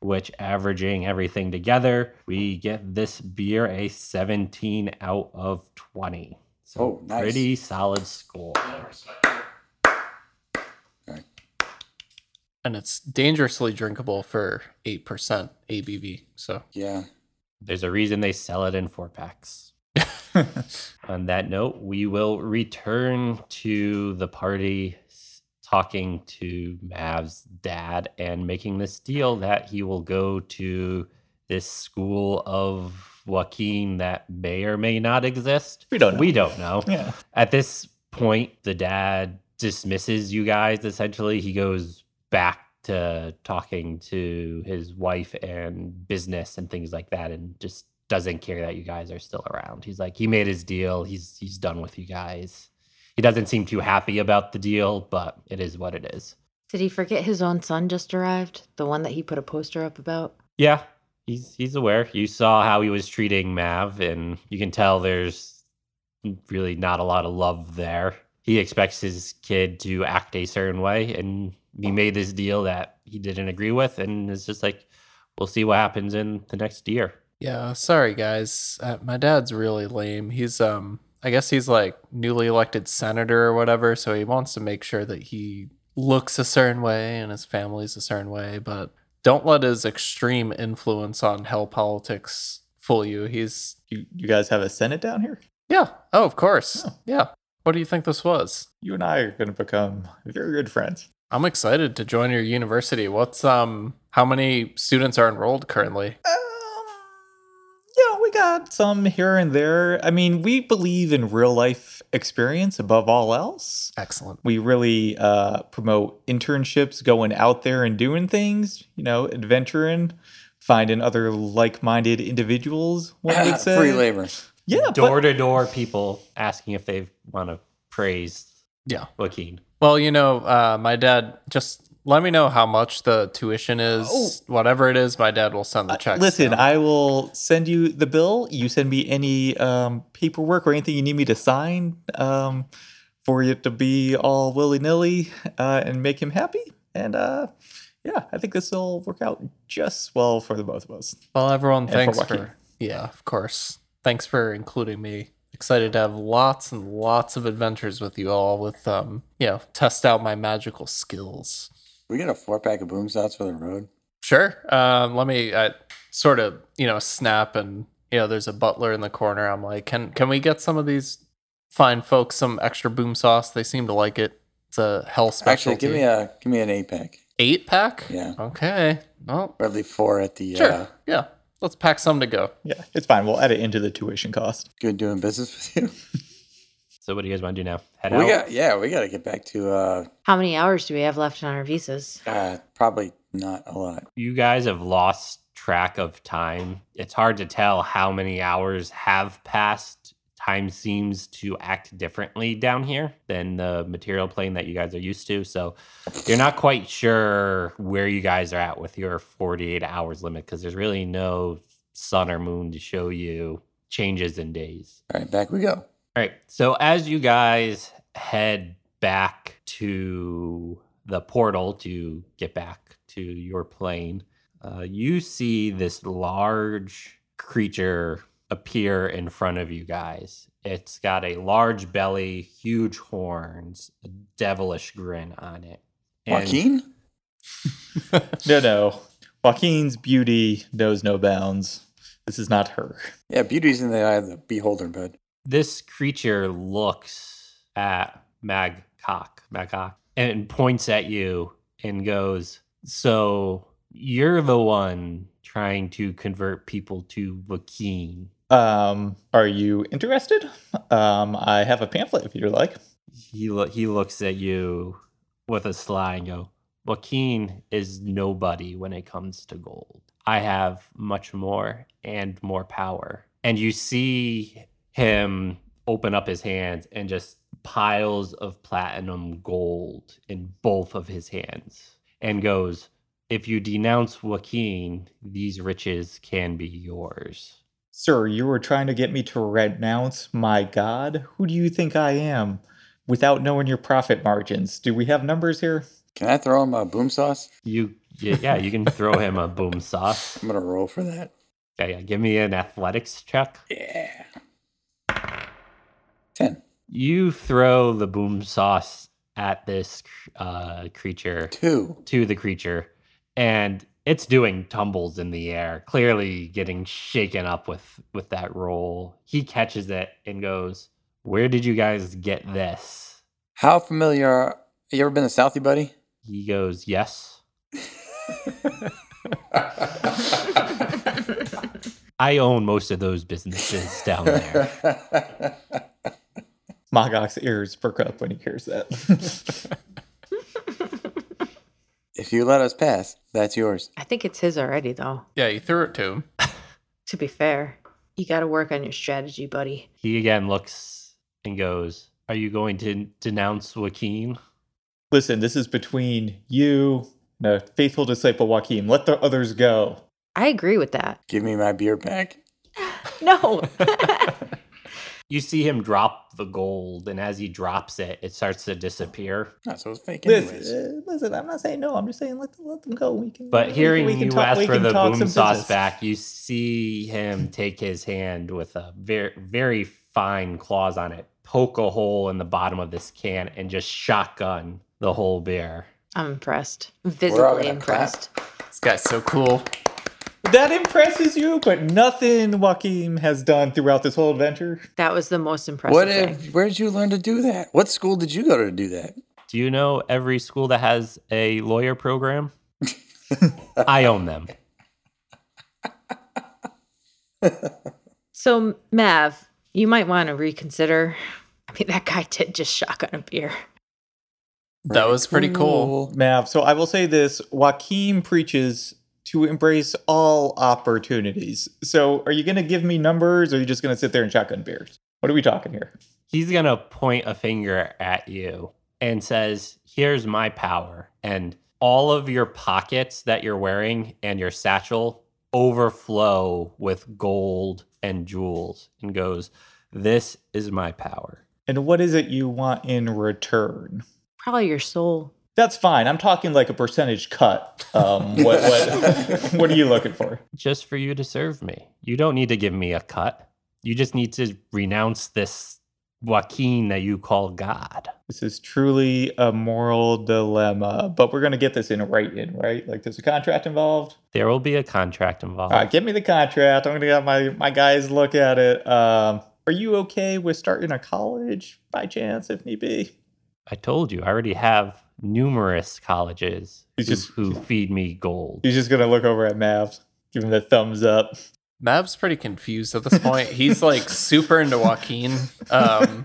Speaker 1: which averaging everything together, we get this beer a 17 out of 20. So
Speaker 2: Oh, nice.
Speaker 1: pretty solid score.
Speaker 4: And it's dangerously drinkable for 8% ABV. So
Speaker 2: Yeah.
Speaker 1: There's a reason they sell it in four packs. On that note, we will return to the party s- talking to Mav's dad and making this deal that he will go to this school of Joaquin that may or may not exist.
Speaker 5: We don't know.
Speaker 1: We don't know.
Speaker 5: yeah.
Speaker 1: At this point, the dad dismisses you guys essentially. He goes back to talking to his wife and business and things like that and just doesn't care that you guys are still around. He's like he made his deal. He's he's done with you guys. He doesn't seem too happy about the deal, but it is what it is.
Speaker 3: Did he forget his own son just arrived? The one that he put a poster up about?
Speaker 1: Yeah, he's he's aware. You saw how he was treating Mav, and you can tell there's really not a lot of love there. He expects his kid to act a certain way, and he made this deal that he didn't agree with, and it's just like, we'll see what happens in the next year.
Speaker 4: Yeah, sorry guys. Uh, my dad's really lame. He's um I guess he's like newly elected senator or whatever, so he wants to make sure that he looks a certain way and his family's a certain way, but don't let his extreme influence on hell politics fool you. He's
Speaker 5: You, you guys have a Senate down here?
Speaker 4: Yeah. Oh, of course.
Speaker 5: Oh.
Speaker 4: Yeah. What do you think this was?
Speaker 5: You and I are going to become very good friends.
Speaker 4: I'm excited to join your university. What's um how many students are enrolled currently?
Speaker 5: Um, yeah, we got some here and there. I mean, we believe in real life experience above all else.
Speaker 4: Excellent.
Speaker 5: We really uh, promote internships, going out there and doing things, you know, adventuring, finding other like minded individuals, one would say.
Speaker 2: Free labor.
Speaker 5: Yeah,
Speaker 1: Door to door, people asking if they want to praise
Speaker 4: Yeah.
Speaker 1: Joaquin.
Speaker 4: Well, you know, uh, my dad just let me know how much the tuition is.
Speaker 5: Oh.
Speaker 4: Whatever it is, my dad will send the
Speaker 5: but
Speaker 4: checks.
Speaker 5: listen,
Speaker 4: down.
Speaker 5: I will send you the bill. You send me any um, paperwork or anything you need me to sign um, for you to be all willy nilly uh, and make him happy. And uh, yeah, I think this will work out just well for the both of us.
Speaker 4: well, everyone,
Speaker 5: for
Speaker 4: thanks
Speaker 5: Joaquin.
Speaker 4: for yeah, of course. Thanks for including me. Excited to have lots and lots of adventures with you all. With um, you know, test out my magical skills.
Speaker 2: We got a four pack of boom shots for the road.
Speaker 4: Sure. Um, let me I sort of, you know, snap and you know, there's a butler in the corner. I'm like, can can we get some of these fine folks some extra boom sauce? They seem to like it. It's a hell specialty.
Speaker 2: Actually, give me a give me an eight pack.
Speaker 4: eight pack.
Speaker 2: Yeah,
Speaker 4: Okay. Well,
Speaker 2: or at least four at the.
Speaker 4: sure.
Speaker 2: Uh,
Speaker 4: Yeah. Let's pack some to go.
Speaker 5: Yeah, it's fine. We'll add it into the tuition cost.
Speaker 2: good doing business with you.
Speaker 1: So, what do you guys want to do now? Head
Speaker 2: We
Speaker 1: out.
Speaker 2: got yeah, we got to get back to uh,
Speaker 3: How many hours do we have left on our visas?
Speaker 2: uh probably not a lot.
Speaker 1: you guys have lost track of time. It's hard to tell how many hours have passed. Time seems to act differently down here than the material plane that you guys are used to. So you're not quite sure where you guys are at with your 48 hours limit because there's really no sun or moon to show you changes in days.
Speaker 2: All right, back we go.
Speaker 1: All right. So as you guys head back to the portal to get back to your plane, uh, you see this large creature appear in front of you guys. It's got a large belly, huge horns, a devilish grin on it. And-
Speaker 2: Joaquin,
Speaker 5: No, no. Joaquin's beauty knows no bounds. This is not her.
Speaker 2: yeah, beauty's in the eye of the beholder, bud.
Speaker 1: this creature looks at Magcock, Magcock, and points at you and goes, "So you're the one trying to convert people to Wakeen."
Speaker 5: Um, are you interested? Um, I have a pamphlet if you'd like.
Speaker 1: He lo- he looks at you with a sly and go, "Wakeen is nobody when it comes to gold. I have much more and more power." And you see him open up his hands and just piles of platinum gold in both of his hands and goes, If you denounce Joaquin, these riches can be yours.
Speaker 5: Sir, you were trying to get me to renounce my god? Who do you think I am? Without knowing your profit margins. Do we have numbers here?
Speaker 2: Can I throw him a boom sauce?
Speaker 1: You, y- yeah, you can throw him a boom sauce.
Speaker 2: I'm gonna roll for that.
Speaker 1: Yeah, yeah, give me an athletics check.
Speaker 2: Yeah, ten.
Speaker 1: You throw the boom sauce at this uh, creature.
Speaker 2: Two.
Speaker 1: to the creature and it's doing tumbles in the air clearly getting shaken up with with that roll he catches it and goes where did you guys get this
Speaker 2: How familiar? Are, you ever been to Southie, buddy?
Speaker 1: he goes yes i own most of those businesses down there
Speaker 5: Magok's ears perk up when he hears that.
Speaker 2: If you let us pass, that's yours.
Speaker 3: I think it's his already, though.
Speaker 4: Yeah, you threw it to him.
Speaker 3: To be fair, you got to work on your strategy, buddy.
Speaker 1: He again looks and goes, Are you going to denounce Joaquin?
Speaker 5: Listen, this is between you and a faithful disciple, Joaquin. Let the others go.
Speaker 3: I agree with that.
Speaker 2: Give me my beer back.
Speaker 3: No.
Speaker 1: You see him drop the gold, and as he drops it, it starts to disappear.
Speaker 2: Not so it's fake, anyways.
Speaker 5: Listen, uh, listen, I'm not saying no. I'm just saying let, let them go. We can.
Speaker 1: But
Speaker 5: we-
Speaker 1: hearing
Speaker 5: we can
Speaker 1: you
Speaker 5: talk-
Speaker 1: ask
Speaker 5: we
Speaker 1: for
Speaker 5: can
Speaker 1: the
Speaker 5: talk
Speaker 1: boom
Speaker 5: some
Speaker 1: sauce
Speaker 5: business.
Speaker 1: back, you see him take his hand with a very, very fine claws on it, poke a hole in the bottom of this can, and just shotgun the whole beer.
Speaker 3: I'm impressed.
Speaker 2: all
Speaker 3: Visibly
Speaker 2: gonna
Speaker 3: impressed.
Speaker 4: This guy's so cool.
Speaker 5: That impresses you, but nothing Joaquin has done throughout this whole adventure.
Speaker 3: That was the most impressive
Speaker 2: What
Speaker 3: thing.
Speaker 2: if, where'd you learn to do that? What school did you go to do that?
Speaker 1: Do you know every school that has a lawyer program? I own them.
Speaker 3: So, Mav, you might want to reconsider. I mean, that guy did just shotgun a beer.
Speaker 4: That was pretty cool.
Speaker 5: Mav, so I will say this Joaquin preaches to embrace all opportunities. So are you going to give me numbers or are you just going to sit there and shotgun beers? What are we talking here?
Speaker 1: He's going to point a finger at you and says, Here's my power. And all of your pockets that you're wearing and your satchel overflow with gold and jewels and goes, This is my power.
Speaker 5: And what is it you want in return?
Speaker 3: Probably your soul.
Speaker 5: That's fine. I'm talking like a percentage cut. Um, what, what, what are you looking for?
Speaker 1: Just for you to serve me. You don't need to give me a cut. You just need to renounce this Joaquin that you call God.
Speaker 5: This is truly a moral dilemma, but we're going to get this in writing, right? Like there's a contract involved.
Speaker 1: There will be a contract involved.
Speaker 5: All right, give me the contract. I'm gonna have my my guys look at it. Um, are you okay with starting a college by chance, if need be?
Speaker 1: I told you, I already have numerous colleges who,
Speaker 5: He's just-
Speaker 1: who feed me gold.
Speaker 5: He's just gonna look over at Mav, give him the thumbs up.
Speaker 4: Mav's pretty confused at this point. He's like super into Joaquin. Um,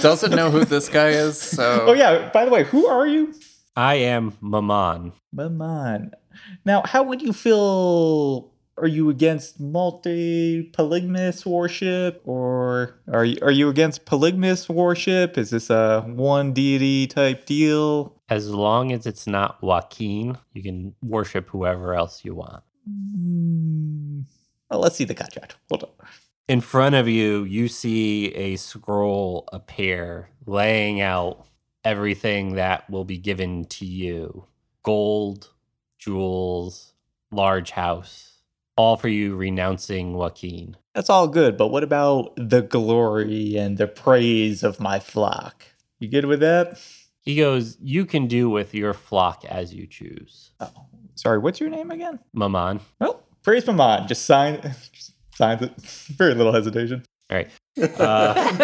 Speaker 4: doesn't know who this guy is. So
Speaker 5: Oh yeah, by the way, who are you?
Speaker 1: I am Maman.
Speaker 5: Maman. Now, how would you feel? Are you against multi-polygamous worship, or are you, are you against polygamous worship? Is this a one deity type deal?
Speaker 1: As long as it's not Joaquin, you can worship whoever else you want.
Speaker 5: Hmm. Well, let's see the contract. Hold on.
Speaker 1: In front of you, you see a scroll appear laying out everything that will be given to you gold, jewels, large house, all for you renouncing Joaquin.
Speaker 5: That's all good, but what about the glory and the praise of my flock? You good with that?
Speaker 1: He goes, You can do with your flock as you choose.
Speaker 5: Oh, sorry, what's your name again?
Speaker 1: Maman.
Speaker 5: Well, praise Maman. Just sign, just signs it. Very little hesitation.
Speaker 1: All right. Uh,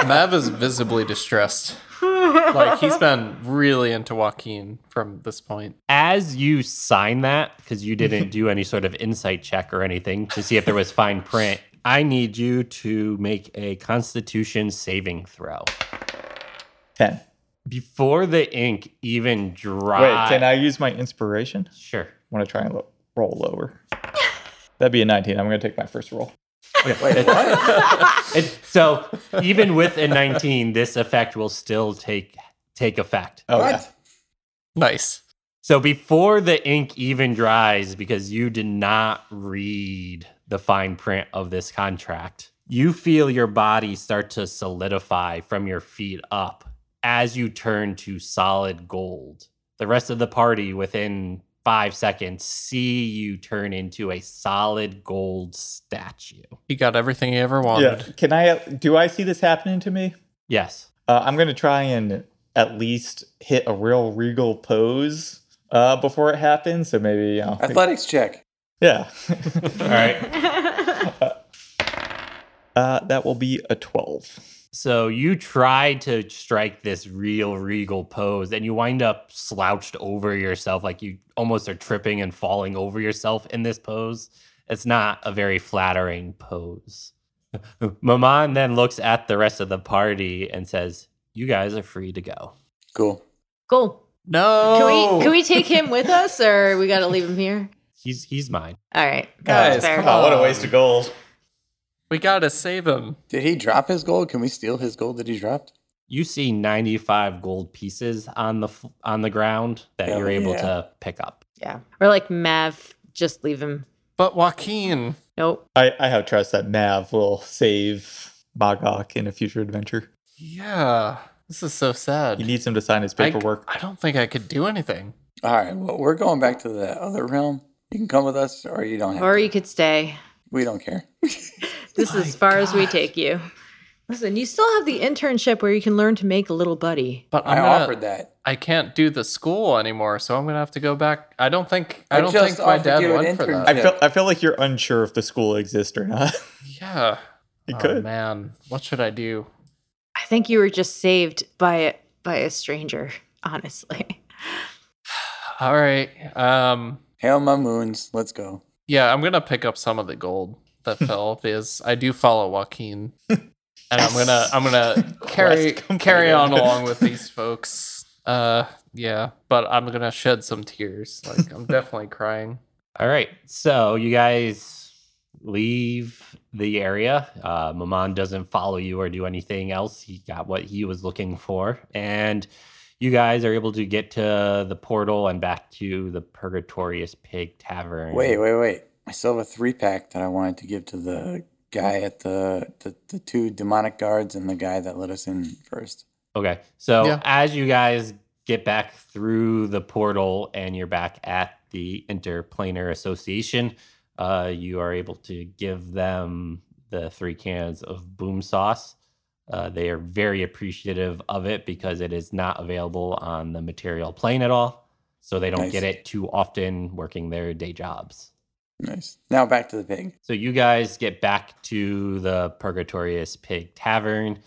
Speaker 4: Ma- Mav is visibly distressed. Like he's been really into Joaquin from this point.
Speaker 1: as you sign that, because you didn't do any sort of insight check or anything to see if there was fine print, I need you to make a constitution saving throw.
Speaker 5: Ten.
Speaker 1: Before the ink even dries.
Speaker 5: Wait, can I use my inspiration?
Speaker 1: Sure.
Speaker 5: want to try and lo- roll lower. That'd be a 19. I'm going to take my first roll.
Speaker 2: Wait, what?
Speaker 1: It, so even with a 19, this effect will still take take effect.
Speaker 5: Oh, yeah.
Speaker 2: what?
Speaker 4: Nice.
Speaker 1: So before the ink even dries, because you did not read the fine print of this contract, you feel your body start to solidify from your feet up as you turn to solid gold. The rest of the party within five seconds see you turn into a solid gold statue.
Speaker 4: He got everything he ever
Speaker 5: Yeah.
Speaker 4: wanted.
Speaker 5: Can I, do I see this happening to me?
Speaker 1: Yes.
Speaker 5: Uh, I'm going to try and at least hit a real regal pose uh, before it happens. So maybe, you know,
Speaker 2: Athletics check.
Speaker 5: yeah.
Speaker 1: All right.
Speaker 5: Uh, that will be a 12.
Speaker 1: So you try to strike this real regal pose and you wind up slouched over yourself, like you almost are tripping and falling over yourself in this pose. It's not a very flattering pose. Maman then looks at the rest of the party and says, You guys are free to go.
Speaker 2: Cool.
Speaker 3: Cool.
Speaker 4: No.
Speaker 3: Can
Speaker 5: Oh.
Speaker 3: we can we take him with us, or we got to leave him here?
Speaker 1: He's he's mine.
Speaker 3: All right,
Speaker 5: Guys,
Speaker 3: That's Oh, fair.
Speaker 5: come on, what a waste of gold.
Speaker 4: We gotta save him.
Speaker 2: Did he drop his gold? Can we steal his gold that he dropped?
Speaker 1: You see 95 gold pieces on the f- on the ground that
Speaker 2: Hell
Speaker 1: you're able
Speaker 2: yeah.
Speaker 1: to pick up.
Speaker 3: Yeah, we're like Mav. Just leave him.
Speaker 4: But Joaquin,
Speaker 3: Nope.
Speaker 5: I, I have trust that Mav will save Magok in a future adventure.
Speaker 4: yeah, this is so sad.
Speaker 5: He needs him to sign his
Speaker 4: I-
Speaker 5: paperwork.
Speaker 4: I, don't think I could do anything.
Speaker 2: All right. Well, we're going back to the other realm. You can come with us, or you don't have.
Speaker 3: Or
Speaker 2: to.
Speaker 3: you could stay.
Speaker 2: we don't care.
Speaker 3: This is as far as we take you. Listen, you still have the internship where you can learn to make a little buddy.
Speaker 4: But
Speaker 2: i
Speaker 4: I'm gonna,
Speaker 2: offered that.
Speaker 4: I can't do the school anymore, so I'm gonna have to go back. I don't think I,
Speaker 2: I
Speaker 4: don't
Speaker 2: just
Speaker 4: think my
Speaker 2: offered
Speaker 4: dad
Speaker 2: you an
Speaker 4: went for
Speaker 2: intern-
Speaker 4: that.
Speaker 5: I feel I feel like you're unsure if the school exists or not.
Speaker 4: yeah.
Speaker 5: You
Speaker 4: oh,
Speaker 5: could.
Speaker 4: man, what should I do?
Speaker 3: I think you were just saved by by a stranger. Honestly,
Speaker 4: All right. Um.
Speaker 2: Hail my moons. Let's go.
Speaker 4: Yeah, I'm gonna pick up some of the gold that fell because I do follow Joaquin, and I'm gonna I'm gonna carry
Speaker 5: Quest
Speaker 4: carry
Speaker 5: completed.
Speaker 4: on along with these folks. Uh, yeah, but I'm gonna shed some tears. Like I'm definitely crying.
Speaker 1: All right. So you guys leave the area. Uh, Maman doesn't follow you or do anything else. He got what he was looking for. And you guys are able to get to the portal and back to the Purgatorious Pig Tavern.
Speaker 2: Wait, wait, wait. I still have a three pack that I wanted to give to the guy at the the, the two demonic guards and the guy that let us in first.
Speaker 1: Okay. So
Speaker 4: Yeah.
Speaker 1: as you guys get back through the portal and you're back at the Interplanar Association, uh, you are able to give them the three cans of boom sauce. Uh, they are very appreciative of it because it is not available on the material plane at all. So they don't
Speaker 2: Nice.
Speaker 1: get it too often working their day jobs.
Speaker 2: Nice. Now back to the pig.
Speaker 1: So you guys get back to the Purgatorious Pig Tavern.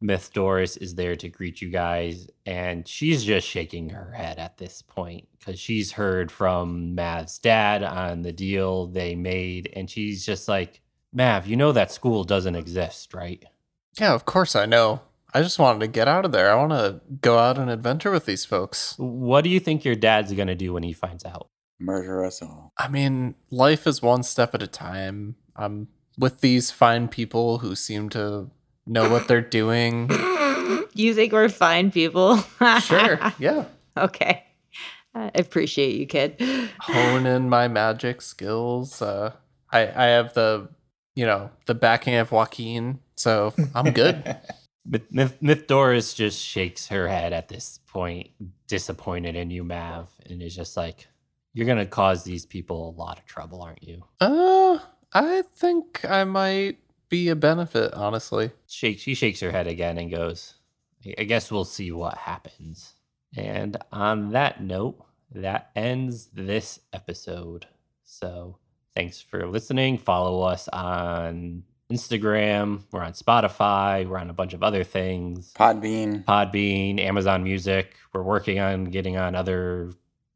Speaker 1: Myth Doris is there to greet you guys, and she's just shaking her head at this point because she's heard from Mav's dad on the deal they made, and she's just like, Mav, you know that school doesn't exist, right?
Speaker 4: Yeah, of course I know. I just wanted to get out of there. I want to go out and adventure with these folks.
Speaker 1: What do you think your dad's gonna do when he finds out?
Speaker 2: Murder us all.
Speaker 4: I mean, life is one step at a time. I'm with these fine people who seem to know what they're doing.
Speaker 3: you think we're fine people?
Speaker 4: Sure. Yeah.
Speaker 3: okay. I appreciate you, kid.
Speaker 4: hone in my magic skills. Uh, I I have the you know the backing of Joaquin, so I'm good.
Speaker 1: Myth, Myth, Myth Doris just shakes her head at this point, disappointed in you, Mav, and is just like, You're gonna cause these people a lot of trouble, aren't you?
Speaker 4: uh, I think I might be a benefit, honestly.
Speaker 1: shakes she shakes her head again and goes "I- i guess we'll see what happens and on that note that ends this episode so thanks for listening follow us on instagram we're on spotify we're on a bunch of other things
Speaker 2: Podbean.
Speaker 1: podbean amazon music we're working on getting on other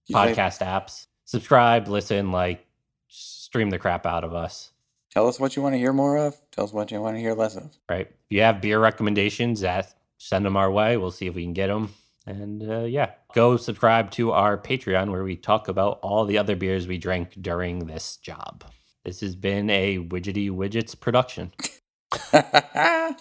Speaker 2: You play-
Speaker 1: podcast apps subscribe listen like stream the crap out of us
Speaker 2: Tell us what you want to hear more of. Tell us what you want to hear less of.
Speaker 1: right? If you have beer recommendations, that send them our way. We'll see if we can get them. And uh, yeah, go subscribe to our Patreon where we talk about all the other beers we drank during this job. This has been a Widgety Widgets production.
Speaker 2: Ha ha ha!